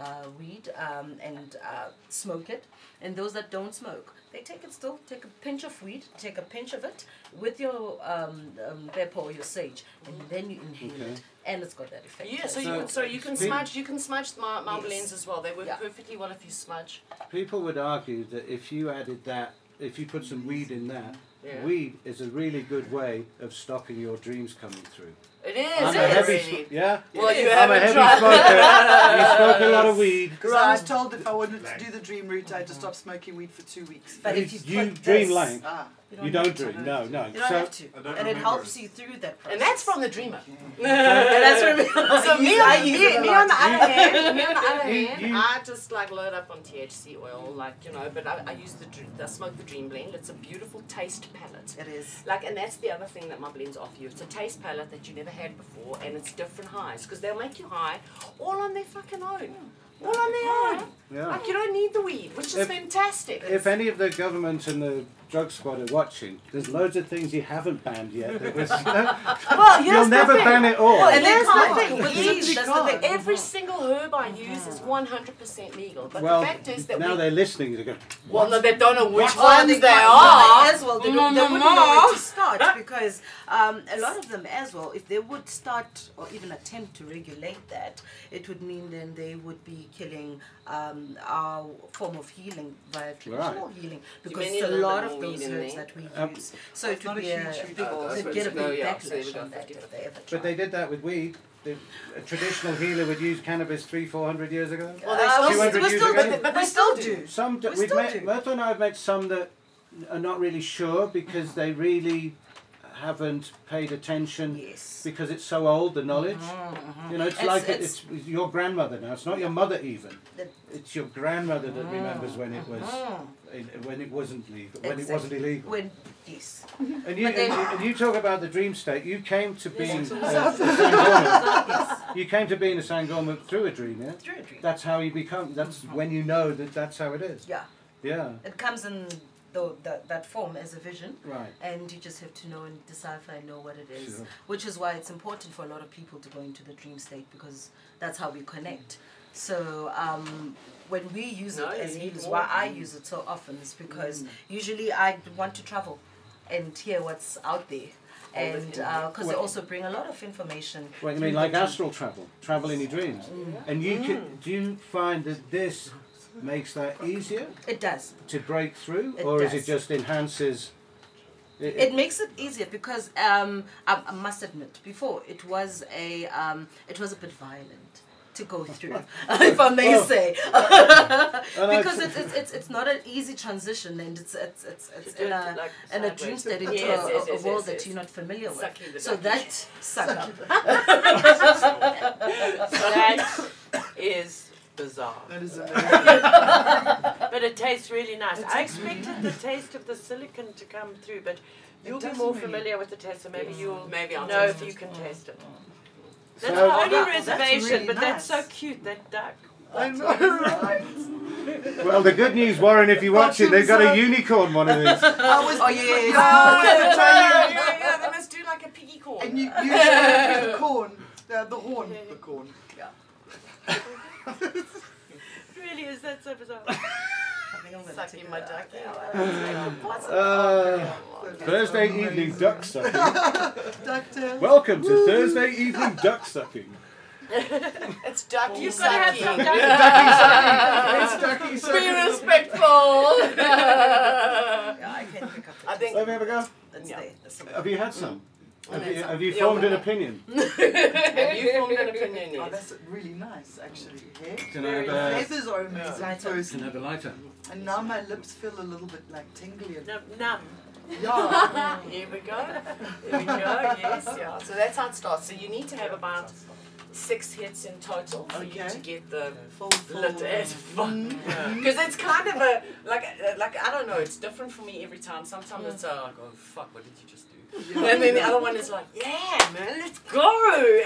Speaker 6: uh, weed um, and uh, smoke it. And those that don't smoke, they take it still, take a pinch of weed, take a pinch of it with your um, um, pepper or your sage, and then you inhale
Speaker 1: Okay.
Speaker 6: it, and it's got that effect.
Speaker 5: Yeah, so, you
Speaker 1: So-
Speaker 5: can so you can
Speaker 1: Speak-
Speaker 5: smudge you can smudge my my
Speaker 6: Yes.
Speaker 5: blends as well. They work
Speaker 6: Yeah.
Speaker 5: perfectly well if you smudge.
Speaker 1: People would argue that if you added that, if you put some weed in that,
Speaker 5: Yeah.
Speaker 1: weed is a really good way is stopping your dreams coming through.
Speaker 5: It is,
Speaker 1: I'm
Speaker 5: it
Speaker 1: a
Speaker 5: is.
Speaker 1: heavy, sm- yeah.
Speaker 5: Well you
Speaker 1: I'm a
Speaker 5: haven't
Speaker 1: heavy
Speaker 5: tried
Speaker 1: smoker. you smoke a lot of weed.
Speaker 2: Because I was told if I wanted to do the dream route, I'd just stop smoking weed for two weeks.
Speaker 6: But
Speaker 1: you,
Speaker 6: if you put
Speaker 1: dream
Speaker 6: this-
Speaker 1: lank.
Speaker 2: ah,
Speaker 1: You don't dream. No, no.
Speaker 6: You don't
Speaker 1: so
Speaker 6: have to,
Speaker 4: I
Speaker 6: and
Speaker 4: don't
Speaker 6: it
Speaker 4: remember.
Speaker 6: helps you through that process.
Speaker 5: And that's from the dreamer.
Speaker 6: And that's from
Speaker 5: So me, on, me, me on the other hand, me on the other
Speaker 1: You-
Speaker 5: hand,
Speaker 1: you-
Speaker 5: I just like load up on THC oil, like you know. But I, I use the dr- I smoke the Dream Blend. It's a beautiful taste palette.
Speaker 2: it is.
Speaker 5: Like, and that's the other thing that my blends offer you. It's a taste palette that you never had before, and it's different highs because they'll make you high, all on their fucking own, all on their own.
Speaker 1: yeah.
Speaker 5: Like you don't need the weed, which is
Speaker 1: If-
Speaker 5: fantastic.
Speaker 1: If any of the government and the drug squad are watching, there's loads of things you haven't banned yet. That was,
Speaker 5: well, here's
Speaker 1: you'll
Speaker 5: the
Speaker 1: never
Speaker 5: thing.
Speaker 1: ban it all.
Speaker 5: And there's
Speaker 6: can't.
Speaker 5: nothing.
Speaker 6: With
Speaker 5: Each,
Speaker 6: such
Speaker 5: that's the
Speaker 6: God.
Speaker 5: thing. Every single herb I use is 100% legal. But
Speaker 1: well,
Speaker 5: the fact is that
Speaker 1: now
Speaker 5: we
Speaker 1: they're listening. They go,
Speaker 5: Well, no, they don't know which
Speaker 6: Oh,
Speaker 5: ones they,
Speaker 6: can't
Speaker 5: are.
Speaker 6: buy as well. They, don't, they
Speaker 5: No, no,
Speaker 6: wouldn't know
Speaker 5: no.
Speaker 6: where to start because um, a lot of them as well, if they would start or even attempt to regulate that, it would mean then they would be killing um, our form of healing via traditional healing because
Speaker 5: may need
Speaker 6: it's a
Speaker 5: a little
Speaker 6: lot of
Speaker 5: bit more
Speaker 6: those
Speaker 5: weed in
Speaker 6: herbs
Speaker 5: there.
Speaker 6: that we
Speaker 1: Um,
Speaker 6: use. So it
Speaker 2: not
Speaker 6: would
Speaker 2: a
Speaker 6: be a
Speaker 2: huge, huge
Speaker 6: big,
Speaker 2: Oh,
Speaker 5: Uh, that's
Speaker 6: they'd
Speaker 5: where
Speaker 6: get a
Speaker 5: it's go,
Speaker 6: big
Speaker 5: yeah, so there we
Speaker 6: backlash
Speaker 5: go,
Speaker 6: on that
Speaker 5: 50.
Speaker 6: if they ever
Speaker 1: But they
Speaker 6: tried.
Speaker 1: did that with weed. The, a traditional healer would use cannabis three, four hundred years ago.
Speaker 5: Well,
Speaker 6: Uh,
Speaker 5: they
Speaker 6: we
Speaker 5: still,
Speaker 1: we're 200
Speaker 6: we
Speaker 1: years
Speaker 6: still,
Speaker 1: ago.
Speaker 6: but, but we still do.
Speaker 1: Some d
Speaker 6: We
Speaker 1: we've
Speaker 6: still
Speaker 1: met.
Speaker 6: do.
Speaker 1: Myrtle and I have met some that are not really sure because they really haven't paid attention
Speaker 6: Yes.
Speaker 1: because it's so old the knowledge.
Speaker 5: Mm-hmm,
Speaker 1: You know, it's,
Speaker 6: It's-
Speaker 1: like
Speaker 6: it's-
Speaker 1: it's, it's your grandmother now. It's not your mother even.
Speaker 6: The-
Speaker 1: It's your grandmother that remembers when it was
Speaker 5: Mm-hmm.
Speaker 1: in- when it wasn't legal, when it wasn't
Speaker 6: Exactly.
Speaker 1: illegal.
Speaker 6: Mm. When, yes.
Speaker 1: And you,
Speaker 6: But then-
Speaker 1: and you and you talk about the dream state. You came to being a, a
Speaker 6: yes.
Speaker 1: Sangoma. You came to being a Sangoma through a dream, yeah.
Speaker 6: Through a dream.
Speaker 1: That's how you become. That's when you know that that's how it is.
Speaker 6: Yeah.
Speaker 1: Yeah.
Speaker 6: It comes in the, the, that form as a vision,
Speaker 1: Right.
Speaker 6: and you just have to know and decipher and know what it is,
Speaker 1: Sure.
Speaker 6: which is why it's important for a lot of people to go into the dream state because that's how we connect. So um, when we use
Speaker 5: No,
Speaker 6: it
Speaker 5: you
Speaker 6: as
Speaker 5: need
Speaker 6: healers,
Speaker 5: more.
Speaker 6: why I use it so often is because usually I want to travel and hear what's out there. and because they also bring a lot of information.
Speaker 1: Well, you
Speaker 6: through
Speaker 1: mean like
Speaker 6: the-
Speaker 1: astral travel, travel in your dreams, and you could. Do you find that this makes that easier
Speaker 6: It does.
Speaker 1: to break through,
Speaker 6: It
Speaker 1: or is
Speaker 6: does.
Speaker 1: it just enhances? It,
Speaker 6: It makes it easier because um, I, I must admit, before it was a um, it was a bit violent to go through, if I may
Speaker 1: Well,
Speaker 6: say,
Speaker 1: and Oh. I-
Speaker 6: because it's, it's it's it's not an easy transition, and it's it's it's, it's
Speaker 3: do
Speaker 6: in
Speaker 3: it,
Speaker 6: a
Speaker 3: like,
Speaker 6: in a
Speaker 3: sideways.
Speaker 6: dream state into
Speaker 5: Yes,
Speaker 6: a,
Speaker 5: yes,
Speaker 6: a
Speaker 5: yes,
Speaker 6: world
Speaker 5: yes,
Speaker 6: that
Speaker 5: yes.
Speaker 6: you're not familiar with.
Speaker 5: Sucking the
Speaker 6: so
Speaker 5: ducky.
Speaker 6: that sucked up.
Speaker 3: that is bizarre.
Speaker 2: That is amazing.
Speaker 3: But it tastes really nice. I expected the taste of the silicon to come through, but you'll be
Speaker 2: doesn't
Speaker 3: more
Speaker 2: really.
Speaker 3: familiar with the taste, so maybe you'll
Speaker 5: Maybe I'll
Speaker 3: know
Speaker 5: taste
Speaker 3: if you can taste it. Mm. That's
Speaker 1: So-
Speaker 3: my only
Speaker 2: Wow, that's
Speaker 3: reservation,
Speaker 2: really
Speaker 3: but that's so
Speaker 2: nice.
Speaker 3: cute, that duck.
Speaker 2: I know, right?
Speaker 1: well, the good news, Warren, if you watch it, they've got a
Speaker 2: Cartoons
Speaker 1: unicorn one of these.
Speaker 2: I was,
Speaker 5: Oh, yes.
Speaker 2: yeah, I was
Speaker 5: yeah,
Speaker 2: gonna tell you.
Speaker 5: yeah, yeah, they must do like a piggy corn.
Speaker 2: And you, you should the corn, uh, the horn, the corn.
Speaker 3: Really, is that so bizarre?
Speaker 6: I think I'm gonna
Speaker 5: Sucking
Speaker 6: take
Speaker 5: my
Speaker 6: it out.
Speaker 5: ducky.
Speaker 1: Uh,
Speaker 2: That's
Speaker 1: Thursday evening
Speaker 2: amazing.
Speaker 1: duck sucking.
Speaker 2: Ducktail.
Speaker 1: Welcome to Thursday evening duck sucking.
Speaker 5: It's ducky
Speaker 3: You've got to have some
Speaker 5: sucking.
Speaker 3: duck.
Speaker 1: It's ducky
Speaker 5: Be
Speaker 1: sucking.
Speaker 5: respectful. I
Speaker 6: Yeah, I can pick up. I
Speaker 5: think
Speaker 1: Let me have a go.
Speaker 6: it's
Speaker 5: yeah.
Speaker 6: there. It's there.
Speaker 1: Have you had some? Have you,
Speaker 5: some.
Speaker 1: have you
Speaker 5: Yeah,
Speaker 1: formed an
Speaker 5: well.
Speaker 1: opinion?
Speaker 5: have you formed an opinion
Speaker 2: Oh,
Speaker 5: yet?
Speaker 2: that's really nice, actually. Yeah.
Speaker 1: Can I have
Speaker 2: The
Speaker 1: a,
Speaker 2: feathers are amazing
Speaker 6: Lighter.
Speaker 2: first,
Speaker 1: can I have a lighter?
Speaker 2: and now my lips feel a little bit like tingly. And
Speaker 3: No, no.
Speaker 2: yeah,
Speaker 5: Here we go. Here we go. Yes, yeah. So that's how it starts. So you need to have about six hits in total for you to
Speaker 2: Okay.
Speaker 5: get the
Speaker 2: full, full.
Speaker 5: lit as fuck. Because it's kind of a like uh, like I don't know. It's different for me every time. Sometimes it's uh, like oh fuck, what did you just do? And then the other one is like yeah man, let's go.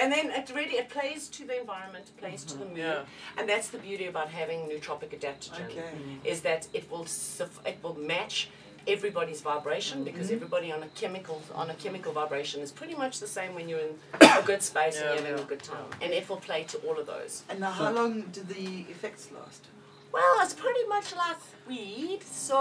Speaker 5: And then it really it plays to the environment, it plays to the mood,
Speaker 3: Yeah.
Speaker 5: and that's the beauty about having nootropic adaptogen
Speaker 2: Okay.
Speaker 5: is that it will suff- it will match everybody's vibration because everybody on a chemical on a chemical vibration is pretty much the same when you're in a good space and you're having a good time. And it will play to all of those.
Speaker 2: And now, how long do the effects last?
Speaker 5: Well, it's pretty much like weed. So,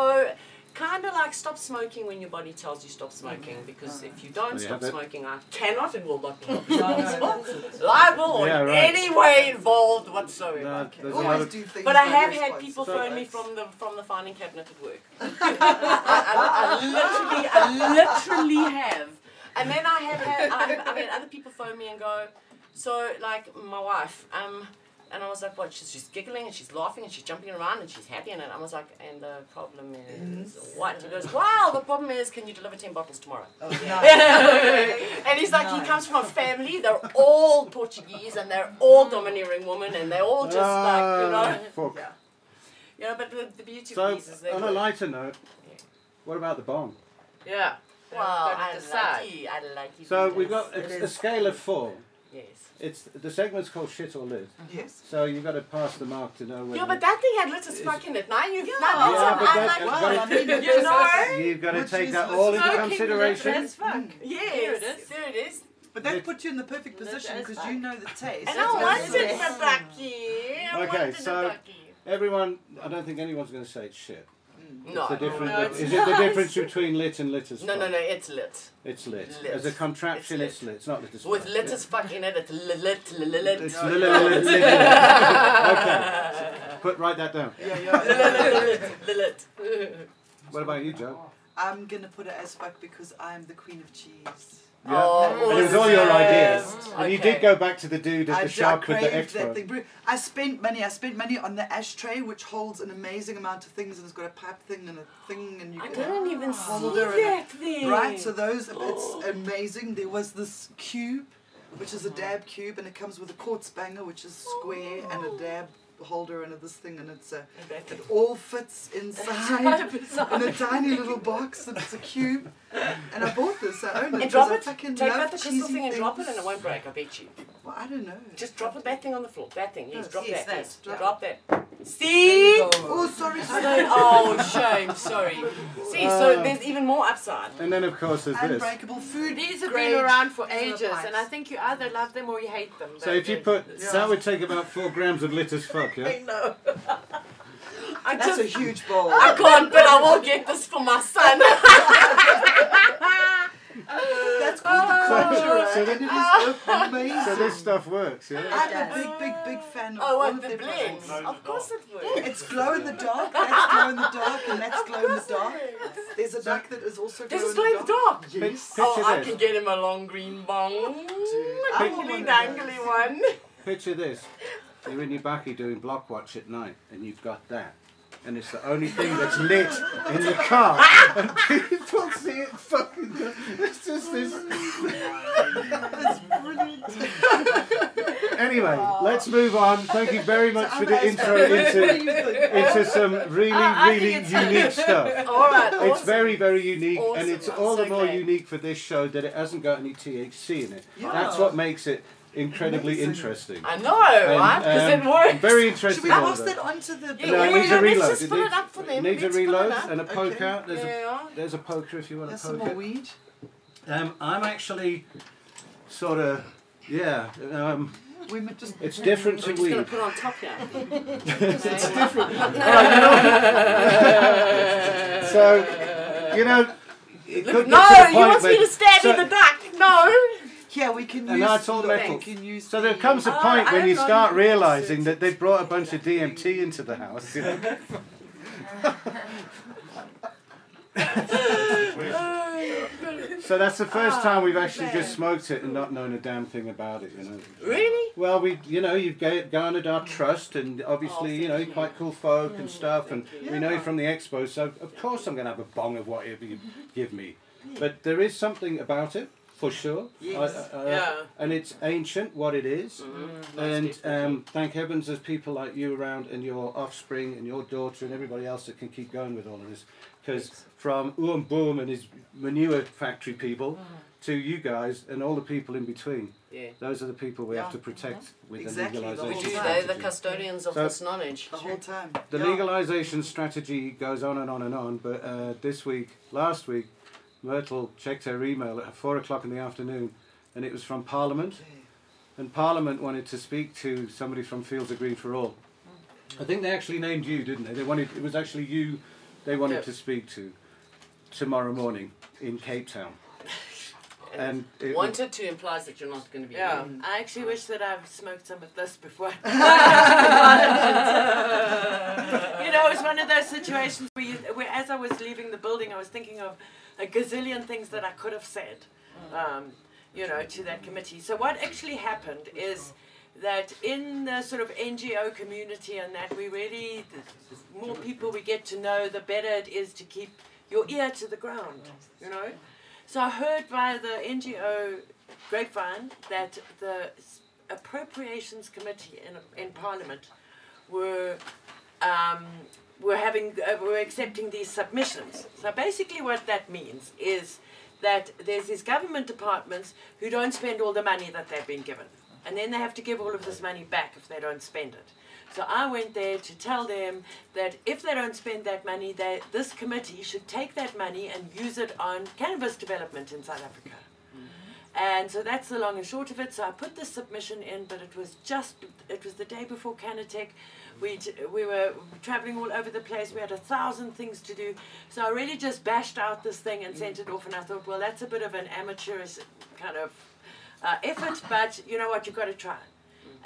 Speaker 5: kind of like stop smoking when your body tells you stop smoking, because if you don't
Speaker 1: Well, yeah,
Speaker 5: stop
Speaker 1: but-
Speaker 5: smoking, I cannot and will not be
Speaker 2: no,
Speaker 5: liable or
Speaker 1: Yeah,
Speaker 5: in
Speaker 1: right.
Speaker 5: any way involved whatsoever.
Speaker 1: No,
Speaker 2: Okay.
Speaker 1: there's
Speaker 2: Always
Speaker 1: another-
Speaker 2: do things.
Speaker 5: But I
Speaker 2: by
Speaker 5: have had
Speaker 2: response.
Speaker 5: people
Speaker 1: So
Speaker 5: phone me
Speaker 1: it's-
Speaker 5: from the from the filing cabinet at work. I, I- I literally, I literally have. And then I have had, I've, I've had other people phone me and go, so like my wife, um, and I was like, what? She's, she's giggling and she's laughing and she's jumping around and she's happy and I was like, and the problem is
Speaker 1: Mm-hmm.
Speaker 5: what? He goes, wow, the problem is, can you deliver ten bottles tomorrow?
Speaker 6: Oh, nice.
Speaker 5: and he's like, he comes from a family. They're all Portuguese and they're all domineering women and they're all just like, you know.
Speaker 1: Ah, fuck.
Speaker 5: You know, but the, the beauty of
Speaker 1: So,
Speaker 5: these is they
Speaker 1: on a
Speaker 5: work.
Speaker 1: lighter note, what about the bomb?
Speaker 3: Yeah.
Speaker 5: Wow, I
Speaker 3: Decide.
Speaker 5: like you. I like you.
Speaker 1: So
Speaker 5: Peters.
Speaker 1: we've got
Speaker 6: it
Speaker 1: a, a
Speaker 6: is.
Speaker 1: scale of four.
Speaker 5: Yes.
Speaker 1: It's the segment's called Shit or Live.
Speaker 5: Mm.
Speaker 2: Yes.
Speaker 1: So you've got to pass the mark to know whether.
Speaker 5: Yeah, but that thing had little spark in it. Now you.
Speaker 1: Yeah,
Speaker 5: Yeah, now
Speaker 1: but that-
Speaker 5: that's an I like.
Speaker 2: Well, I mean,
Speaker 5: You know.
Speaker 1: You've got to
Speaker 2: Which
Speaker 1: take
Speaker 2: is
Speaker 1: that
Speaker 2: the
Speaker 1: all into
Speaker 3: Smoking
Speaker 1: consideration.
Speaker 3: As fuck.
Speaker 5: Yes.
Speaker 3: Here it is.
Speaker 5: There it is.
Speaker 2: But that puts you in the perfect
Speaker 3: Lit
Speaker 2: position
Speaker 3: as
Speaker 2: because
Speaker 3: fuck.
Speaker 2: you know the taste.
Speaker 5: And
Speaker 2: That's
Speaker 5: I
Speaker 2: what
Speaker 5: wanted
Speaker 2: it is.
Speaker 5: the ducky. I
Speaker 1: Okay,
Speaker 5: wanted
Speaker 1: so-
Speaker 5: the ducky.
Speaker 1: Everyone, I don't think anyone's going to say it's shit.
Speaker 5: No.
Speaker 1: It's the difference.
Speaker 3: no, it's
Speaker 1: is it the difference between lit and lit as
Speaker 5: No,
Speaker 1: fuck?
Speaker 5: no, no. It's lit.
Speaker 1: It's lit.
Speaker 5: Lit.
Speaker 1: As a contraption,
Speaker 5: It's
Speaker 1: it's lit. It's not lit as fuck.
Speaker 5: With lit as fuck in it. It's lit, lit, lit, lit.
Speaker 1: It's li- li- li- li- li- Okay. Put write that down.
Speaker 2: Yeah, yeah.
Speaker 5: lit, lit, lit.
Speaker 1: What about you, Joe?
Speaker 2: I'm gonna put it as fuck because I'm the queen of cheese.
Speaker 1: Yeah.
Speaker 5: Oh,
Speaker 1: And it was all your ideas.
Speaker 5: awesome.
Speaker 1: And you
Speaker 5: Okay.
Speaker 1: did go back to the dude as
Speaker 2: I,
Speaker 1: the
Speaker 2: ju- I
Speaker 1: shark with the
Speaker 2: craved that
Speaker 1: expo.
Speaker 2: thing. Bru- I spent money. I spent money on the ashtray, which holds an amazing amount of things, and it's got a pipe thing and a thing, and you
Speaker 5: I
Speaker 2: can
Speaker 5: didn't even see
Speaker 2: holder and a-
Speaker 5: that thing.
Speaker 2: Right, so those,
Speaker 5: Oh.
Speaker 2: it's amazing. There was this cube, which is a
Speaker 5: Mm-hmm.
Speaker 2: dab cube, and it comes with a quartz banger, which is square, and
Speaker 5: Oh.
Speaker 2: a dab holder, and a, this thing, and it's a, it all fits inside in a tiny little box, and it's a cube. And I bought this, I own it.
Speaker 5: And
Speaker 2: 'cause
Speaker 5: drop
Speaker 2: I
Speaker 5: it.
Speaker 2: fucking
Speaker 5: Take out
Speaker 2: love
Speaker 5: the crystal
Speaker 2: cheesy
Speaker 5: thing and drop it, and it
Speaker 2: things.
Speaker 5: won't break. I bet you.
Speaker 2: Well, I don't know.
Speaker 5: Just drop it, that thing on the floor. That thing. Yes,
Speaker 2: Yes,
Speaker 5: drop
Speaker 6: yes,
Speaker 5: that.
Speaker 6: that.
Speaker 5: Yes,
Speaker 2: Yeah.
Speaker 5: drop that. See?
Speaker 2: Oh, sorry, sorry.
Speaker 5: oh, shame. Sorry. See, so there's even more upside.
Speaker 1: And then, of course, there's this.
Speaker 2: Unbreakable food.
Speaker 3: These have
Speaker 2: grade.
Speaker 3: been around for
Speaker 2: These are the
Speaker 3: ages, and I
Speaker 2: pipes.
Speaker 3: think you either love them or you hate them.
Speaker 1: So if you put that would take about four grams of lit as fuck, yeah.
Speaker 5: know. I
Speaker 2: That's
Speaker 5: just.
Speaker 2: a huge bowl.
Speaker 5: I can't, but I will get this for my son.
Speaker 2: That's
Speaker 1: so,
Speaker 2: Conjurer,
Speaker 1: so,
Speaker 2: and it
Speaker 1: this,
Speaker 2: is amazing.
Speaker 1: so this stuff works, yeah?
Speaker 2: I'm a big, big, big fan of
Speaker 5: Oh,
Speaker 2: all
Speaker 5: what
Speaker 2: of
Speaker 5: the
Speaker 2: their products.
Speaker 5: blends?
Speaker 4: Glow in
Speaker 5: Of
Speaker 4: the
Speaker 5: course it would.
Speaker 2: It's glow in the dark. That's glow in the dark, and that's glow in the dark. There's a duck that is also glow
Speaker 5: This is
Speaker 2: in the
Speaker 5: going
Speaker 2: dark.
Speaker 5: dark.
Speaker 1: Pic-
Speaker 5: Oh, I
Speaker 1: Picture
Speaker 5: can
Speaker 1: this.
Speaker 5: get him a long green bong. A
Speaker 2: I want one
Speaker 5: dangly
Speaker 2: of
Speaker 5: dangly
Speaker 2: those.
Speaker 5: one.
Speaker 1: Picture this. You're in your backy doing block watch at night, and you've got that. And it's the only thing that's lit in the car. And people see it fucking. go- It's just this.
Speaker 2: That's brilliant.
Speaker 1: Anyway, let's move on. Thank you very much for the intro into, into some really,
Speaker 3: I
Speaker 1: really
Speaker 3: think it's-
Speaker 1: unique stuff.
Speaker 5: All right.
Speaker 1: It's
Speaker 5: awesome.
Speaker 1: very, very unique, and
Speaker 5: Awesome.
Speaker 1: it's
Speaker 5: I'm
Speaker 1: all the
Speaker 5: so
Speaker 1: more
Speaker 5: glad.
Speaker 1: unique for this show that it hasn't got any THC in it. That's what makes it incredibly
Speaker 2: Amazing.
Speaker 1: interesting.
Speaker 5: I know, right? Because
Speaker 1: um,
Speaker 5: it works.
Speaker 1: Very
Speaker 2: Should we
Speaker 1: interesting. all
Speaker 2: pass
Speaker 1: that.
Speaker 2: that on to the?
Speaker 5: Yeah,
Speaker 1: No, it
Speaker 5: yeah,
Speaker 1: needs
Speaker 5: yeah,
Speaker 1: a
Speaker 5: let's
Speaker 1: reload.
Speaker 5: just
Speaker 1: It
Speaker 5: fill it
Speaker 1: needs-
Speaker 5: up for them.
Speaker 1: Needs a
Speaker 5: Let's fill it
Speaker 1: reload
Speaker 5: up.
Speaker 1: and a poke
Speaker 2: Okay.
Speaker 1: out. There's a
Speaker 5: Yeah.
Speaker 1: there's a poker if you want
Speaker 2: That's
Speaker 1: a
Speaker 2: some more
Speaker 1: poker.
Speaker 2: weed.
Speaker 1: Um, I'm actually sort of yeah. Um,
Speaker 2: We might just.
Speaker 1: it's different to
Speaker 5: We're just going
Speaker 1: weed.
Speaker 5: to put on top here.
Speaker 1: It's different. so you know, it could
Speaker 5: No,
Speaker 1: get to the
Speaker 5: you
Speaker 1: point
Speaker 5: want me
Speaker 1: where-
Speaker 5: to stab
Speaker 1: so,
Speaker 5: you the duck. No.
Speaker 2: Yeah, we can use.
Speaker 1: And that's all
Speaker 2: the-
Speaker 1: metal.
Speaker 2: We can use.
Speaker 1: So there
Speaker 2: the-
Speaker 1: comes a
Speaker 5: Oh,
Speaker 1: point when
Speaker 5: I
Speaker 1: you
Speaker 5: don't
Speaker 1: start
Speaker 5: know.
Speaker 1: realizing that they brought a bunch of DMT into the house. You know? so that's the first time we've actually just smoked it and not known a damn thing about it. You know.
Speaker 5: Really?
Speaker 1: Well, we, you know, you've ga- garnered our trust, and obviously, you know, you're quite cool folk and stuff, and we know you from the expo, so of course I'm going to have a bong of whatever you give me. But there is something about it, for sure. I-
Speaker 2: Yes.
Speaker 1: I- I-
Speaker 3: Yeah.
Speaker 1: And it's ancient, what it is. and um, thank heavens there's people like you around, and your offspring, and your daughter, and everybody else that can keep going with all of this. Because from Oom Boom and his manure factory people to you guys and all the people in between.
Speaker 5: Yeah.
Speaker 1: Those are the people we have to protect with
Speaker 2: Exactly,
Speaker 1: the
Speaker 2: the
Speaker 1: legalization
Speaker 2: whole
Speaker 5: We do.
Speaker 2: Yeah.
Speaker 1: strategy.
Speaker 5: They're the custodians of
Speaker 1: So-
Speaker 5: this knowledge.
Speaker 2: The whole time.
Speaker 1: The
Speaker 2: Yeah.
Speaker 1: legalization strategy goes on and on and on, but uh, this week, last week, Myrtle checked her email at four o'clock in the afternoon, and it was from Parliament, and Parliament wanted to speak to somebody from Fields of Green for All. I think they actually named you, didn't they? They wanted it was actually you they wanted
Speaker 3: Yeah.
Speaker 1: to speak to tomorrow morning in Cape Town, and it was-
Speaker 5: Wanted to implies that you're not going to be.
Speaker 3: Yeah, I actually wish that I've smoked some of this before. you know, it was one of those situations where, you, where, as I was leaving the building, I was thinking of a gazillion things that I could have said, um, you know, to that committee. So what actually happened is that in the sort of NGO community, and that we really, the more people we get to know, the better it is to keep your ear to the ground, you know. So I heard by the NGO grapevine that the s- appropriations committee in, in parliament were um, were having uh, were accepting these submissions. So basically, what that means is that there's these government departments who don't spend all the money that they've been given, and then they have to give all of this money back if they don't spend it. So I went there to tell them that if they don't spend that money, they, this committee should take that money and use it on cannabis development in South Africa. And so that's the long and short of it. So I put this submission in, but it was just, it was the day before Canatech. We, we were traveling all over the place. We had a thousand things to do. So I really just bashed out this thing and sent it off. And I thought, well, that's a bit of an amateurish kind of uh, effort, but you know what, you've got to try.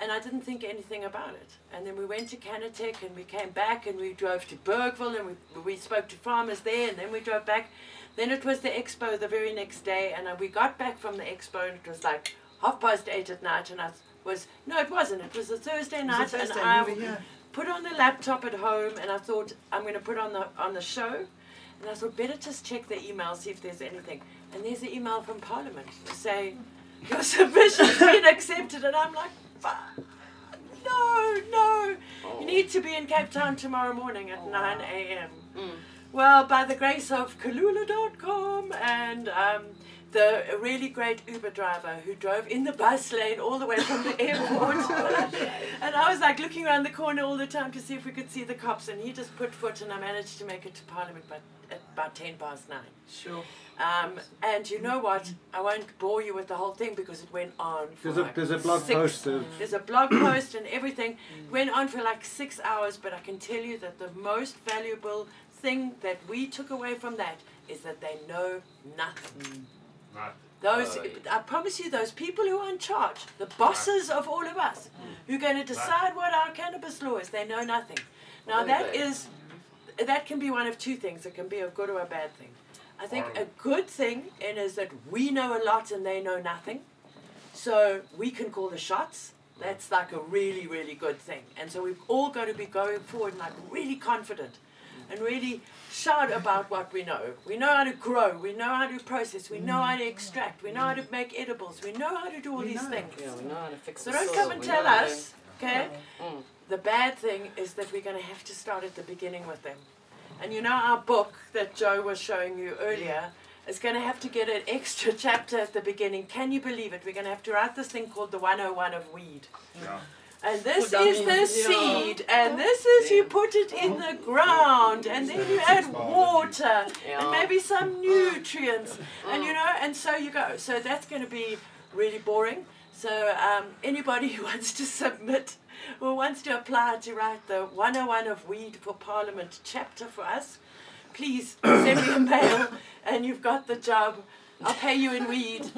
Speaker 3: And I didn't think anything about it. And then we went to Canatech and we came back and we drove to Bergville and we, we spoke to farmers there and then we drove back. Then it was the expo the very next day and uh, we got back from the expo and it was like half past eight at night and I was, no it wasn't, it was a Thursday
Speaker 2: It
Speaker 3: night
Speaker 2: was a Thursday,
Speaker 3: and I
Speaker 2: we were here.
Speaker 3: put on the laptop at home and I thought I'm going to put on the, on the show. And I thought better just check the email, see if there's anything. And there's an email from Parliament to say, your submission's been accepted. And I'm like, fuck. No, no. You need to be in Cape Town tomorrow morning at 9 a.m. Well, by the grace of Kalula.com and um, the really great Uber driver who drove in the bus lane all the way from the airport. and I was like looking around the corner all the time to see if we could see the cops, and he just put foot, and I managed to make it to Parliament by, at about 10 past 9.
Speaker 2: Sure.
Speaker 3: Um, and you know what? I won't bore you with the whole thing because it went on. For
Speaker 1: There's a,
Speaker 3: like
Speaker 1: there's a blog
Speaker 3: six
Speaker 1: post of
Speaker 3: there's a blog post and everything. Went on for like six hours, but I can tell you that the most valuable thing that we took away from that is that they know nothing.
Speaker 4: Right.
Speaker 3: Those,
Speaker 9: Aye.
Speaker 3: I promise you, those people who are in charge, the bosses of all of us, who are going to decide what our cannabis law is, they know nothing. Now
Speaker 9: Don't
Speaker 3: that
Speaker 9: they?
Speaker 3: is, that can be one of two things. It can be a good or a bad thing. I think a good thing in is that we know a lot and they know nothing, so we can call the shots. That's like a really, really good thing. And so we've all got to be going forward like really confident and really shout about what we know. We know how to grow, we know how to process, we know how to extract, we know how to make edibles, we know how to do all these things.
Speaker 5: Yeah, we know how to fix
Speaker 3: So
Speaker 5: the
Speaker 3: don't
Speaker 5: soil,
Speaker 3: come and
Speaker 5: we
Speaker 3: tell
Speaker 5: know how to-
Speaker 3: us, okay?
Speaker 5: Mm.
Speaker 3: The bad thing is that we're going to have to start at the beginning with them. And you know, our book that Joe was showing you earlier is going to have to get an extra chapter at the beginning. Can you believe it? We're going to have to write this thing called the 101 of weed.
Speaker 4: Yeah.
Speaker 3: And this
Speaker 5: Well,
Speaker 3: is
Speaker 5: that
Speaker 3: the
Speaker 5: means- yeah.
Speaker 3: seed, and this is you put it in the ground, and then you add water, and
Speaker 5: Yeah.
Speaker 3: maybe some nutrients, and you know, and so you go. So that's going to be really boring. So um, anybody who wants to submit or wants to apply to write the 101 of Weed for Parliament chapter for us, please send me a mail, and you've got the job. I'll pay you in weed.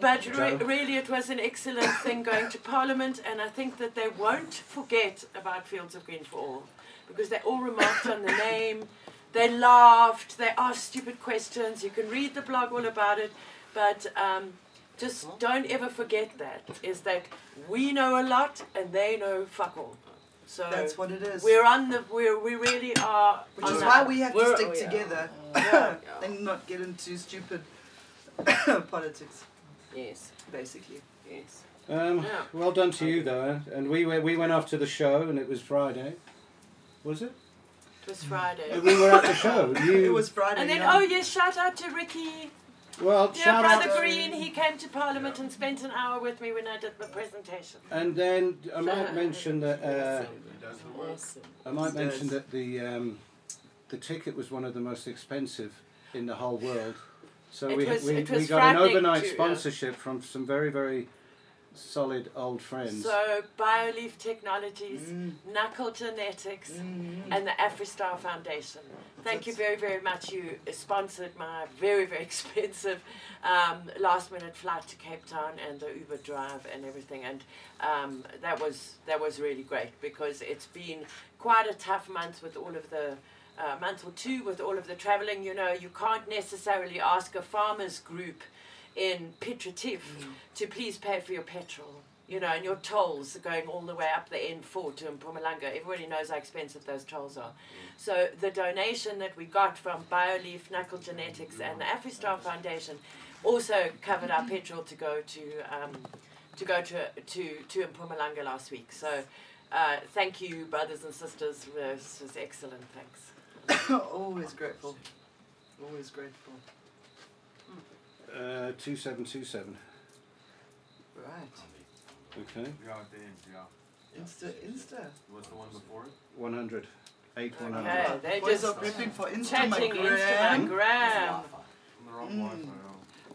Speaker 3: but re- really, it was an excellent thing going to Parliament, and I think that they won't forget about Fields of Green for All because they all remarked on the name. They laughed. They asked stupid questions. You can read the blog all about it, but um, just don't ever forget that is that we know a lot and they know fuck all. So
Speaker 2: That's what it is.
Speaker 3: we're on the we're, we really are.
Speaker 2: Which
Speaker 3: on
Speaker 2: is
Speaker 3: the-
Speaker 2: why we have to
Speaker 5: We're-
Speaker 2: stick
Speaker 5: oh, yeah.
Speaker 2: together
Speaker 3: Yeah.
Speaker 2: and not get into stupid politics,
Speaker 5: Yes,
Speaker 2: basically.
Speaker 5: yes.
Speaker 1: Um,
Speaker 3: Yeah.
Speaker 1: Well done to you though, eh? and we went, we went off to the show, and it was Friday. Was it?
Speaker 3: It was Friday.
Speaker 1: Uh, We were at the show. You
Speaker 2: It was Friday.
Speaker 3: And then,
Speaker 2: yeah.
Speaker 3: oh yes, shout out to Ricky,
Speaker 1: well,
Speaker 3: dear
Speaker 1: shout out.
Speaker 3: brother Green. He came to Parliament and spent an hour with me when I did my presentation.
Speaker 1: And then I might mention that uh,
Speaker 5: Awesome.
Speaker 4: He does the work.
Speaker 5: Awesome.
Speaker 1: I might mention that the um, the ticket was one of the most expensive in the whole world. So
Speaker 3: It
Speaker 1: we,
Speaker 3: was-
Speaker 1: we,
Speaker 3: it
Speaker 1: we
Speaker 3: was
Speaker 1: got an
Speaker 3: frightening
Speaker 1: overnight
Speaker 3: too, yeah.
Speaker 1: sponsorship from some very very solid old friends.
Speaker 3: So BioLeaf Technologies,
Speaker 1: Mm.
Speaker 3: Knuckle Genetics, and the AfriStar Foundation. Thank you very, very much. You sponsored my very, very expensive um, last minute flight to Cape Town and the Uber drive and everything. And um, that was that was really great because it's been quite a tough month with all of the. uh month or two with all of the traveling, you know, you can't necessarily ask a farmers group in Petra to please pay for your petrol. You know, and your tolls are going all the way up the N4 to Mpumalanga. Everybody knows how expensive those tolls are. So the donation that we got from BioLeaf, Knuckle Genetics, and the AfriStar Foundation also covered our petrol to go to um, to go to to to Mpumalanga last week. So uh, thank you, brothers and sisters. This was excellent. Thanks.
Speaker 2: Always grateful. Always grateful.
Speaker 1: uh, two seven two seven.
Speaker 2: Right.
Speaker 1: Okay,
Speaker 4: Yeah, at the end, yeah.
Speaker 2: Insta, Insta.
Speaker 4: What's the one before it?
Speaker 1: one hundred eight one hundred.
Speaker 3: Okay, they
Speaker 2: Boys
Speaker 3: just
Speaker 2: are prepping for Insta, my
Speaker 3: chatting
Speaker 2: grand.
Speaker 3: Instagram.
Speaker 4: On the wrong
Speaker 2: Mm.
Speaker 4: Wi-Fi, yeah.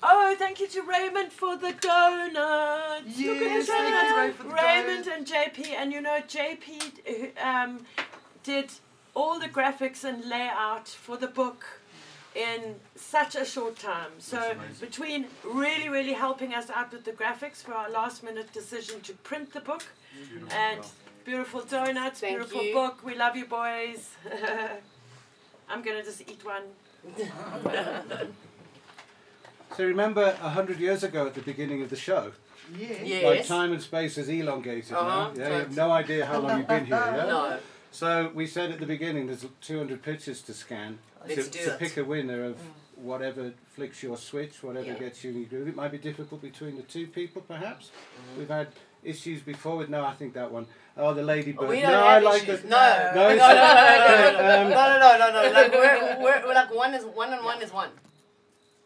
Speaker 3: Oh, thank you to Raymond for the donuts. Look at
Speaker 2: Yes,
Speaker 3: this
Speaker 2: thank you to Ray for the
Speaker 3: Raymond and JP, and you know JP uh, um, did all the graphics and layout for the book in such a short time. So
Speaker 4: That's amazing.
Speaker 3: between really, really helping us out with the graphics for our last minute decision to print the book
Speaker 4: Beautiful,
Speaker 3: and
Speaker 4: yeah.
Speaker 3: beautiful donuts,
Speaker 5: Thank
Speaker 3: beautiful
Speaker 5: you.
Speaker 3: book. We love you, boys. I'm gonna just eat one.
Speaker 1: So remember a hundred years ago at the beginning of the show,
Speaker 2: Yeah.
Speaker 5: Yes.
Speaker 1: like time and space is elongated
Speaker 5: Uh-huh,
Speaker 1: now. Yeah, you have
Speaker 5: thanks.
Speaker 1: no idea how long you've been here. Yeah?
Speaker 5: No.
Speaker 1: So we said at the beginning there's 200 pictures to scan
Speaker 5: Let's
Speaker 1: to,
Speaker 5: do
Speaker 1: to
Speaker 5: it.
Speaker 1: pick a winner of whatever flicks your switch, whatever
Speaker 5: Yeah.
Speaker 1: gets you in your groove. It might be difficult between the two people, perhaps.
Speaker 5: Mm.
Speaker 1: We've had issues before with no, I think that one. Oh, the ladybird.
Speaker 5: We
Speaker 1: no,
Speaker 5: don't
Speaker 1: I
Speaker 5: have
Speaker 1: like
Speaker 5: issues.
Speaker 1: the.
Speaker 5: No.
Speaker 1: No,
Speaker 5: No, no, no,
Speaker 1: it's-
Speaker 5: no, no, no,
Speaker 1: um,
Speaker 5: no, no, no, no, no. Like we're, we're, we're like one is one and one is one.
Speaker 2: Oh,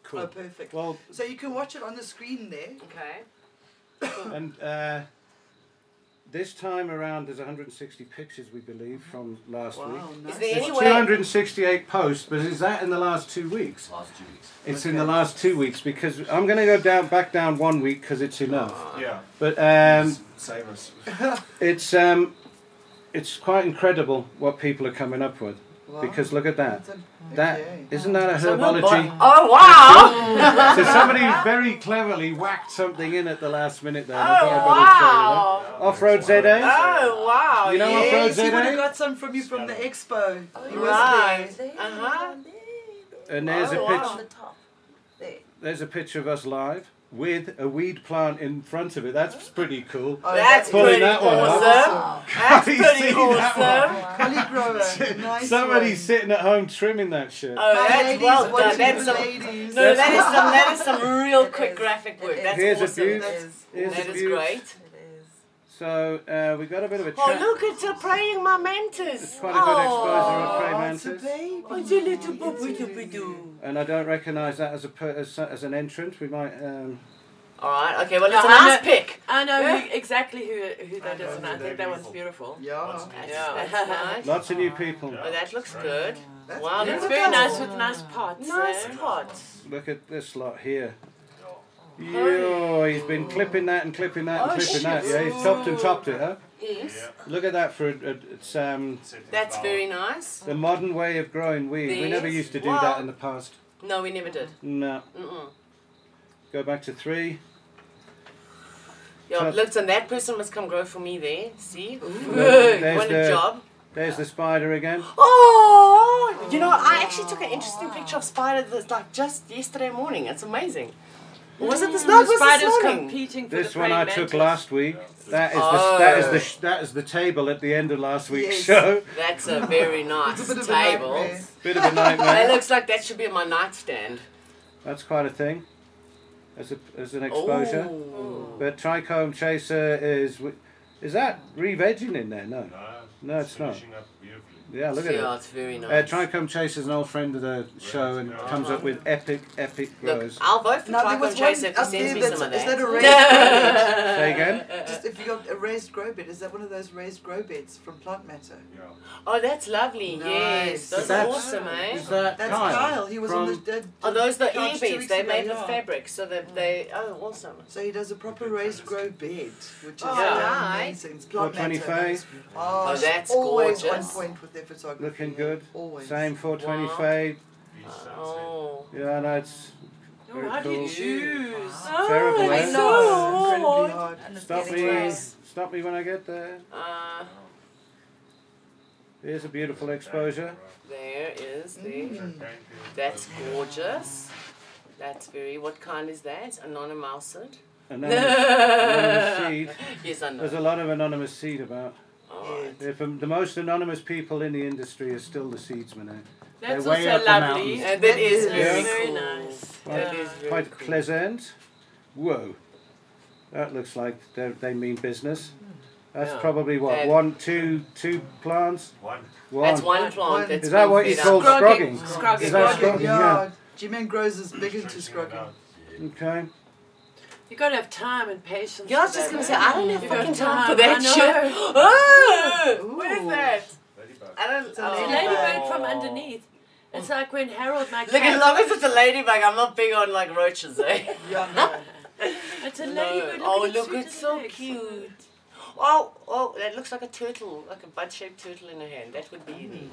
Speaker 1: Cool.
Speaker 2: perfect.
Speaker 1: Um, Well,
Speaker 2: So you can watch it on the screen there.
Speaker 5: Okay.
Speaker 1: and uh, this time around there's 160 pictures, we believe, from last week.
Speaker 2: Wow, nice.
Speaker 5: Is there any
Speaker 1: There's
Speaker 5: way?
Speaker 1: 268 posts, but is that in the last two weeks?
Speaker 9: Last two weeks.
Speaker 1: It's in the last two weeks because I'm going to go down back down one week because it's enough.
Speaker 4: Yeah.
Speaker 1: But um,
Speaker 4: S- save us.
Speaker 1: it's um, it's quite incredible what people are coming up with.
Speaker 2: Wow.
Speaker 1: Because look at that.
Speaker 2: It's a big
Speaker 1: That
Speaker 2: day.
Speaker 1: isn't that a
Speaker 3: Someone bought-
Speaker 1: herbology?
Speaker 5: Oh wow!
Speaker 1: So somebody very cleverly whacked something in at the last minute there. and I
Speaker 5: Oh
Speaker 1: thought I'd better
Speaker 5: wow!
Speaker 4: Oh. Yeah,
Speaker 1: Off road
Speaker 4: that's why.
Speaker 1: ZA?
Speaker 5: Oh wow!
Speaker 1: You know what, eh, Frodo?
Speaker 5: yeah.
Speaker 2: Yes, he would have
Speaker 1: Zero?
Speaker 2: got some from you from the expo. He was
Speaker 5: Right.
Speaker 2: there.
Speaker 6: There,
Speaker 5: Uh-huh.
Speaker 1: show you. And there's a
Speaker 5: Oh,
Speaker 1: pitch.
Speaker 5: wow.
Speaker 6: On the top. There.
Speaker 1: There's a picture of us live with a weed plant in front of it. That's pretty cool.
Speaker 2: Oh,
Speaker 5: That's
Speaker 1: Pulling
Speaker 5: pretty
Speaker 1: that one up.
Speaker 5: awesome. That's
Speaker 1: Have you
Speaker 5: pretty
Speaker 1: seen that
Speaker 5: awesome.
Speaker 6: Wow.
Speaker 2: Collie grower. Nice
Speaker 1: Somebody's
Speaker 2: one.
Speaker 1: sitting at home trimming that shit.
Speaker 5: Oh,
Speaker 2: My
Speaker 5: that's
Speaker 2: ladies
Speaker 5: well done.
Speaker 2: watching
Speaker 5: That's
Speaker 2: the
Speaker 5: some,
Speaker 2: ladies.
Speaker 5: no, that is some that is
Speaker 6: It
Speaker 5: some real
Speaker 6: is.
Speaker 5: quick graphic work.
Speaker 6: It
Speaker 5: That's
Speaker 1: Here's a
Speaker 5: awesome.
Speaker 1: few.
Speaker 5: That
Speaker 6: It
Speaker 5: is
Speaker 6: is.
Speaker 1: Here's a few.
Speaker 5: great.
Speaker 6: It is.
Speaker 1: So uh, we got a bit of a
Speaker 5: Oh
Speaker 1: chat.
Speaker 5: look, Oh, it's a praying mantis.
Speaker 1: It's quite a good exposure on praying
Speaker 2: Oh, it's a
Speaker 1: mantis.
Speaker 2: baby.
Speaker 3: It's a little boopy-doopy-doo.
Speaker 1: And I don't recognise that as a per, as, as an entrant. We might. Um,
Speaker 5: All right. Okay. Well,
Speaker 3: No,
Speaker 5: it's a
Speaker 3: I
Speaker 5: nice
Speaker 3: know-
Speaker 5: pick.
Speaker 3: I know
Speaker 5: Yeah.
Speaker 3: who, exactly who who that
Speaker 4: know
Speaker 3: is, and
Speaker 4: who
Speaker 3: I
Speaker 4: they're
Speaker 3: think that one's beautiful.
Speaker 2: Yeah.
Speaker 5: That's,
Speaker 3: Yeah.
Speaker 5: that's nice.
Speaker 1: lots of new people.
Speaker 5: Oh, that looks
Speaker 4: Right.
Speaker 5: good.
Speaker 2: That's
Speaker 5: Wow,
Speaker 2: beautiful.
Speaker 3: It's
Speaker 5: look
Speaker 3: very
Speaker 5: at that.
Speaker 3: nice with nice parts.
Speaker 5: Nice
Speaker 3: eh?
Speaker 5: pot.
Speaker 1: Look at this lot here. Yo, he's been clipping that and clipping that and
Speaker 5: Oh,
Speaker 1: clipping
Speaker 5: shit.
Speaker 1: that. Yeah, he's topped and topped it, huh?
Speaker 5: Yes.
Speaker 1: Look at that for a, a, it's um
Speaker 5: That's very nice.
Speaker 1: the modern way of growing weed. We never
Speaker 5: These?
Speaker 1: used to do
Speaker 5: Wow.
Speaker 1: that in the past.
Speaker 5: No, we never did.
Speaker 1: No.
Speaker 5: Mm-mm.
Speaker 1: Go back to three.
Speaker 5: Yeah,
Speaker 1: So-
Speaker 5: look, and that person must come grow for me there. See?
Speaker 1: There's-
Speaker 5: Good.
Speaker 1: there's
Speaker 5: What a
Speaker 1: the-
Speaker 5: job.
Speaker 1: There's the spider again.
Speaker 5: Oh, you know, I actually took an interesting picture of spider that's like just yesterday morning. It's amazing. Or Was it this? No, it
Speaker 3: Mm. the
Speaker 5: was
Speaker 3: spiders
Speaker 5: this morning.
Speaker 3: competing for
Speaker 1: This
Speaker 3: the
Speaker 1: one
Speaker 3: praying
Speaker 1: I took
Speaker 3: mantis.
Speaker 1: last week. That is the that is
Speaker 5: Oh.
Speaker 1: the sh- that is the table at the end of last week's
Speaker 2: Yes.
Speaker 1: show.
Speaker 5: That's a very nice
Speaker 2: It's a bit of a
Speaker 5: table.
Speaker 2: nightmare.
Speaker 1: Bit of a
Speaker 5: That
Speaker 1: nightmare.
Speaker 5: looks like that should be on my nightstand.
Speaker 1: That's quite a thing. As a as an exposure.
Speaker 5: Oh.
Speaker 1: But trichome chaser is w- is that re-vegging in there? No. No, it's not.
Speaker 4: Finishing up beautifully.
Speaker 1: Yeah, look at it.
Speaker 5: yeah, it's very
Speaker 1: Uh,
Speaker 5: nice.
Speaker 1: Trichome Chase is an old friend of the show and comes up with epic, epic
Speaker 5: Look,
Speaker 1: grows.
Speaker 5: I'll vote for
Speaker 2: Now, there
Speaker 5: Trico
Speaker 2: was one
Speaker 5: Chaser if he
Speaker 2: up
Speaker 5: sends
Speaker 2: there
Speaker 5: me
Speaker 2: that's,
Speaker 5: some of
Speaker 2: is that a raised
Speaker 5: that.
Speaker 2: grow bed?
Speaker 1: Say again?
Speaker 2: Just if you got a raised grow bed, is that one of those raised grow beds from plant matter?
Speaker 4: Yeah.
Speaker 5: Oh, that's lovely. Yes,
Speaker 2: Nice.
Speaker 5: those are
Speaker 1: That's-
Speaker 5: awesome, eh?
Speaker 1: Is that
Speaker 2: That's
Speaker 1: Kyle?
Speaker 2: Kyle. He was on
Speaker 1: from-
Speaker 2: the. Uh,
Speaker 5: Oh, those the
Speaker 2: couch
Speaker 5: ear
Speaker 2: two
Speaker 5: beads.
Speaker 2: weeks
Speaker 5: They
Speaker 2: ago,
Speaker 5: made with
Speaker 2: yeah.
Speaker 5: fabric, so that they. Oh, awesome.
Speaker 2: So he does a proper raised grow bed, which is
Speaker 5: Oh,
Speaker 2: yeah.
Speaker 5: nice.
Speaker 2: amazing. It's plant matter.
Speaker 1: 425.
Speaker 2: Oh,
Speaker 5: Oh, that's
Speaker 2: always
Speaker 5: gorgeous.
Speaker 2: on point with their photography.
Speaker 1: Looking
Speaker 2: yeah.
Speaker 1: good.
Speaker 2: Always.
Speaker 1: Same 420
Speaker 5: Wow.
Speaker 1: fade.
Speaker 4: Each sunset.
Speaker 5: Oh.
Speaker 1: Yeah, no, it's
Speaker 3: Oh,
Speaker 1: very
Speaker 3: how do you
Speaker 1: cool.
Speaker 3: choose?
Speaker 1: Terrible,
Speaker 3: Oh,
Speaker 1: eh?
Speaker 3: it's
Speaker 2: Oh,
Speaker 3: so
Speaker 2: incredibly
Speaker 3: hard.
Speaker 2: hard.
Speaker 6: And it's
Speaker 1: Stop
Speaker 6: getting
Speaker 1: me,
Speaker 6: worse.
Speaker 1: stop me when I get there.
Speaker 5: Uh,
Speaker 1: Here's a beautiful exposure.
Speaker 5: there is the.
Speaker 2: Hmm.
Speaker 4: Canfield.
Speaker 5: That's gorgeous. That's very. What kind is that? Anonymous.
Speaker 1: Anonymous, anonymous seed.
Speaker 5: Yes, I know.
Speaker 1: There's a lot of anonymous seed about.
Speaker 5: Alright.
Speaker 1: They're from- the most anonymous people in the industry are still the seedsmen. eh?
Speaker 3: That's
Speaker 1: They're way
Speaker 3: also
Speaker 1: up the
Speaker 3: lovely.
Speaker 1: mountains.
Speaker 5: And that is
Speaker 3: That's
Speaker 5: very,
Speaker 1: Yeah.
Speaker 3: very
Speaker 5: cool.
Speaker 3: nice.
Speaker 2: Oh.
Speaker 5: That
Speaker 3: Yeah.
Speaker 5: is very
Speaker 1: Quite
Speaker 5: cool.
Speaker 1: pleasant. Whoa. That looks like they're- they mean business. That's
Speaker 5: Yeah.
Speaker 1: probably what,
Speaker 5: And-
Speaker 1: one, two, two plants?
Speaker 4: One.
Speaker 5: That's one plant.
Speaker 2: One.
Speaker 5: That's
Speaker 1: Is that what
Speaker 5: been
Speaker 1: you
Speaker 5: fed
Speaker 1: call
Speaker 5: up.
Speaker 1: scrogging?
Speaker 3: Scrogging.
Speaker 1: Is that
Speaker 2: Scrogging,
Speaker 1: scrogging? Yeah.
Speaker 2: yeah. Jimmy and Grows is big into
Speaker 4: Stretching it
Speaker 2: scrogging.
Speaker 4: out.
Speaker 1: Okay.
Speaker 3: You gotta have time and patience.
Speaker 5: Yeah, I was
Speaker 3: for that,
Speaker 5: just gonna
Speaker 3: eh?
Speaker 5: say I don't have
Speaker 3: You've
Speaker 5: fucking
Speaker 3: got
Speaker 5: time for
Speaker 3: time, I
Speaker 5: that shit. Oh, what is
Speaker 2: Ooh.
Speaker 5: that?
Speaker 4: Ladybug.
Speaker 5: I don't.
Speaker 3: It's a
Speaker 5: Oh.
Speaker 3: ladybird from underneath. It's like when Harold, my
Speaker 5: Look, as
Speaker 3: cat,
Speaker 5: long as it's a ladybug, I'm not big on like roaches, eh?
Speaker 2: Yeah, no.
Speaker 3: it's a
Speaker 5: No.
Speaker 3: ladybird. Look
Speaker 5: Oh,
Speaker 3: at
Speaker 5: look,
Speaker 3: sweet
Speaker 5: it's so
Speaker 3: little
Speaker 5: cute. Oh, oh, that looks like a turtle, like a bud-shaped turtle in her hand. That would be
Speaker 2: Mm.
Speaker 5: unique.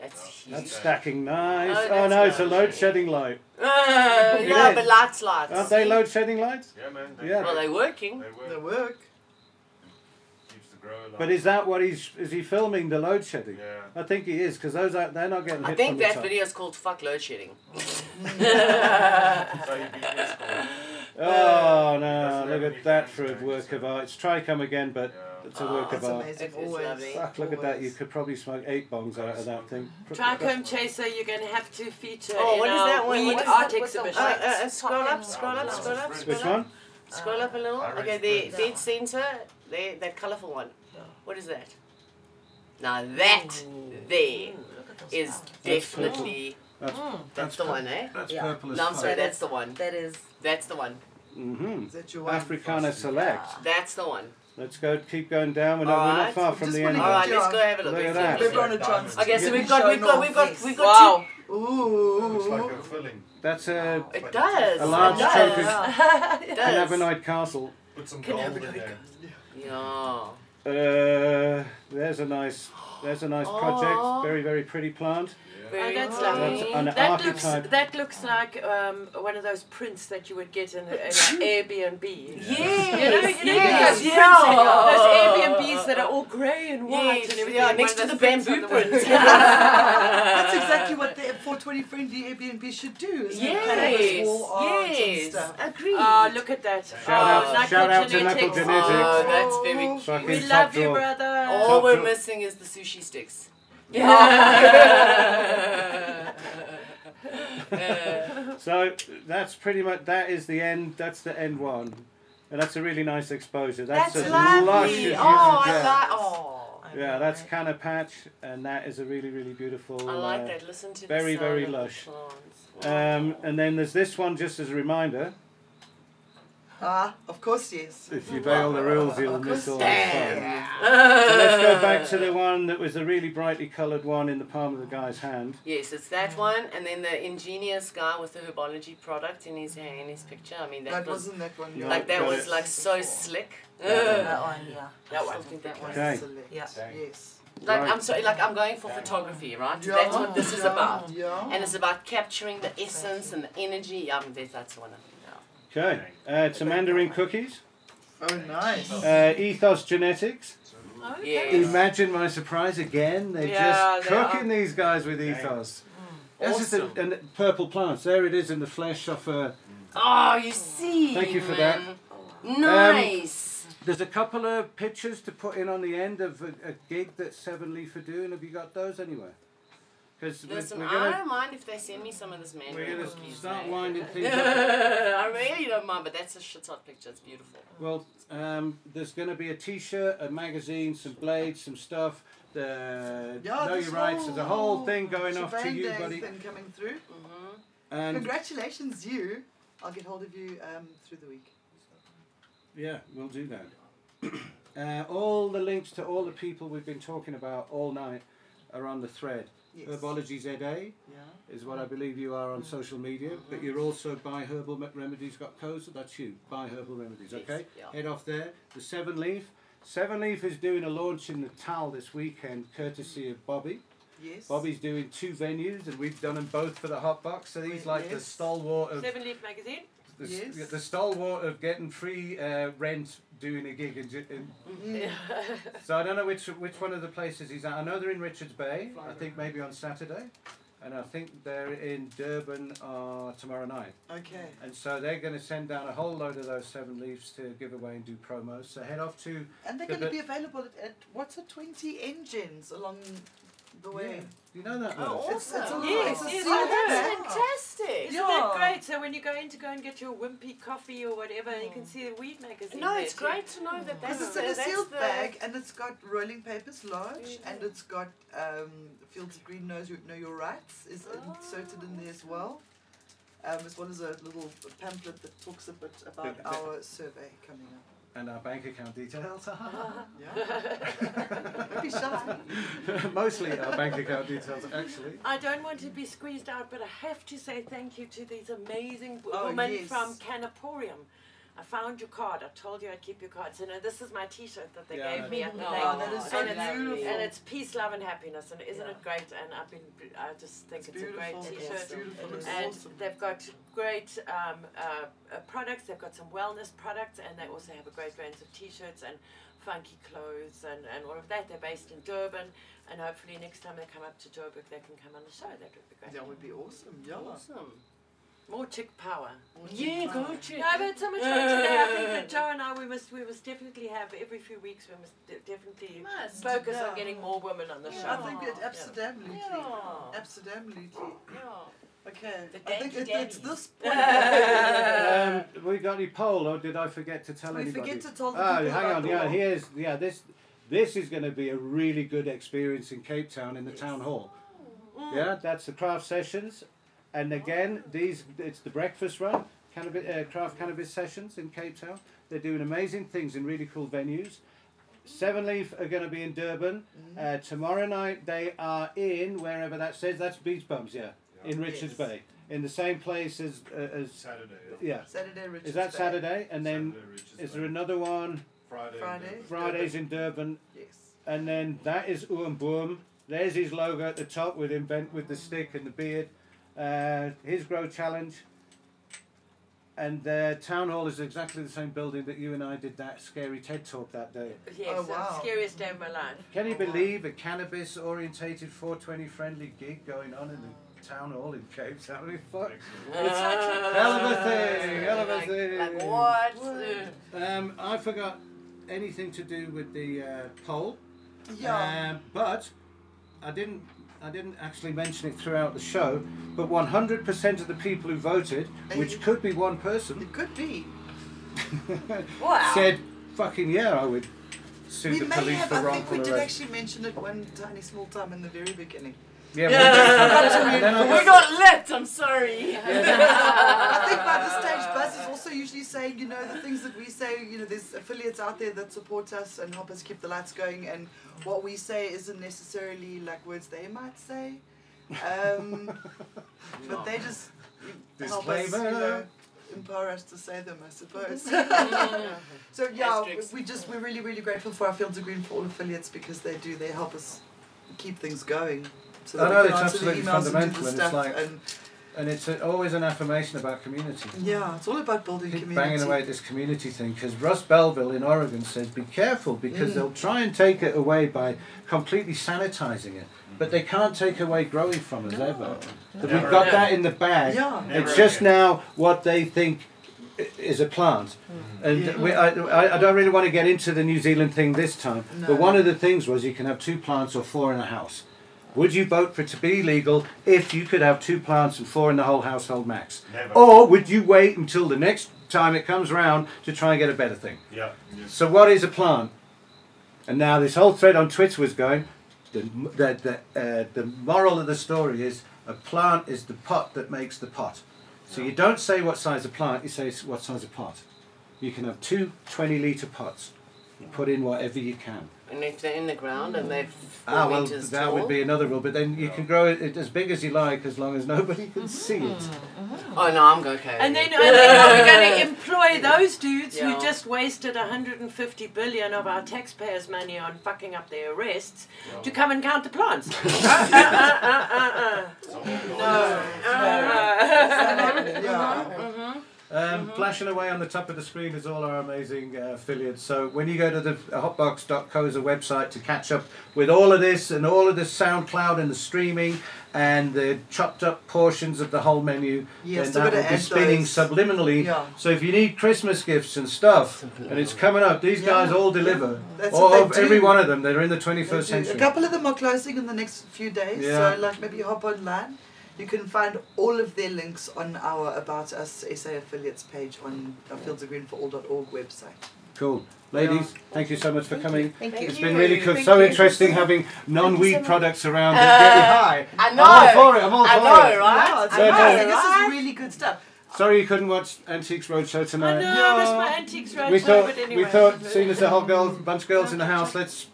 Speaker 5: That's huge.
Speaker 1: That's stacking nice.
Speaker 5: Oh,
Speaker 1: Oh,
Speaker 5: that's
Speaker 1: no, it's a
Speaker 5: nice.
Speaker 1: load shedding light.
Speaker 5: Ah, yeah,
Speaker 1: is.
Speaker 5: but lights, lights.
Speaker 2: Ah.
Speaker 1: Aren't they load shedding lights?
Speaker 4: Yeah, man.
Speaker 1: Yeah.
Speaker 5: Well,
Speaker 4: They
Speaker 5: they're working.
Speaker 4: work. They
Speaker 2: The
Speaker 4: work.
Speaker 2: work.
Speaker 4: Keeps the grow alive.
Speaker 1: But is that what he's, is he filming the load shedding?
Speaker 4: Yeah.
Speaker 1: I think he is, because those are, they're not getting
Speaker 5: I
Speaker 1: hit
Speaker 5: think
Speaker 1: from the
Speaker 5: that
Speaker 1: top.
Speaker 5: video is called "Fuck Load Shedding."
Speaker 4: So you beat me score.
Speaker 5: uh,
Speaker 1: Oh
Speaker 4: doesn't
Speaker 1: no,
Speaker 4: have
Speaker 1: look
Speaker 4: any
Speaker 1: at that for a
Speaker 4: fangs,
Speaker 1: work
Speaker 4: so-
Speaker 1: of art. It's try come again, but
Speaker 4: Yeah.
Speaker 1: it's a work
Speaker 5: Oh,
Speaker 2: That's
Speaker 1: of art.
Speaker 2: amazing.
Speaker 5: It's
Speaker 2: Always.
Speaker 5: lovely.
Speaker 1: Fuck, look at that. You
Speaker 2: Always.
Speaker 1: could probably smoke eight bongs out of that thing.
Speaker 3: Trichome chaser, you're gonna have to feature
Speaker 5: Oh,
Speaker 3: in
Speaker 5: what is
Speaker 3: our
Speaker 5: that one?
Speaker 3: weed
Speaker 5: What is
Speaker 3: art
Speaker 6: that with the
Speaker 3: exhibition.
Speaker 5: Uh,
Speaker 6: white-
Speaker 5: uh, uh, scroll
Speaker 6: Fucking
Speaker 5: up, scroll up, scroll up, scroll
Speaker 1: Which
Speaker 5: up.
Speaker 1: one?
Speaker 5: Scroll up a little.
Speaker 4: Iris
Speaker 5: Okay, the
Speaker 4: Bird.
Speaker 5: dead center, there, that colorful one. What is that? Now that there is definitely
Speaker 1: That's,
Speaker 5: that's the one, eh?
Speaker 1: That's
Speaker 6: Yeah.
Speaker 1: purple as
Speaker 5: No, I'm sorry,
Speaker 1: fuck.
Speaker 5: that's the one.
Speaker 6: That is.
Speaker 5: That's the one.
Speaker 1: Mm-hmm.
Speaker 2: Is that your one?
Speaker 1: Africana Select.
Speaker 5: That's the one.
Speaker 1: Let's go. Keep going down. We're not, we're
Speaker 5: Alright.
Speaker 1: not far from
Speaker 2: Just
Speaker 1: the
Speaker 2: wanna
Speaker 1: end.
Speaker 5: All right, let's go have a look.
Speaker 1: Look at
Speaker 5: Let's
Speaker 1: that.
Speaker 5: have a
Speaker 2: We're
Speaker 5: look.
Speaker 2: on a transfer.
Speaker 5: Okay, so
Speaker 4: Yeah.
Speaker 5: we've got, we've got, we've got, we've got
Speaker 3: Wow.
Speaker 4: Looks like
Speaker 2: Ooh.
Speaker 4: a filling.
Speaker 1: That's a
Speaker 5: two. It does.
Speaker 1: A large
Speaker 5: it
Speaker 1: chunk
Speaker 5: does.
Speaker 1: of-
Speaker 5: It does.
Speaker 1: cannabinoid castle.
Speaker 4: Put some gold in there.
Speaker 5: Oh, Yeah.
Speaker 1: Uh, there's a nice. There's a nice project,
Speaker 5: Aw.
Speaker 1: very, very pretty plant.
Speaker 3: Oh,
Speaker 7: Very
Speaker 3: that's
Speaker 7: nice.
Speaker 3: lovely.
Speaker 1: That's an
Speaker 3: That looks
Speaker 1: archetype.
Speaker 3: that looks like um, one of those prints that you would get in, a, in an Airbnb.
Speaker 5: Yes.
Speaker 3: You know, you know, you get
Speaker 5: yes.
Speaker 3: those, prints that- those Airbnbs that are all grey and white
Speaker 5: Yes,
Speaker 3: and everything.
Speaker 5: yeah,
Speaker 3: and
Speaker 5: next
Speaker 3: one
Speaker 5: to
Speaker 3: of
Speaker 5: the
Speaker 3: those
Speaker 5: bamboo
Speaker 3: prints on the
Speaker 5: print.
Speaker 2: That's exactly what the 420 friendly Airbnb should do. Is have
Speaker 5: Yes,
Speaker 2: cannabis wall art
Speaker 5: yes,
Speaker 2: and stuff.
Speaker 5: agreed.
Speaker 3: Oh, look at that.
Speaker 1: Shout
Speaker 3: oh,
Speaker 1: out-
Speaker 3: Knuckle
Speaker 1: shout out to
Speaker 3: Genetics.
Speaker 1: Knuckle Genetics.
Speaker 5: oh, that's very cute.
Speaker 1: Fucking
Speaker 3: We
Speaker 1: top
Speaker 3: love you,
Speaker 1: drawer.
Speaker 3: brother.
Speaker 5: All we're
Speaker 1: Top drawer.
Speaker 5: missing is the sushi sticks.
Speaker 1: So that's pretty much that is the end. That's the end one, and that's a really nice exposure. That's,
Speaker 5: That's
Speaker 1: as lush as
Speaker 5: lovely.
Speaker 1: you
Speaker 5: Oh,
Speaker 1: can
Speaker 5: I
Speaker 1: get.
Speaker 5: like. Oh,
Speaker 1: Yeah, that's Canna Patch, and that is a really, really beautiful.
Speaker 5: I like
Speaker 1: uh,
Speaker 5: that. Listen to
Speaker 1: very,
Speaker 5: the sound
Speaker 1: very
Speaker 5: of the
Speaker 1: lush.
Speaker 5: plants.
Speaker 1: Um, and then there's this one, just as a reminder.
Speaker 2: Ah, of course, yes.
Speaker 1: If you obey all the rules, you'll miss all the fun.
Speaker 2: Yeah.
Speaker 1: So let's go back to the one that was a really brightly coloured one in the palm of the guy's hand.
Speaker 5: Yes, it's that one, and then the ingenious guy with the herbology product in his hand, his picture. I mean, that,
Speaker 2: That
Speaker 5: was
Speaker 2: wasn't that one.
Speaker 1: No,
Speaker 5: like that
Speaker 1: got
Speaker 5: was
Speaker 1: it.
Speaker 5: like so slick.
Speaker 6: That one, yeah.
Speaker 5: That one. I think that one.
Speaker 1: Okay.
Speaker 6: Yeah.
Speaker 2: Yes.
Speaker 5: Like
Speaker 1: Right.
Speaker 5: I'm sorry, like I'm going for photography, right?
Speaker 2: Yeah,
Speaker 5: That's what this is
Speaker 2: yeah,
Speaker 5: about,
Speaker 2: Yeah.
Speaker 5: and it's about capturing the essence and the energy. Um, that, that's one. Of
Speaker 1: Okay, uh, it's a mandarin cookies,
Speaker 2: oh, nice.
Speaker 1: uh, ethos genetics.
Speaker 3: Oh,
Speaker 5: yeah.
Speaker 1: Imagine my surprise again. They're
Speaker 3: Yeah,
Speaker 1: just
Speaker 3: they are. Mm.
Speaker 1: cooking these guys with ethos. This is the, and the purple plants. There it is in the flesh of uh, a.
Speaker 5: Oh, you see.
Speaker 1: Thank you for Um,
Speaker 5: man. Nice.
Speaker 1: There's a couple of pictures to put in on the end of a, a gig that Seven Leaf are doing. Have you got those anywhere? Because we're,
Speaker 5: Listen,
Speaker 1: we're
Speaker 5: I
Speaker 1: gonna
Speaker 5: don't mind if they send me some of this
Speaker 1: we're
Speaker 5: mandarin
Speaker 1: gonna
Speaker 5: cookies.
Speaker 1: start
Speaker 5: eh?
Speaker 1: winding things up.
Speaker 5: I really don't mind, but that's a shit hot picture. It's beautiful.
Speaker 1: Well, um, there's going to be a T-shirt, a magazine, some blades, some stuff. The
Speaker 2: Yeah,
Speaker 1: know
Speaker 2: this
Speaker 1: your rights. There's a whole thing going off to
Speaker 2: Shebang
Speaker 1: you,
Speaker 2: Day's
Speaker 1: buddy.
Speaker 2: been coming through.
Speaker 1: And
Speaker 2: Congratulations, you. I'll get hold of you um, through the week.
Speaker 1: yeah, we'll do that. Uh, all the links to all the people we've been talking about all night are on the thread.
Speaker 2: Yes. Mm-hmm.
Speaker 1: Herbology ZA
Speaker 2: Yeah.
Speaker 1: is what I believe you are on social media, but you're also by Herbal Me- Remedies got codes. That's you, by Herbal Remedies.
Speaker 5: Yes,
Speaker 1: Okay,
Speaker 5: yeah.
Speaker 1: head off there. The Seven Leaf. Seven Leaf is doing a launch in the Tal this weekend, courtesy of Bobby.
Speaker 2: Yes.
Speaker 1: Bobby's doing two venues, and we've done them both for the hot box. So he's like the
Speaker 2: Yes.
Speaker 1: stalwart of
Speaker 3: Seven Leaf magazine.
Speaker 1: the, s-
Speaker 2: Yes.
Speaker 1: the stalwart of getting free uh, rent doing a gig. In, J- in,
Speaker 2: Mm-hmm.
Speaker 1: so I don't know which which one of the places he's at. I know they're in Richards Bay. I think maybe on Saturday, and I think they're in Durban uh, tomorrow night.
Speaker 2: Okay.
Speaker 1: And so they're going to send down a whole load of those seven leaves to give away and do promos. So head off to
Speaker 2: And they're
Speaker 1: But
Speaker 2: going to
Speaker 1: the-
Speaker 2: be available at, at what's it, 20 engines along the way.
Speaker 1: you know that one.
Speaker 5: Oh,
Speaker 2: It's, it's a lot.
Speaker 3: Yes,
Speaker 2: it's a
Speaker 3: yes,
Speaker 2: sea
Speaker 3: I
Speaker 2: of
Speaker 3: heard.
Speaker 2: them.
Speaker 5: fantastic.
Speaker 3: Isn't that great? So when you go in to go and get your wimpy coffee or whatever, you can see the weed magazine.
Speaker 5: Hmm. No,
Speaker 3: there
Speaker 5: it's
Speaker 3: too.
Speaker 5: great to know that that's
Speaker 2: Because it's
Speaker 5: the,
Speaker 2: in a
Speaker 5: that's
Speaker 2: sealed
Speaker 5: the- Mm-hmm.
Speaker 2: bag and it's got rolling papers large and it's got um, Fields of Green Knows You Know Your Rights is
Speaker 5: Oh,
Speaker 2: inserted in there as well. Um, as well as a little pamphlet that talks a bit about
Speaker 1: The- the-
Speaker 2: our survey coming up.
Speaker 1: And our bank account details.
Speaker 2: Ah.
Speaker 5: Uh-huh.
Speaker 2: Yeah. Don't be shy.
Speaker 1: Mostly our bank account details, actually.
Speaker 3: I don't want to be squeezed out, but I have to say thank you to these amazing w-
Speaker 2: Oh,
Speaker 3: women
Speaker 2: yes.
Speaker 3: from Canaporium. I found your card. I told you I'd keep your card. So no, this is my T-shirt that they
Speaker 1: Yeah,
Speaker 3: gave me at the
Speaker 5: Oh,
Speaker 3: day.
Speaker 2: that is so
Speaker 3: and it's,
Speaker 2: beautiful.
Speaker 3: And it's peace, love, and happiness. And isn't it great? And I've been. I just think
Speaker 2: It's
Speaker 3: it's, a great
Speaker 2: beautiful.
Speaker 3: T-shirt.
Speaker 2: It's beautiful. It's
Speaker 3: and
Speaker 2: awesome.
Speaker 3: they've got great um, uh, uh, products. They've got some wellness products, and they also have a great range of T-shirts and funky clothes and, and all of that. They're based in Durban, and hopefully next time they come up to Joburg, they can come on the show. That would be great.
Speaker 2: That would be awesome. Yeah.
Speaker 5: Awesome.
Speaker 3: More chick power.
Speaker 5: Yeah, go to.
Speaker 3: No, I've had so much fun today. I think that Joe and I, we must, we must definitely have every few weeks. We must de- definitely
Speaker 7: Must.
Speaker 3: focus
Speaker 2: Yeah.
Speaker 3: on getting more women on the show.
Speaker 2: I think it absolutely.
Speaker 5: Yeah.
Speaker 2: Absolutely.
Speaker 5: Yeah.
Speaker 2: Okay.
Speaker 5: The
Speaker 2: I think it, it's
Speaker 5: dandy-dandies.
Speaker 2: this point.
Speaker 1: Um, we got any poll, or did I forget to tell
Speaker 2: Uh, We
Speaker 1: anybody?
Speaker 2: forget to tell the
Speaker 1: Oh,
Speaker 2: people
Speaker 1: Um, hang
Speaker 2: about
Speaker 1: on.
Speaker 2: the
Speaker 1: Yeah,
Speaker 2: wall.
Speaker 1: here's yeah this. This is going to be a really good experience in Cape Town in the town hall.
Speaker 2: Mm.
Speaker 1: Yeah, that's the craft sessions, and again these it's the breakfast run, cannabis uh, craft cannabis sessions in Cape Town. They're doing amazing things in really cool venues. Seven Leaf are going to be in Durban
Speaker 2: Mm.
Speaker 1: uh, tomorrow night. They are in wherever that says. That's Beach Bums, yeah, in Richards
Speaker 2: Yes.
Speaker 1: Bay, in the same place as uh, as
Speaker 4: Saturday. yeah.
Speaker 1: yeah.
Speaker 2: Saturday Richards
Speaker 1: Is that
Speaker 2: Bay.
Speaker 1: Saturday? And then
Speaker 4: Saturday reaches
Speaker 1: is there
Speaker 4: Bay.
Speaker 1: another one?
Speaker 4: Friday? and
Speaker 2: Friday?
Speaker 4: then-
Speaker 1: Fridays in Durban.
Speaker 2: Yes.
Speaker 1: and then that is Uam Boom. There's his logo at the top with him bent with the stick and the beard. Uh, his grow challenge. And the town hall is exactly the same building that you and I did that scary TED talk that day.
Speaker 3: Yes,
Speaker 2: Oh,
Speaker 3: uh,
Speaker 2: wow.
Speaker 3: scariest day of my life.
Speaker 1: Can you believe a cannabis orientated 420 friendly gig going on in the town hall in Cape Town? I mean, Fuck.
Speaker 3: It's such a-
Speaker 1: Hell of a thing, hell of a
Speaker 5: like,
Speaker 1: thing.
Speaker 5: like what? Uh,
Speaker 1: Um, I forgot anything to do with the uh, poll.
Speaker 2: Yeah.
Speaker 1: Um, but I didn't. I didn't actually mention it throughout the show, but 100% of the people who voted, which could be one person,
Speaker 2: It could be.
Speaker 5: Wow.
Speaker 1: said, "Fucking yeah, I would sue
Speaker 2: We
Speaker 1: the
Speaker 2: may
Speaker 1: police
Speaker 2: have,
Speaker 1: for
Speaker 2: I think
Speaker 1: wrongful
Speaker 2: we did
Speaker 1: arrest."
Speaker 2: actually mention it one tiny small time in the very beginning.
Speaker 1: Yeah, well,
Speaker 5: We're
Speaker 1: and then I got-
Speaker 5: not lit, I'm sorry.
Speaker 2: I think by this stage, Buzz is also usually saying, you know, the things that we say, you know, there's affiliates out there that support us and help us keep the lights going, and what we say isn't necessarily like words they might say. Um, but they just help us, you know,
Speaker 1: Disclaimer.
Speaker 2: empower us to say them, I suppose. so, yeah, we just, we're really, really grateful for our Fields of Green for all affiliates because they do, they help us keep things going. So
Speaker 1: I
Speaker 2: that
Speaker 1: know,
Speaker 2: we
Speaker 1: it's
Speaker 2: can answer the
Speaker 1: absolutely
Speaker 2: emails and do
Speaker 1: fundamental,
Speaker 2: the
Speaker 1: and it's
Speaker 2: stuff.
Speaker 1: like-
Speaker 2: and
Speaker 1: and it's a, always an affirmation about community.
Speaker 2: yeah, it's all about building
Speaker 1: Keep
Speaker 2: community.
Speaker 1: banging away at this community thing because Russ Belville in Oregon says be careful because
Speaker 2: Mm.
Speaker 1: they'll try and take it away by completely sanitizing it, but they can't take away growing from us ever. But we've
Speaker 4: Never
Speaker 1: got
Speaker 4: again.
Speaker 1: that in the bag.
Speaker 2: Yeah.
Speaker 4: Never
Speaker 1: it's just
Speaker 4: again.
Speaker 1: now what they think i- is a plant. And
Speaker 2: Yeah.
Speaker 1: we, I, I- I don't really want to get into the New Zealand thing this time,
Speaker 2: No.
Speaker 1: but one of the things was you can have two plants or four in a house. Would you vote for it to be legal if you could have two plants and four in the whole household max?
Speaker 4: Never.
Speaker 1: Or would you wait until the next time it comes round to try and get a better thing?
Speaker 4: Yeah. Yes.
Speaker 1: So what is a plant? And now this whole thread on Twitter was going. The the the, uh, the moral of the story is a plant is the pot that makes the pot. So you don't say what size a plant. You say s- what size a pot. You can have two 20 liter pots. You put in whatever you can.
Speaker 5: And if they're in the ground and they're four
Speaker 1: ah, well,
Speaker 5: meters
Speaker 1: that
Speaker 5: tall,
Speaker 1: would be another rule. But then you can grow it it as big as you like, as long as nobody can see it.
Speaker 5: Oh no, I'm okay.
Speaker 3: And then, and then are we going to employ those dudes
Speaker 5: Yeah.
Speaker 3: who just wasted 150 billion of our taxpayers' money on fucking up their arrests to come and count the plants? uh, uh, uh, uh, uh, uh, uh.
Speaker 2: Yeah.
Speaker 1: Um, Flashing away on the top of the screen is all our amazing uh, affiliates. So when you go to the hotbox.co's website to catch up with all of this and all of the SoundCloud and the streaming and the chopped up portions of the whole menu,
Speaker 2: Yes,
Speaker 1: then that
Speaker 2: we're gonna
Speaker 1: will be
Speaker 2: add
Speaker 1: spinning
Speaker 2: those.
Speaker 1: subliminally.
Speaker 2: Yeah.
Speaker 1: So if you need Christmas gifts and stuff, and it's coming up, these
Speaker 2: Yeah.
Speaker 1: guys all deliver.
Speaker 2: That's
Speaker 1: all,
Speaker 2: what they do.
Speaker 1: Every one of them, they're in the 21st
Speaker 2: A
Speaker 1: century.
Speaker 2: couple of them are closing in the next few days,
Speaker 1: Yeah.
Speaker 2: so like maybe you hop online. You can find all of their links on our About Us SA affiliates page on uh, our fieldsofgreenforall.org website.
Speaker 1: Cool. Ladies, thank you so much for coming.
Speaker 2: Thank you.
Speaker 1: It's been really cool. so interesting having non-weed products around. and get you high.
Speaker 5: I know.
Speaker 1: I'm all for it. I'm all
Speaker 5: I
Speaker 1: for
Speaker 5: know,
Speaker 1: it.
Speaker 5: right?
Speaker 2: Yeah, it's
Speaker 1: I know,
Speaker 2: amazing. This is really good stuff.
Speaker 1: Sorry you couldn't watch Antiques Roadshow
Speaker 3: I
Speaker 1: tonight.
Speaker 3: know, I missed my antiques roadshow,
Speaker 1: We thought
Speaker 3: but anyway.
Speaker 1: we thought seeing as a whole girl bunch of girls in the house, let's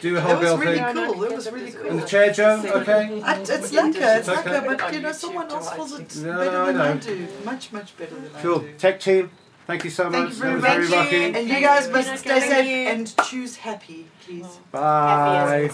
Speaker 1: do a whole
Speaker 2: That
Speaker 1: girl
Speaker 2: was really
Speaker 1: thing.
Speaker 2: cool. It was really cool.
Speaker 1: And the chair Joe, okay?
Speaker 2: I- It's lacquer,
Speaker 1: It's
Speaker 2: it's
Speaker 1: okay.
Speaker 2: lacquer, but you know, someone else feels it
Speaker 1: No,
Speaker 2: better
Speaker 1: I
Speaker 2: than I
Speaker 1: know.
Speaker 2: do. Much, much better than I
Speaker 1: Cool.
Speaker 2: do.
Speaker 1: Tech team, thank you so
Speaker 2: Thank
Speaker 1: much.
Speaker 2: you
Speaker 1: That
Speaker 2: very
Speaker 1: was
Speaker 2: much.
Speaker 1: very lucky.
Speaker 2: And you
Speaker 3: Thank
Speaker 2: guys
Speaker 3: you.
Speaker 2: must stay
Speaker 3: Thank
Speaker 2: safe
Speaker 5: you.
Speaker 2: and choose happy, please.
Speaker 1: Bye.